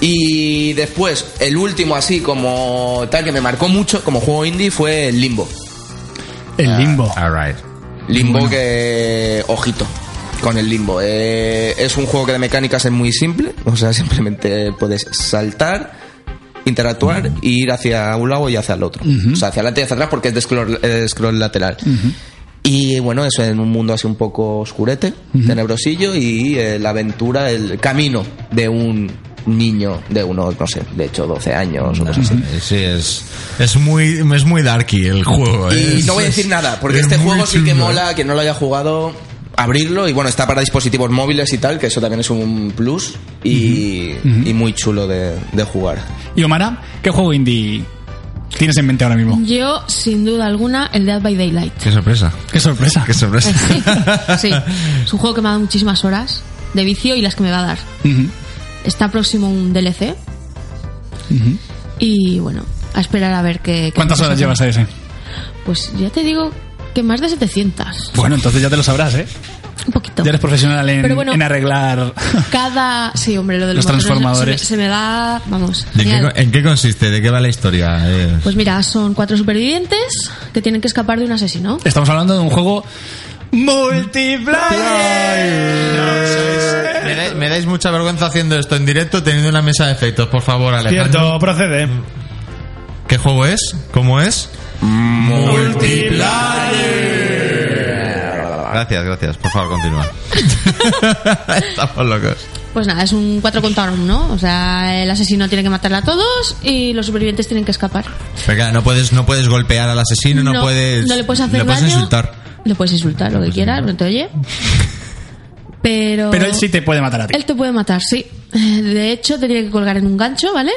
Y después, el último así como tal que me marcó mucho como juego indie fue Limbo. el limbo. Alright. Limbo que... Ojito con el limbo. Eh, es un juego que de mecánicas es muy simple. O sea, simplemente puedes saltar, interactuar y ir hacia un lado y hacia el otro. O sea, hacia adelante y hacia atrás porque es de scroll, eh, scroll lateral. Y bueno, eso en un mundo así un poco oscurete, tenebrosillo, y eh, la aventura, el camino de un niño de unos, no sé, de hecho 12 años o cosas así. Sí, es, es muy es muy darky el juego. Y es- no voy a decir Pues es- nada, porque es este muy juego sí que chulo. ¿eh? mola, quien no lo haya jugado, abrirlo. Y bueno, está para dispositivos móviles y tal, que eso también es un plus. Y, y muy chulo de, de jugar. Y Omara, ¿qué juego indie tienes en mente ahora mismo? Yo, sin duda alguna, el Dead by Daylight. Qué sorpresa. Qué sorpresa. Qué sorpresa. Sí, sí. Es un juego que me ha dado muchísimas horas de vicio y las que me va a dar. Ujú. Está próximo un DLC. Y bueno, a esperar a ver qué. qué ¿Cuántas pasa. horas llevas a ese? Pues ya te digo que más de 700. Bueno, entonces ya te lo sabrás, ¿eh? Un poquito. Ya eres profesional en, Pero bueno, en arreglar. Cada. Sí, hombre, lo de Los transformadores. Se me, se me da. Vamos. ¿De qué genial. co- eh? ¿En qué consiste? ¿De qué va la historia? Eh, Pues mira, son cuatro supervivientes que tienen que escapar de un asesino. Estamos hablando de un juego multiplayer. Me, dais, me dais mucha vergüenza haciendo esto en directo, teniendo una mesa de efectos. Por favor, Alejandro. Cierto, procede. ¿Qué juego es? ¿Cómo es? Multiplayer. Gracias, gracias. Por favor, continúa. Estamos locos. Pues nada, es un 4 contra 1, ¿no? O sea, el asesino tiene que matarla a todos y los supervivientes tienen que escapar. Pero claro, no puedes, no puedes golpear al asesino, no, puedes. no le puedes hacer le puedes daño. insultar. Le puedes insultar lo que quieras, no te oye. Pero. Pero él sí te puede matar a ti. Él te puede matar, sí. Eh, De hecho, te tiene que colgar en un gancho, ¿vale?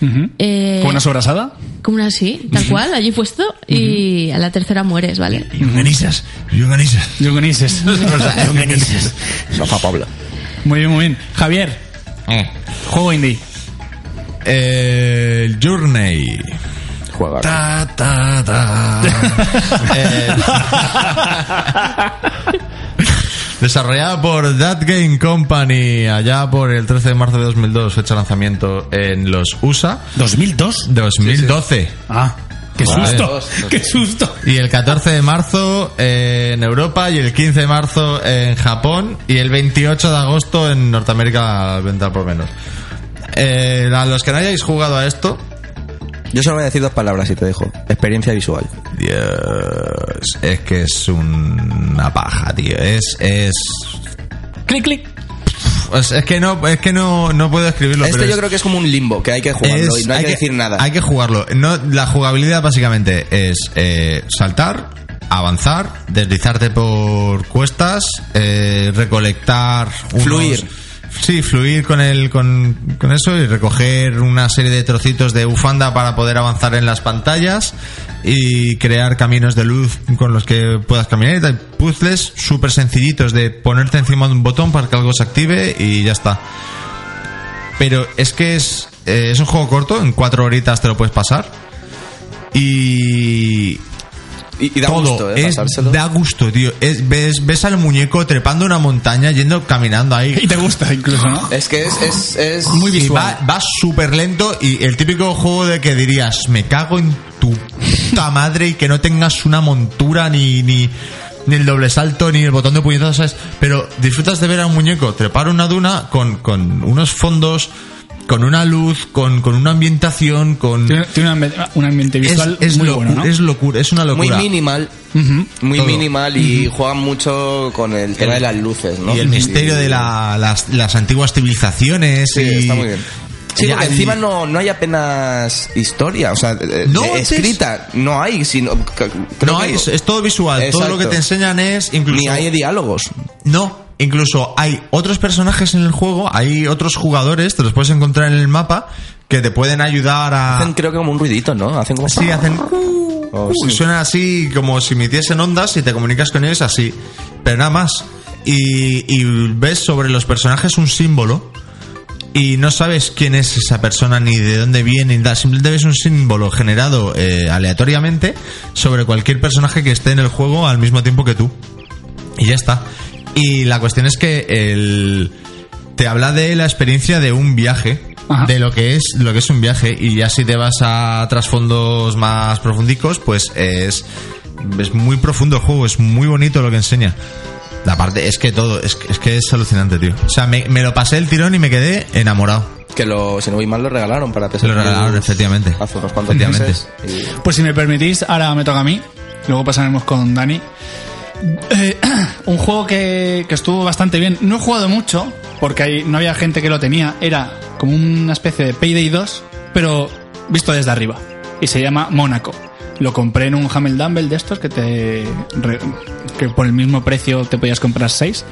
Ujú. Eh, ¿Con una sobrasada? como una así, tal cual, allí puesto. Y a la tercera mueres, ¿vale? Y organizas, y organizas. Yo con Isis. Rafa Pablo. Muy bien, muy bien. Javier, juego indie. Eh, El Journey. Juega. Ta, ta, ta. Eh, Desarrollada por That Game Company allá por el 13 de marzo de 2002, fecha de lanzamiento en los USA. ¿2002? 2012. Ah, qué Vale. susto. Dos, dos. Qué susto. Y el 14 de marzo eh, en Europa y el 15 de marzo en Japón y el 28 de agosto en Norteamérica al venta por menos. Eh, a los que no hayáis jugado a esto, Yo solo voy a decir dos palabras y te dejo. Experiencia visual. Dios, es que es una paja, tío. Es, es, Clic, clic. es, es que no, es que no, no puedo escribirlo. este pero yo es- creo que es como un limbo, que hay que jugarlo es- y no hay, que, decir nada. Hay que jugarlo. No, la jugabilidad básicamente es eh, saltar, avanzar, deslizarte por cuestas, eh, recolectar unos- Fluir. Sí, fluir con, el, con, con eso y recoger una serie de trocitos de bufanda para poder avanzar en las pantallas y crear caminos de luz con los que puedas caminar. y tal. Puzzles súper sencillitos de ponerte encima de un botón para que algo se active y ya está. Pero es que es, eh, es un juego corto, en cuatro horitas te lo puedes pasar. Y. y, y da todo. gusto, ¿eh? es- pasárselo. da gusto, tío. Es- ves, ves al muñeco trepando una montaña, yendo caminando ahí. Y te gusta incluso, ¿no? Es que es, es, es- Y va va súper lento y el típico juego de que dirías, me cago en tu puta madre y que no tengas una montura ni, ni, ni el doble salto ni el botón de puñetazos, ¿sabes? Pero disfrutas de ver a un muñeco trepar una duna con, con unos fondos, con una luz, con, con una ambientación, con... Tiene, tiene un, ambi- un ambiente Es, visual es muy locu- bueno, ¿no? es locura, es una muy locura. minimal. Muy Todo. minimal y juegan mucho con el tema de las luces, ¿no? Y el misterio de la- las, las antiguas civilizaciones. Sí, y- está muy bien. Sí, y porque hay- encima no, no hay apenas historia, o sea, eh, No, eh, es- escrita, no hay, sino... c- creo No, que- es, es todo visual. Todo lo que Exacto. te enseñan es incluso. Ni hay diálogos. No, incluso hay otros personajes en el juego, hay otros jugadores, te los puedes encontrar en el mapa, que te pueden ayudar a. Hacen creo que como un ruidito, ¿no? Hacen como... Ah. Sí, hacen. Oh, Uh, sí. Suena así como si emitiesen ondas y te comunicas con ellos así. Pero nada más. Y, y ves sobre los personajes un símbolo. Y no sabes quién es esa persona ni de dónde viene ni nada. Simplemente ves un símbolo generado eh, aleatoriamente sobre cualquier personaje que esté en el juego al mismo tiempo que tú. Y ya está. Y la cuestión es que el te habla de la experiencia de un viaje, Ajá. de lo que es lo que es un viaje y ya si te vas a trasfondos más profundicos, pues es es muy profundo el juego, es muy bonito lo que enseña. La parte es que todo es, que- es que es alucinante, tío. O sea, me, me lo pasé el tirón y me quedé enamorado. que lo, si no voy mal lo regalaron para PS3. Se lo regalaron, efectivamente. Hace unos cuantos Efectivamente. meses. Y- Pues si me permitís, ahora me toca a mí. Luego pasaremos con Dani. Eh, un juego que, que estuvo bastante bien. No he jugado mucho, porque ahí no había gente que lo tenía. Era como una especie de Payday 2, pero visto desde arriba. Y se llama Mónaco. Lo compré en un Hamel Dumble de estos que te re- que por el mismo precio te podías comprar 6.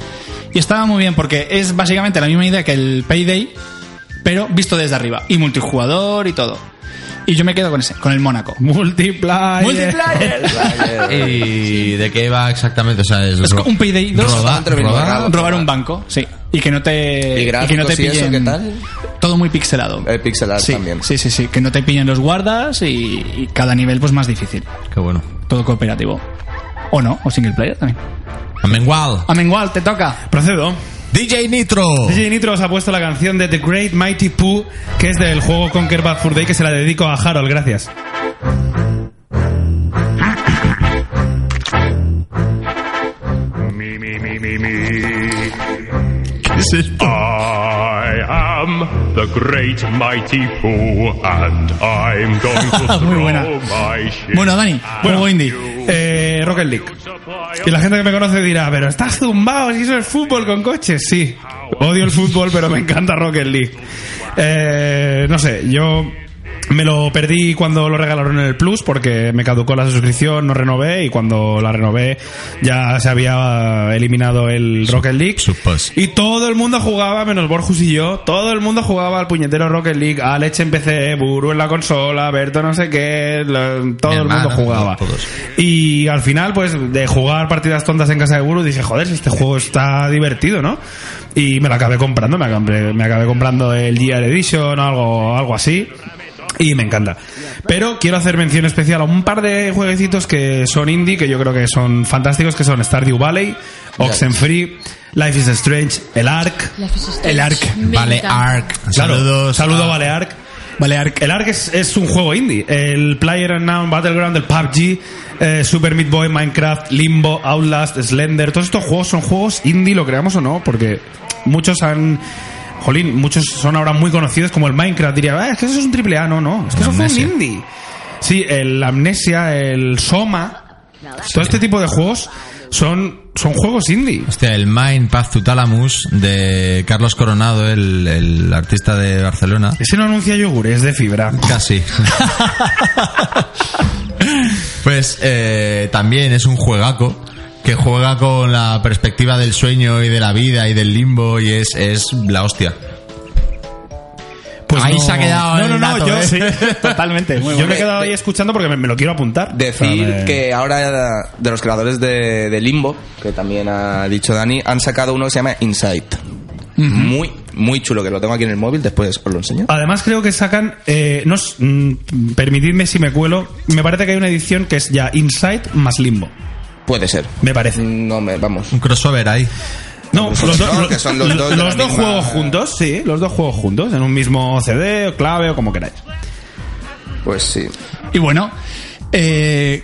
Y estaba muy bien porque es básicamente la misma idea que el Payday, pero visto desde arriba. Y multijugador y todo. Y yo me quedo con ese, con el Mónaco. Multiplayer. Multiplayer. eh, ¿Y de qué va exactamente? O sea, es, Es ro- un Payday 2. robar- Bastante lo mismo, robar. raro. Robar un banco, sí. Y que no te, ¿Y que no te gráficos y eso, pillen. qué tal? Todo muy pixelado. El eh, pixel art sí, también. Sí, sí, sí. Que no te pillen los guardas y, y cada nivel pues más difícil. Qué bueno. Todo cooperativo. O no, o single player también. Amengual. Ah, Amengual, te toca. Procedo. DJ Nitro. DJ Nitro os ha puesto la canción de The Great Mighty Pooh, que es del juego Conquer Bad Fur Day, que se la dedico a Harold, gracias. Me, me, me, me, me. I am the great mighty Pooh, and I'm going to Muy throw buena. my shit. Bueno, Dani, juego indie. Eh, Rocket League. Y la gente que me conoce dirá, pero estás zumbado, si eso es fútbol con coches. Sí, odio el fútbol, pero me encanta Rocket League. Eh, no sé, yo me lo perdí cuando lo regalaron en el Plus porque me caducó la suscripción, no renové y cuando la renové ya se había eliminado el Rocket League. Supas. Y todo el mundo jugaba, menos Borjus y yo, todo el mundo jugaba al puñetero Rocket League, Alex en PC, Buru en la consola, Berto no sé qué, lo- todo Mi el mundo hermana, jugaba. todos. Y al final, pues, de jugar partidas tontas en casa de Buru, dije, joder, si este juego está divertido, ¿no? Y me lo acabé comprando, me acabé, me acabé comprando el Gear Edition o algo, algo así. Y me encanta. Pero quiero hacer mención especial a un par de jueguecitos que son indie, que yo creo que son fantásticos, que son Stardew Valley, Oxenfree, Life is Strange, El Ark. El Ark. Vale, Ark. Claro, Saludos. Saludo a- a Vale Ark. Vale, Ark. El ARK es, es un juego indie. El Player Unknown Battleground, el PUBG, eh, Super Meat Boy, Minecraft, Limbo, Outlast, Slender. Todos estos juegos son juegos indie, lo creamos o no, porque muchos han. Jolín, muchos son ahora muy conocidos como el Minecraft. Diría, "Ah, es que eso es un triple A. No, no. Es que eso fue un Amnesia. indie. Sí, el Amnesia, el Soma. Todo este tipo de juegos son, son juegos indie. Hostia, el Mind Path to Talamus de Carlos Coronado, el, el artista de Barcelona. Ese no anuncia yogur, es de fibra. Casi. pues eh, también es un juegaco que juega con la perspectiva del sueño y de la vida y del limbo y es, es la hostia. Pues Ahí se ha quedado No, el no, no, dato, yo ¿eh? sí. Totalmente. Muy Yo bueno. me he quedado ahí escuchando porque me, me lo quiero apuntar. Decir O sea, me- que ahora de los creadores de, de Limbo, que también ha dicho Dani, han sacado uno que se llama Insight. Muy, muy chulo, que lo tengo aquí en el móvil, después os lo enseño. Además creo que sacan, eh, no, s- mm, permitidme si me cuelo, me parece que hay una edición que es ya Inside más Limbo, Ah. Puede ser. me Mm. parece. No me, vamos. Un crossover ahí. No, Pues los, no, dos- que son los los- dos de los la dos misma- juegos juntos, sí, los dos juegos juntos, en un mismo CD o clave o como queráis. Pues sí. Y bueno, eh,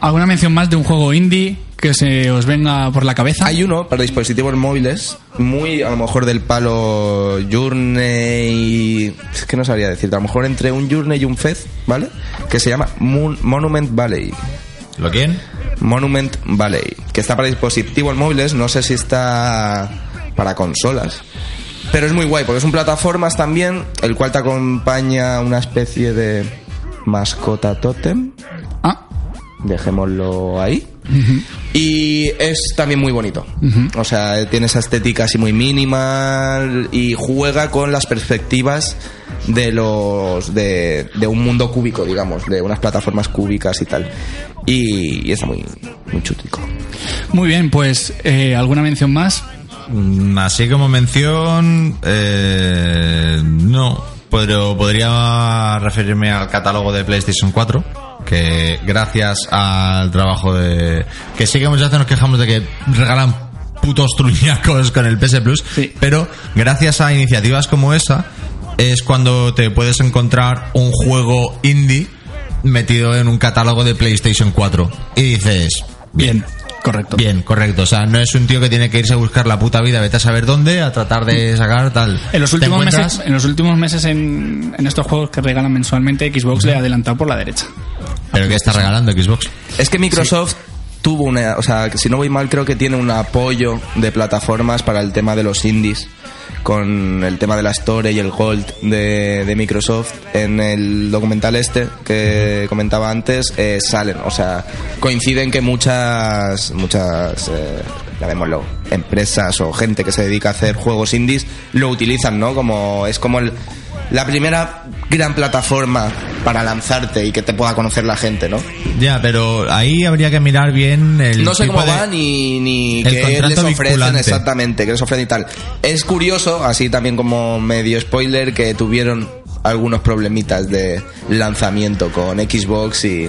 ¿alguna mención más de un juego indie que se os venga por la cabeza? Hay uno para dispositivos móviles, muy a lo mejor del palo Journey. Es que no sabría decirte, a lo mejor entre un Journey y un Fez, ¿vale? Que se llama Moon- Monument Valley. ¿Lo quién? Monument Valley, que está para dispositivos móviles, no sé si está para consolas. Pero es muy guay, porque es un plataformas también, el cual te acompaña una especie de mascota totem, Ah, dejémoslo ahí. Y es también muy bonito. O sea, tiene esa estética así muy minimal y juega con las perspectivas de los de, de un mundo cúbico, digamos, de unas plataformas cúbicas y tal. Y, y está muy, muy chutico. muy bien, pues eh, ¿alguna mención más? Mm, Así como mención, eh, no, pero podría referirme al catálogo de PlayStation 4, que gracias al trabajo de... Que sí que muchas veces nos quejamos de que regalan putos truñacos con el PS Plus, Sí. pero gracias a iniciativas como esa es cuando te puedes encontrar un juego indie metido en un catálogo de PlayStation 4 y dices... Bien. Correcto. Bien, correcto. O sea, no es un tío que tiene que irse a buscar la puta vida, vete a saber dónde, a tratar de sacar tal. En los Te últimos encuentras- meses, en, los últimos meses en, en estos juegos que regalan mensualmente, Xbox le ha adelantado por la derecha. Pero que está regalando Xbox. Es que Microsoft tuvo una. O sea, que si no voy mal, creo que tiene un apoyo de plataformas para el tema de los indies. Con el tema de la Store y el Gold de, de Microsoft. En el documental este que comentaba antes, eh, salen. O sea, coinciden que muchas. Muchas. eh, llamémoslo, empresas o gente que se dedica a hacer juegos indies lo utilizan, ¿no? Como es como el, la primera gran plataforma para lanzarte y que te pueda conocer la gente, ¿no? Ya, pero ahí habría que mirar bien el. no sé tipo cómo de- va ni, ni el qué les contrato ofrecen vinculante. exactamente, qué les ofrecen y tal. Es curioso, así también como medio spoiler, que tuvieron algunos problemitas de lanzamiento con Xbox y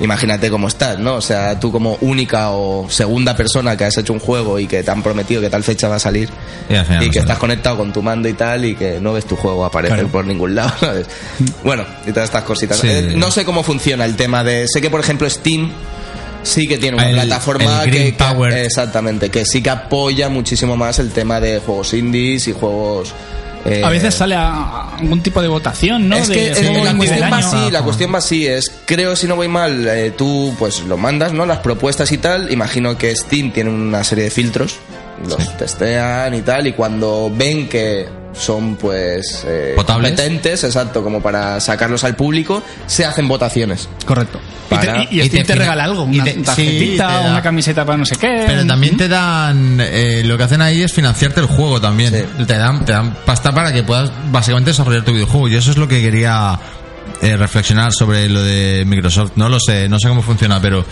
imagínate cómo estás, ¿no? O sea, tú como única o segunda persona que has hecho un juego y que te han prometido que tal fecha va a salir Y al final y no que sale. estás conectado con tu mando y tal y que no ves tu juego aparecer por ningún lado, ¿sabes? Bueno, y todas estas cositas. Sí. Eh, no sé cómo funciona el tema de... Sé que, por ejemplo, Steam sí que tiene una El- plataforma el Green que, que- Power. exactamente que sí que apoya muchísimo más el tema de juegos indies y juegos eh, a veces sale a- a algún tipo de votación, ¿no? es De que eh, juego la indie del cuestión va año. Ah. así, la cuestión va así es, creo si no voy mal, eh, tú pues lo mandas, ¿no? Las propuestas y tal, imagino que Steam tiene una serie de filtros, los testean y tal, y cuando ven que son pues eh, Potables. competentes, exacto, como para sacarlos al público, se hacen votaciones. Correcto. Y, te, Para- y- y y Steam te te, fina- regala algo, y una te- sí, tarjetita, te da- una camiseta para no sé qué. Pero también te dan. eh, lo que hacen ahí es financiarte el juego también. Sí. Te, dan, te dan pasta para que puedas básicamente desarrollar tu videojuego. Y eso es lo que quería eh, reflexionar sobre lo de Microsoft. No lo sé, no sé cómo funciona, pero.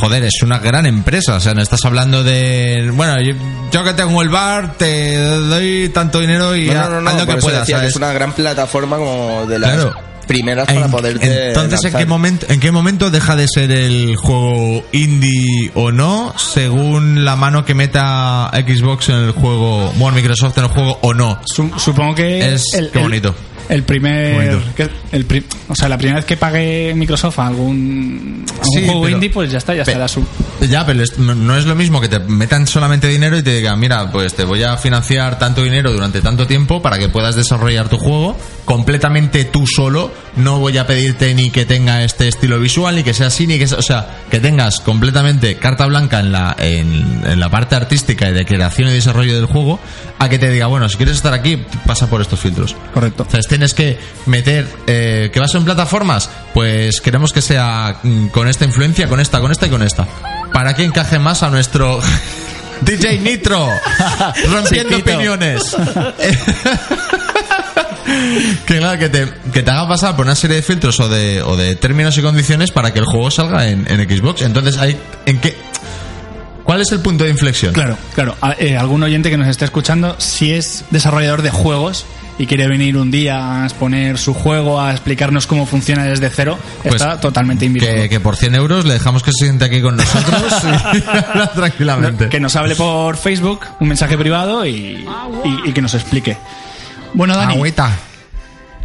Joder, es una gran empresa. O sea, no estás hablando de. Bueno, yo, yo que tengo el bar, te doy tanto dinero y No, haz no, no, no, lo por que eso puedas. decía que ¿sabes? es una gran plataforma como de las Claro. primeras para En- poderte Entonces, ¿en lanzar. qué, momento, ¿en qué momento deja de ser el juego indie o no? Según la mano que meta Xbox en el juego, bueno, Microsoft en el juego o no. Su- supongo que Es- qué bonito. El, primer, Qué bonito. que- el pri- o sea, la primera vez que pague Microsoft a algún, a algún Sí, juego pero- indie, pues ya está, ya Pe- estará su. Ya, pero es- no- no es lo mismo que te metan solamente dinero y te digan, mira, pues te voy a financiar tanto dinero durante tanto tiempo para que puedas desarrollar tu juego completamente tú solo. No voy a pedirte ni que tenga este estilo visual, ni que sea así, ni que sea... O sea, que tengas completamente carta blanca en la, en, en la parte artística y de creación y desarrollo del juego, a que te diga, bueno, si quieres estar aquí, pasa por estos filtros. Correcto. Entonces tienes que meter eh, que vas en plataformas, pues queremos que sea mm, con esta influencia, con esta, con esta y con esta. Para que encaje más a nuestro DJ Nitro, rompiendo opiniones. que claro, que te, que te haga pasar por una serie de filtros o de, o de términos y condiciones para que el juego salga en, en Xbox. Entonces, hay, ¿en qué? ¿Cuál es el punto de inflexión? Claro, claro. A- eh, algún oyente que nos esté escuchando, si es desarrollador de juegos y quiere venir un día a exponer su juego, a explicarnos cómo funciona desde cero, Pues, está totalmente invitado. Que, que por 100 euros le dejamos que se siente aquí con nosotros y habla tranquilamente. que nos hable por Facebook, un mensaje privado y, y- y que nos explique. Bueno, Dani, Agüita.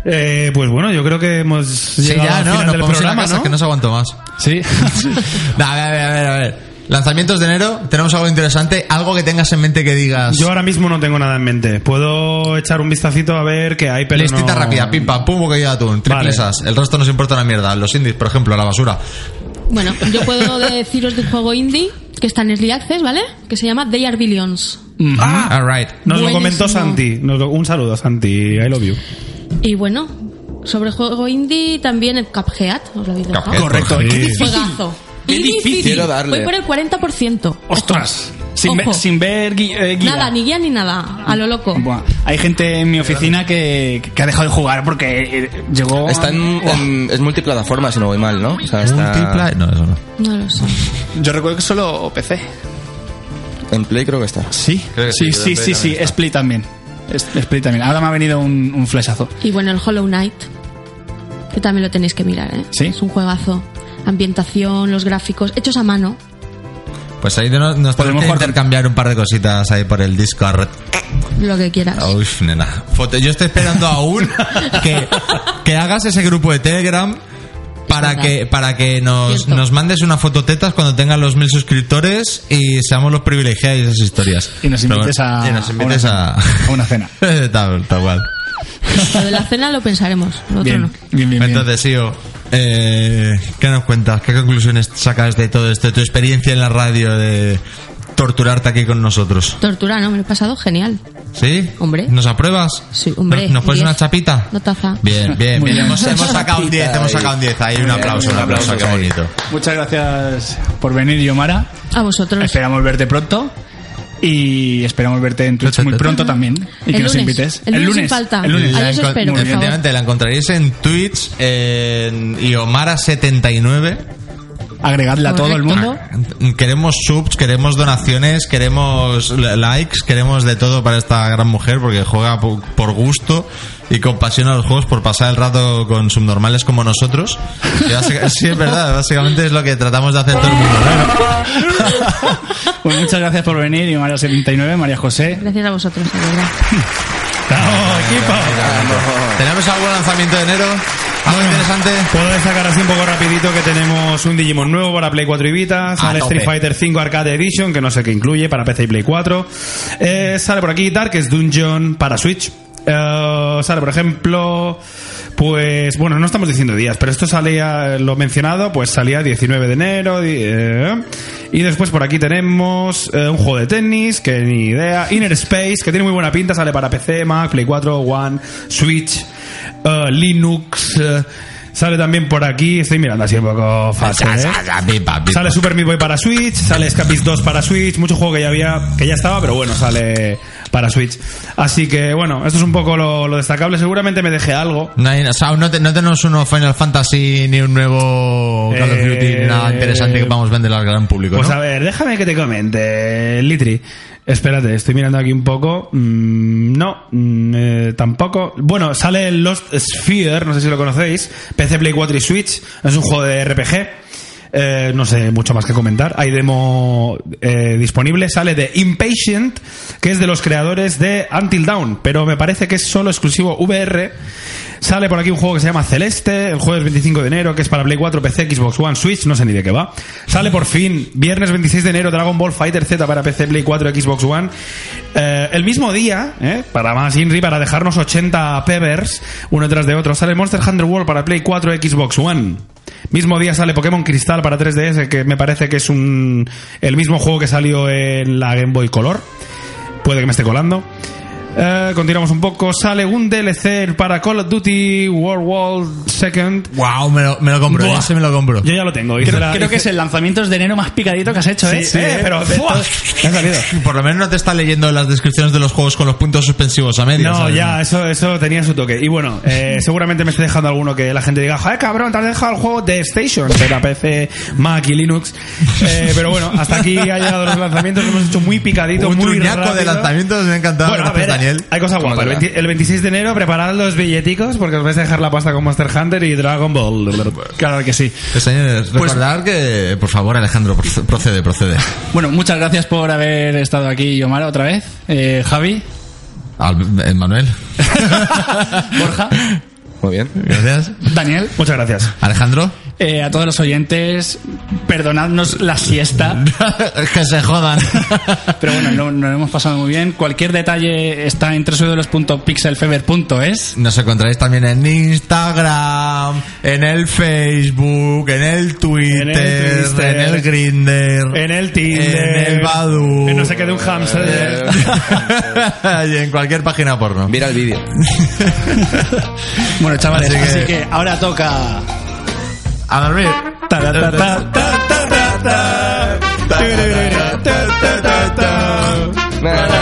Eh, pues bueno, yo creo que hemos Sí, llegado ya, al no, final nos del vamos a ir a programa, casa, ¿no? que no se aguanto más. sí. No, a ver, a ver, a ver, a ver. Lanzamientos de enero, tenemos algo interesante, algo que tengas en mente que digas. Yo ahora mismo no tengo nada en mente. Puedo echar un vistacito a ver qué hay, pero Listita no- rápida, pim pam, pum, bocadillo de atún, Vale. triplesas. El resto nos importa una mierda. Los indies, por ejemplo, a la basura. Bueno, yo puedo deciros de un juego indie que está en Early Access, ¿vale? Que se llama They Are Billions. Mm, Ah, alright. Nos lo Buenísimo. comentó Santi. Nos lo- Un saludo, Santi. I love you. Y bueno, sobre juego indie también el Cuphead, os lo habéis dejado. Cuphead, Correcto. por favor. Sí. Juegazo. Qué Y difícil. Quiero darle. Voy por el 40%. ¡Ostras! Sin, ver- Ojo. sin ver gui- eh, guía. Nada, ni guía ni nada. A lo loco. Buah, Hay gente en mi oficina que, que ha dejado de jugar porque eh, llegó. a- Está en, Buah. en- es multiplataforma, si no voy mal, ¿no? O sea, está Multipla- No, eso no. No lo sé. Yo recuerdo que solo PC. en Play creo que está. Sí, Creo que sí, sí, sí, sí, creo que sí, también está. Split también. Es- Split también. Ahora me ha venido un, un flechazo. Y bueno, el Hollow Knight. Que también lo tenéis que mirar, ¿eh? ¿Sí? Es un juegazo. Ambientación, los gráficos, hechos a mano. Pues ahí no- nos tenemos que jugar con- intercambiar un par de cositas ahí por el Discord. Lo que quieras. Uy, nena. Foto- Yo estoy esperando aún que, que hagas ese grupo de Telegram para verdad. que para que nos, Cierto. nos mandes una foto tetas cuando tengan los mil suscriptores y seamos los privilegiados de esas historias. Y nos Pero invites bueno, a- y nos invites a una a, cena. A una cena. tal, tal cual. Lo de la cena lo pensaremos, lo otro Bien, no. bien, bien, bien. Entonces, Sio, eh, ¿qué nos cuentas? ¿Qué conclusiones sacas de todo esto? de tu experiencia en la radio de torturarte aquí con nosotros? Tortura, no, me lo he pasado genial. ¿Sí? Hombre. ¿Nos apruebas? Sí, hombre, ¿Nos, nos pones diez. una chapita? Notaza. Bien, bien, Muy bien. bien. Hemos, hemos sacado un 10, hemos sacado un 10. Ahí un Muy bien, aplauso, un un aplauso, aplauso qué ahí. bonito. Muchas gracias por venir, Yomara. A vosotros. Esperamos verte pronto. Y esperamos verte en Twitch muy pronto también. Y Mm. El que nos lunes. invites. El lunes sin falta. El lunes. Ahí os encon- espero, por Efectivamente, la encontraréis en Twitch, en Iomara79. Agregadla a todo el Correcto. mundo. Queremos subs, queremos donaciones, queremos li- likes, queremos de todo para esta gran mujer porque juega po- por gusto y con pasión a los juegos por pasar el rato con subnormales como nosotros. Y básica- sí, es verdad, básicamente es lo que tratamos de hacer todo el mundo. Bueno, Pues muchas gracias por venir, Yomara79, María José. Gracias a vosotros, de verdad. ¡Bravo, equipo! ¿Tenemos algún lanzamiento de enero? ¿Algo interesante? Puedo destacar así un poco rapidito que tenemos un Digimon nuevo para Play 4 y Vita, sale tope. Street Fighter 5 Arcade Edition, que no sé qué incluye, para PC y Play 4. Eh, sale por aquí Darkest Dungeon para Switch. Eh, sale, por ejemplo, pues bueno, no estamos diciendo días, pero esto salía, lo mencionado, pues salía 19 de enero. di- eh. y después por aquí tenemos eh, un juego de tenis, que ni idea. Inner Space, que tiene muy buena pinta, sale para PC, Mac, Play 4, One, Switch, eh, Linux. eh. sale también por aquí, estoy mirando así un poco fácil. ¿eh? Sale Super Meat Boy para Switch, sale Escapist 2 para Switch, mucho juego que ya había, que ya estaba, pero bueno, sale para Switch. Así que bueno, esto es un poco lo, lo destacable. Seguramente me dejé algo. No, hay- o sea, no, te- no tenemos uno Final Fantasy ni un nuevo Call of Duty, Eh, nada interesante que vamos a vender al gran público. Pues ¿no? a ver, déjame que te comente, Litri. Espérate, estoy mirando aquí un poco. Mm, no, mm, eh, tampoco. Bueno, sale Lost Sphere, no sé si lo conocéis. PC, Play 4 y Switch. Es un juego de RPG. Eh, no sé mucho más que comentar. Hay demo eh, disponible. Sale de Impatient, que es de los creadores de Until Dawn, pero me parece que es solo exclusivo VR. Sale por aquí un juego que se llama Celeste, el jueves 25 de enero, que es para Play 4, PC, Xbox One, Switch, no sé ni de qué va. Sale por fin, viernes 26 de enero, Dragon Ball Fighter Z para PC, Play 4, Xbox One. Eh, el mismo día, eh, para más Inri, para dejarnos 80 pebers uno tras de otro, sale Monster Hunter World para Play 4, Xbox One. Mismo día sale Pokémon Cristal para 3DS, que me parece que es un, el mismo juego que salió en la Game Boy Color. Puede que me esté colando. Eh, continuamos un poco. Sale un DLC para Call of Duty World War Second. Wow, me lo, me lo compro, Buah. ese me lo compro. Yo ya lo tengo. hice Creo, la- creo que es hice- el lanzamiento de enero más picadito que has hecho, ¿eh? Sí, eh, pero ¡Fua! Me ha salido. Por lo menos no te está leyendo las descripciones de los juegos con los puntos suspensivos a medio. No, ya, eso, eso tenía su toque. Y bueno, eh, seguramente me esté dejando alguno que la gente diga, joder, cabrón, te has dejado el juego de Station, para PC, Mac y Linux. Eh, pero bueno, hasta aquí ha llegado los lanzamientos, lo hemos hecho muy picadito, Un muy truñaco rápido. de lanzamientos, me ha encantado. Bueno, a Gracias, ver, Daniel. hay cosas guapas. El, 20 el 26 de enero preparad los billeticos porque os vais a dejar la pasta con Monster Hunter y Dragon Ball. Claro que sí. Pues, señores, recordad que, por favor, Alejandro, proce- procede, procede. Bueno, muchas gracias por haber estado aquí, Yomara, otra vez. Eh, Javi, Al- eh, Manuel. Borja, Muy bien. Gracias. Daniel. Muchas gracias. Alejandro. Eh, a todos los oyentes, perdonadnos la siesta. que se jodan. Pero bueno, lo- nos lo hemos pasado muy bien. Cualquier detalle está en www.pixelfeber.es. Nos encontráis también en Instagram, en el Facebook, en el Twitter, en el, Twister, Grinder, En el Eh, Tinder. en el Badu, En no sé qué de un hamster. eh. y en cualquier página porno. Mira el vídeo. Bueno, chavales, Así que- así que ahora toca. A dormir. Na, na,